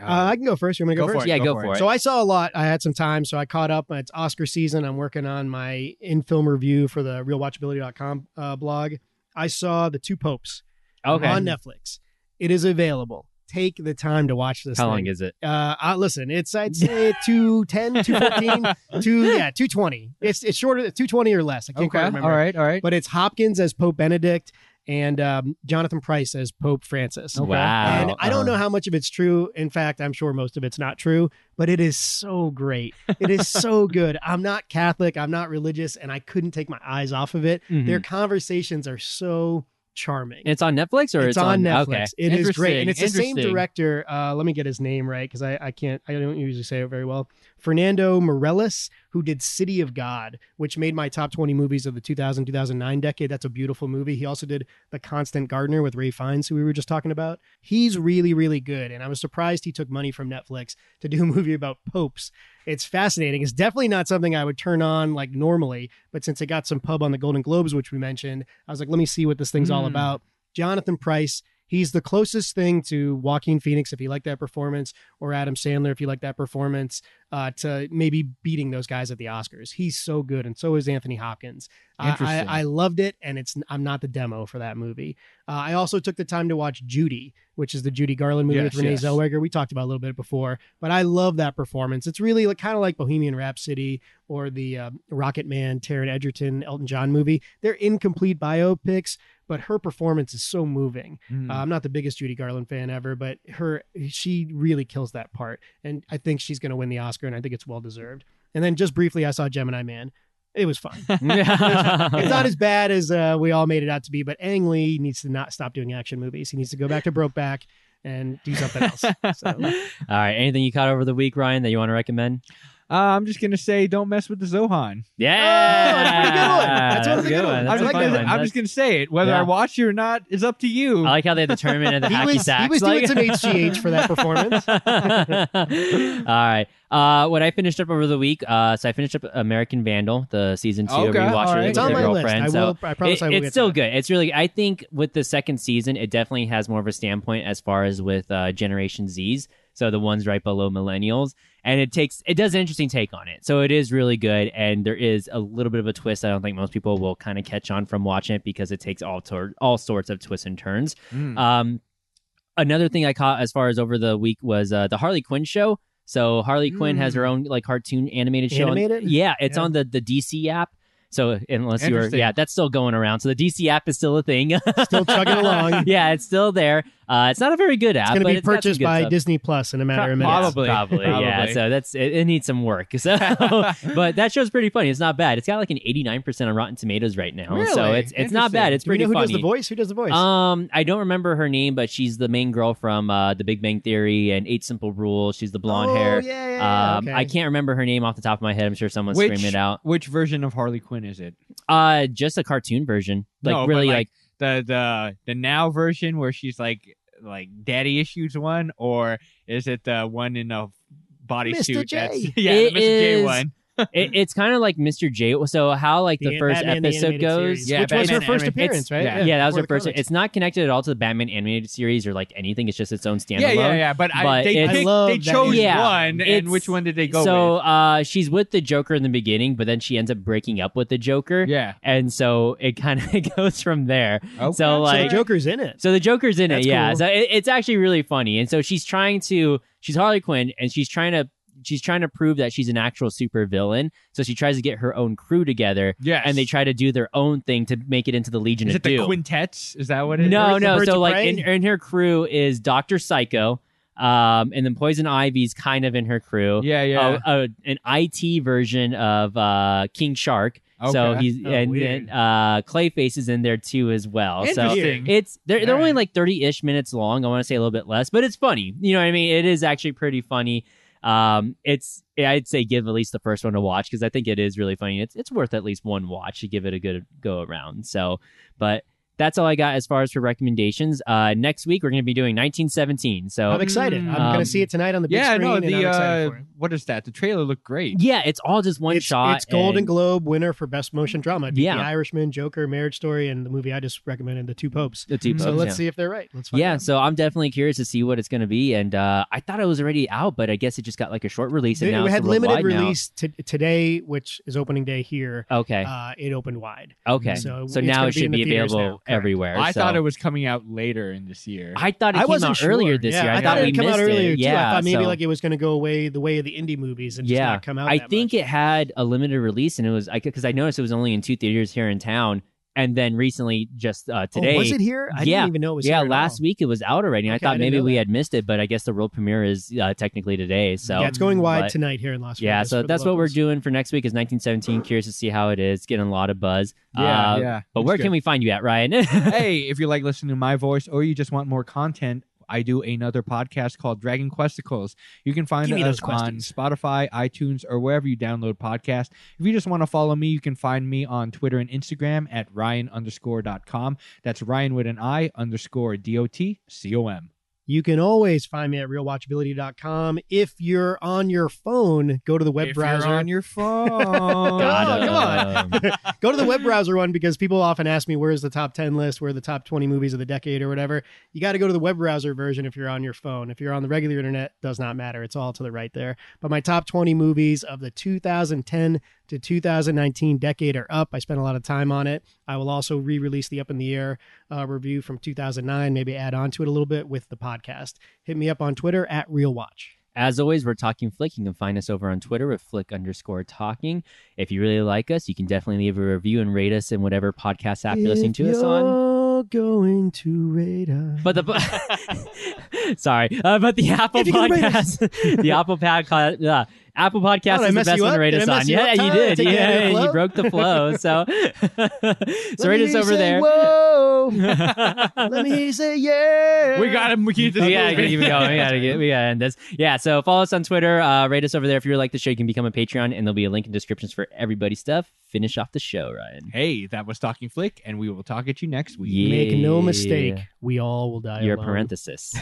[SPEAKER 3] Uh, I can go first. You want me to go,
[SPEAKER 2] Go
[SPEAKER 3] first?
[SPEAKER 2] for it,
[SPEAKER 1] yeah, go,
[SPEAKER 2] go for
[SPEAKER 1] for
[SPEAKER 2] it.
[SPEAKER 1] it.
[SPEAKER 3] So I saw a lot. I had some time, so I caught up. It's Oscar season. I'm working on my in-film review for the RealWatchability.com uh, blog. I saw The Two Popes
[SPEAKER 1] okay.
[SPEAKER 3] on Netflix. It is available. Take the time to watch this.
[SPEAKER 1] How
[SPEAKER 3] thing.
[SPEAKER 1] long is it?
[SPEAKER 3] Uh, uh, listen,
[SPEAKER 1] <laughs>
[SPEAKER 3] it's I'd say 210, 214, two yeah, 220. It's it's shorter, 220 or less. I can't quite remember.
[SPEAKER 2] right, all right.
[SPEAKER 3] But it's Hopkins as Pope Benedict and um, Jonathan Price as Pope Francis.
[SPEAKER 1] Wow.
[SPEAKER 3] And I don't
[SPEAKER 1] Uh-huh.
[SPEAKER 3] know how much of it's true. In fact, I'm sure most of it's not true, but it is so great. It is so good. I'm not Catholic, I'm not religious, and I couldn't take my eyes off of it.
[SPEAKER 2] Mhm.
[SPEAKER 3] Their conversations are so charming.
[SPEAKER 1] It's on Netflix or it's,
[SPEAKER 3] It's on Netflix.
[SPEAKER 1] Okay.
[SPEAKER 3] It is great, and it's the
[SPEAKER 2] Interesting,
[SPEAKER 3] same
[SPEAKER 1] <laughs>
[SPEAKER 2] interesting.
[SPEAKER 3] director. Uh, let me get his name right because I, I can't. I don't usually say it very well. Fernando Morellis, who did City of God, which made my top twenty movies of the 2000 2009 decade. That's a beautiful movie. He also did The Constant Gardener with Ray Fiennes, who we were just talking about. He's really really good, and I was surprised he took money from Netflix to do a movie about popes. It's fascinating. It's definitely not something I would turn on like normally, but since it got some pub on the Golden Globes, which we mentioned, I was like, let me see what this thing's all
[SPEAKER 2] Mm.
[SPEAKER 3] about. Jonathan Price. He's the closest thing to Joaquin Phoenix, if you like that performance, or Adam Sandler, if you like that performance, uh, to maybe beating those guys at the Oscars. He's so good, and so is Anthony Hopkins. I,
[SPEAKER 2] Interesting.
[SPEAKER 3] I, I loved it, and it's I'm not the demo for that movie. Uh, I also took the time to watch Judy, which is the Judy Garland movie
[SPEAKER 2] Yes,
[SPEAKER 3] with Renee
[SPEAKER 2] yes.
[SPEAKER 3] Zellweger. We talked about it a little bit before, but I love that performance. It's really like, kind of like Bohemian Rhapsody or the uh, Rocket Man, Taron Egerton, Elton John movie. They're incomplete biopics, but her performance is so moving.
[SPEAKER 2] Mm.
[SPEAKER 3] Uh, I'm not the biggest Judy Garland fan ever, but her she really kills that part, and I think she's going to win the Oscar, and I think it's well deserved. And then just briefly, I saw Gemini Man. It was fun. <laughs> It's
[SPEAKER 1] <laughs>
[SPEAKER 3] not as bad as uh, we all made it out to be, but Ang Lee needs to not stop doing action movies. He needs to go back to Brokeback and do something else. So,
[SPEAKER 1] <laughs>
[SPEAKER 3] Oh,
[SPEAKER 1] All right. Anything you caught over the week, Ryan, that you want to recommend?
[SPEAKER 2] Uh, I'm just gonna say, don't mess with the Zohan.
[SPEAKER 1] Yeah,
[SPEAKER 3] that's a pretty good one.
[SPEAKER 1] That's a good
[SPEAKER 2] I'm, just
[SPEAKER 3] That's a fun
[SPEAKER 2] gonna,
[SPEAKER 1] one.
[SPEAKER 2] I'm just gonna say it. Whether
[SPEAKER 1] Yeah.
[SPEAKER 2] I watch you or not is up to you.
[SPEAKER 1] I like how they had the tournament of the
[SPEAKER 3] <laughs> he
[SPEAKER 1] hacky
[SPEAKER 3] was
[SPEAKER 1] sacks.
[SPEAKER 3] he was
[SPEAKER 1] like-
[SPEAKER 3] doing
[SPEAKER 1] <laughs>
[SPEAKER 3] some HGH for that performance.
[SPEAKER 1] All right. Uh, what I finished up over the week, uh, so I finished up American Vandal, the season two.
[SPEAKER 2] Okay,
[SPEAKER 1] rewatch
[SPEAKER 2] all
[SPEAKER 1] it
[SPEAKER 2] right.
[SPEAKER 1] with
[SPEAKER 3] It's on
[SPEAKER 1] your
[SPEAKER 3] my list.
[SPEAKER 1] girlfriend.
[SPEAKER 3] I
[SPEAKER 1] so
[SPEAKER 3] will. I promise
[SPEAKER 1] it-
[SPEAKER 3] I will.
[SPEAKER 1] it's
[SPEAKER 3] get
[SPEAKER 1] still
[SPEAKER 3] to that.
[SPEAKER 1] good. It's really. I think with the second season, it definitely has more of a standpoint as far as with uh, Generation Z's. So the ones right below millennials, and it takes it does an interesting take on it. So it is really good, and there is a little bit of a twist. I don't think most people will kind of catch on from watching it because it takes all tor- all sorts of twists and turns.
[SPEAKER 3] Hmm.
[SPEAKER 2] Mm.
[SPEAKER 1] Um, another thing I caught as far as over the week was uh, the Harley Quinn show. So Harley Quinn has her own like cartoon animated show. on-
[SPEAKER 3] Hmm. Animated?
[SPEAKER 1] yeah, it's
[SPEAKER 3] Yeah.
[SPEAKER 1] on the the DC app. So unless you're
[SPEAKER 2] Interesting.
[SPEAKER 1] yeah, that's still going around. So the DC app is still a thing. <laughs>
[SPEAKER 3] Still chugging along.
[SPEAKER 1] yeah, it's still there. Uh, it's not a very good app.
[SPEAKER 3] It's going
[SPEAKER 1] but
[SPEAKER 3] to be
[SPEAKER 1] it's got some
[SPEAKER 3] purchased
[SPEAKER 1] good
[SPEAKER 3] by
[SPEAKER 1] stuff.
[SPEAKER 3] Disney Plus in a matter of
[SPEAKER 2] Pro-
[SPEAKER 3] minutes.
[SPEAKER 2] Probably.
[SPEAKER 1] Probably, yeah.
[SPEAKER 2] Probably.
[SPEAKER 1] So that's it, it needs some work. <laughs>
[SPEAKER 3] <laughs>
[SPEAKER 1] So, but that show's pretty funny. It's not bad. It's got like an eighty nine percent on Rotten Tomatoes right now. So
[SPEAKER 2] Really?
[SPEAKER 1] it's it's not bad.
[SPEAKER 2] Interesting.
[SPEAKER 1] It's
[SPEAKER 3] Do we
[SPEAKER 1] pretty
[SPEAKER 3] know who
[SPEAKER 1] funny.
[SPEAKER 3] does the voice? Who does the voice?
[SPEAKER 1] Um, I don't remember her name, but she's the main girl from uh, The Big Bang Theory and Eight Simple Rules. She's the blonde
[SPEAKER 3] oh,
[SPEAKER 1] hair.
[SPEAKER 3] Yeah, yeah, yeah.
[SPEAKER 1] Um,
[SPEAKER 3] okay.
[SPEAKER 1] I can't remember her name off the top of my head. I'm sure someone
[SPEAKER 2] Which-
[SPEAKER 1] scream it out.
[SPEAKER 2] Which version of Harley Quinn is it?
[SPEAKER 1] Uh, just a cartoon version, like
[SPEAKER 2] No, but,
[SPEAKER 1] really like,
[SPEAKER 2] like, The the the now version where she's like like daddy issues one, or is it the one in a
[SPEAKER 3] Mr.
[SPEAKER 2] bodysuit?
[SPEAKER 3] J.
[SPEAKER 2] that's- <laughs> Yeah,
[SPEAKER 1] It
[SPEAKER 2] the Mr. J
[SPEAKER 1] is-
[SPEAKER 2] one.
[SPEAKER 1] it, it's kind of like Mr. J. So how like the,
[SPEAKER 3] The
[SPEAKER 1] first
[SPEAKER 3] Batman the
[SPEAKER 1] episode
[SPEAKER 3] animated
[SPEAKER 1] goes?
[SPEAKER 3] series.
[SPEAKER 2] Yeah,
[SPEAKER 3] Which was
[SPEAKER 2] Batman
[SPEAKER 3] her first
[SPEAKER 2] anime.
[SPEAKER 1] It's-
[SPEAKER 3] appearance, right?
[SPEAKER 2] yeah.
[SPEAKER 1] Yeah, that was
[SPEAKER 3] for
[SPEAKER 1] her
[SPEAKER 3] the
[SPEAKER 1] first.
[SPEAKER 3] comics.
[SPEAKER 1] It's not connected at all to the Batman animated series or like anything. It's just its own standalone.
[SPEAKER 2] Yeah, yeah, yeah. But, I,
[SPEAKER 1] But
[SPEAKER 2] they,
[SPEAKER 1] it's-
[SPEAKER 2] picked-
[SPEAKER 1] I
[SPEAKER 3] love
[SPEAKER 2] they
[SPEAKER 3] that
[SPEAKER 2] chose
[SPEAKER 1] Yeah.
[SPEAKER 2] one,
[SPEAKER 1] It's-
[SPEAKER 2] and which one did they go
[SPEAKER 1] so uh, she's with the Joker in the beginning, but then she ends up breaking up with the Joker,
[SPEAKER 2] with? Yeah.
[SPEAKER 1] and so <laughs> it kind of goes from there. So
[SPEAKER 2] Okay.
[SPEAKER 3] So
[SPEAKER 1] like,
[SPEAKER 3] the Joker's in it.
[SPEAKER 1] So the Joker's in
[SPEAKER 3] That's
[SPEAKER 1] it, yeah.
[SPEAKER 3] cool.
[SPEAKER 1] So it, it's actually really funny, and so she's trying to she's Harley Quinn, and she's trying to she's trying to prove that she's an actual super villain. So she tries to get her own crew together,
[SPEAKER 2] Yes.
[SPEAKER 1] and they try to do their own thing to make it into the Legion
[SPEAKER 2] Is
[SPEAKER 1] of
[SPEAKER 2] it the
[SPEAKER 1] Doom.
[SPEAKER 2] quintets? Is that what it is?
[SPEAKER 1] no,
[SPEAKER 3] Birds- the
[SPEAKER 1] no.
[SPEAKER 3] Birds
[SPEAKER 1] So
[SPEAKER 3] of
[SPEAKER 1] like
[SPEAKER 3] Prey?
[SPEAKER 1] in, in her crew is Doctor Psycho, um, and then Poison Ivy's kind of in her crew.
[SPEAKER 2] Yeah, yeah.
[SPEAKER 1] A, a- an IT version of uh, King Shark. So
[SPEAKER 2] Okay.
[SPEAKER 1] he's
[SPEAKER 3] Oh,
[SPEAKER 1] and
[SPEAKER 3] weird.
[SPEAKER 1] then uh, Clayface is in there too as well. So
[SPEAKER 3] Mm-hmm.
[SPEAKER 2] Interesting.
[SPEAKER 1] it's they're, they're
[SPEAKER 2] All
[SPEAKER 1] only
[SPEAKER 2] right.
[SPEAKER 1] like 30-ish minutes long i want to say a little bit less but it's funny you know what i mean it is actually pretty funny um it's i'd say give at least the first one to watch because i think it is really funny it's it's worth at least one watch to give it a good go around so but that's all i got as far as for recommendations uh next week we're going to be doing 1917 so
[SPEAKER 3] I'm excited. I'm
[SPEAKER 1] Um,
[SPEAKER 3] going to see it tonight on the big
[SPEAKER 2] yeah,
[SPEAKER 3] screen,
[SPEAKER 2] no,
[SPEAKER 3] and
[SPEAKER 2] the
[SPEAKER 3] I'm
[SPEAKER 2] uh,
[SPEAKER 3] excited for it.
[SPEAKER 2] what is that? The trailer looked great.
[SPEAKER 1] yeah it's all just one
[SPEAKER 3] it's,
[SPEAKER 1] shot
[SPEAKER 3] It's Golden
[SPEAKER 1] and-
[SPEAKER 3] Globe winner for best motion drama. It'd be
[SPEAKER 1] Yeah.
[SPEAKER 3] The Irishman, Joker, Marriage Story, and the movie I just recommended, The Two Popes.
[SPEAKER 1] the two
[SPEAKER 2] So
[SPEAKER 3] So
[SPEAKER 1] popes,
[SPEAKER 3] let's
[SPEAKER 1] yeah.
[SPEAKER 3] see if they're right. Let's find
[SPEAKER 1] yeah,
[SPEAKER 3] out.
[SPEAKER 1] so I'm definitely curious to see what it's going to be, and uh, I thought it was already out, but I guess it just got like a short release. And
[SPEAKER 3] They-
[SPEAKER 1] now
[SPEAKER 3] we
[SPEAKER 1] it's
[SPEAKER 3] had limited
[SPEAKER 1] worldwide now.
[SPEAKER 3] release to today, which is opening day here.
[SPEAKER 1] Okay,
[SPEAKER 3] Uh, it opened wide.
[SPEAKER 1] Okay. So,
[SPEAKER 3] So it's
[SPEAKER 1] now
[SPEAKER 3] gonna
[SPEAKER 1] it
[SPEAKER 3] be
[SPEAKER 1] should
[SPEAKER 3] in
[SPEAKER 1] be
[SPEAKER 3] the theaters
[SPEAKER 1] available
[SPEAKER 3] now, correct.
[SPEAKER 1] everywhere.
[SPEAKER 2] I
[SPEAKER 1] so-
[SPEAKER 2] thought it was coming out later in this year.
[SPEAKER 1] I thought it came
[SPEAKER 3] wasn't
[SPEAKER 1] out earlier
[SPEAKER 3] sure.
[SPEAKER 1] this
[SPEAKER 3] Yeah,
[SPEAKER 1] year.
[SPEAKER 3] I, thought
[SPEAKER 1] we
[SPEAKER 3] it came out
[SPEAKER 1] missed
[SPEAKER 3] earlier too.
[SPEAKER 1] Yeah,
[SPEAKER 3] I thought maybe
[SPEAKER 1] so-
[SPEAKER 3] like it was going to go away the way of the indie movies and just
[SPEAKER 1] Yeah.
[SPEAKER 3] not come out.
[SPEAKER 1] I
[SPEAKER 3] that
[SPEAKER 1] think
[SPEAKER 3] much.
[SPEAKER 1] it had a limited release, and it was I because I noticed it was only in two theaters here in town, and then recently just uh,
[SPEAKER 3] Oh,
[SPEAKER 1] today.
[SPEAKER 3] was it here? I
[SPEAKER 1] Yeah.
[SPEAKER 3] didn't even know it was.
[SPEAKER 1] yeah,
[SPEAKER 3] here at
[SPEAKER 1] last
[SPEAKER 3] all.
[SPEAKER 1] week it was out already. And
[SPEAKER 3] Okay,
[SPEAKER 1] I
[SPEAKER 3] I
[SPEAKER 1] thought
[SPEAKER 3] didn't
[SPEAKER 1] maybe
[SPEAKER 3] know
[SPEAKER 1] we
[SPEAKER 3] that.
[SPEAKER 1] had missed it, but I guess the world premiere is uh, technically today. So
[SPEAKER 3] yeah, it's going wide
[SPEAKER 1] but-
[SPEAKER 3] tonight here in Las Vegas.
[SPEAKER 1] Yeah, so
[SPEAKER 3] for the
[SPEAKER 1] that's what we're
[SPEAKER 3] locals.
[SPEAKER 1] doing for next week is 1917. Curious to see how it is. Getting a lot of buzz.
[SPEAKER 2] yeah,
[SPEAKER 1] Uh,
[SPEAKER 2] yeah.
[SPEAKER 1] But
[SPEAKER 2] It's
[SPEAKER 1] where
[SPEAKER 2] good.
[SPEAKER 1] can we find you at,
[SPEAKER 3] Oh,
[SPEAKER 1] Ryan? <laughs>
[SPEAKER 2] hey, if you like listening to my voice or you just want more content, I do another podcast called Dragon Questicles. You can find
[SPEAKER 3] Give me
[SPEAKER 2] us
[SPEAKER 3] those
[SPEAKER 2] on
[SPEAKER 3] questies.
[SPEAKER 2] Spotify, iTunes, or wherever you download podcasts. If you just want to follow me, you can find me on Twitter and Instagram at Ryan underscore dot com. That's Ryan with an I underscore D O T C O M.
[SPEAKER 3] You can always find me at realwatchability.com. If you're on your phone, go to the web
[SPEAKER 2] if
[SPEAKER 3] browser.
[SPEAKER 2] you're on your phone.
[SPEAKER 3] God,
[SPEAKER 1] Gotta-
[SPEAKER 3] come on. go to the web browser one because people often ask me where's the top 10 list where are the top 20 movies of the decade or whatever you got to go to the web browser version if you're on your phone if you're on the regular internet does not matter it's all to the right there but my top 20 movies of the 2010 to 2019 decade are up i spent a lot of time on it i will also re-release the up in the air uh, review from 2009 maybe add on to it a little bit with the podcast hit me up on twitter at realwatch
[SPEAKER 1] As always, we're talking flick. You can find us over on Twitter with flick underscore talking. If you really like us, you can definitely leave a review and rate us in whatever podcast app you're listening to us on.
[SPEAKER 3] going to rate us
[SPEAKER 1] But the <laughs> sorry, uh, but the Apple
[SPEAKER 3] If you can rate
[SPEAKER 1] <laughs> podcast, the Apple podcast, uh, Apple Podcast
[SPEAKER 3] What, I
[SPEAKER 1] is the
[SPEAKER 3] mess
[SPEAKER 1] best
[SPEAKER 3] you
[SPEAKER 1] one to
[SPEAKER 3] up?
[SPEAKER 1] rate
[SPEAKER 3] Did I
[SPEAKER 1] us
[SPEAKER 3] mess
[SPEAKER 1] on.
[SPEAKER 3] you
[SPEAKER 1] Yeah,
[SPEAKER 3] up,
[SPEAKER 1] you
[SPEAKER 3] Tyler?
[SPEAKER 1] did.
[SPEAKER 3] Take it out of
[SPEAKER 1] Yeah,
[SPEAKER 3] your
[SPEAKER 1] you
[SPEAKER 3] flow?
[SPEAKER 1] broke the flow. So, <laughs> so
[SPEAKER 3] Let
[SPEAKER 1] rate
[SPEAKER 3] me
[SPEAKER 1] us
[SPEAKER 3] hear you
[SPEAKER 1] over <laughs>
[SPEAKER 3] say,
[SPEAKER 1] there.
[SPEAKER 3] Whoa. <laughs> Let me hear you say yeah.
[SPEAKER 2] We got him. We keep this
[SPEAKER 1] we gotta
[SPEAKER 2] moving.
[SPEAKER 1] keep it going. We gotta get, we gotta end this. Yeah. So follow us on Twitter. Uh, rate us over there if you like the show. You can become a Patreon, and there'll be a link in descriptions for everybody's stuff. Finish off the show, Ryan.
[SPEAKER 2] Hey, that was Talking Flick, and we will talk at you next week.
[SPEAKER 1] Yeah.
[SPEAKER 3] Make no mistake, we all will die
[SPEAKER 1] <laughs> Your
[SPEAKER 3] alone.
[SPEAKER 1] parenthesis.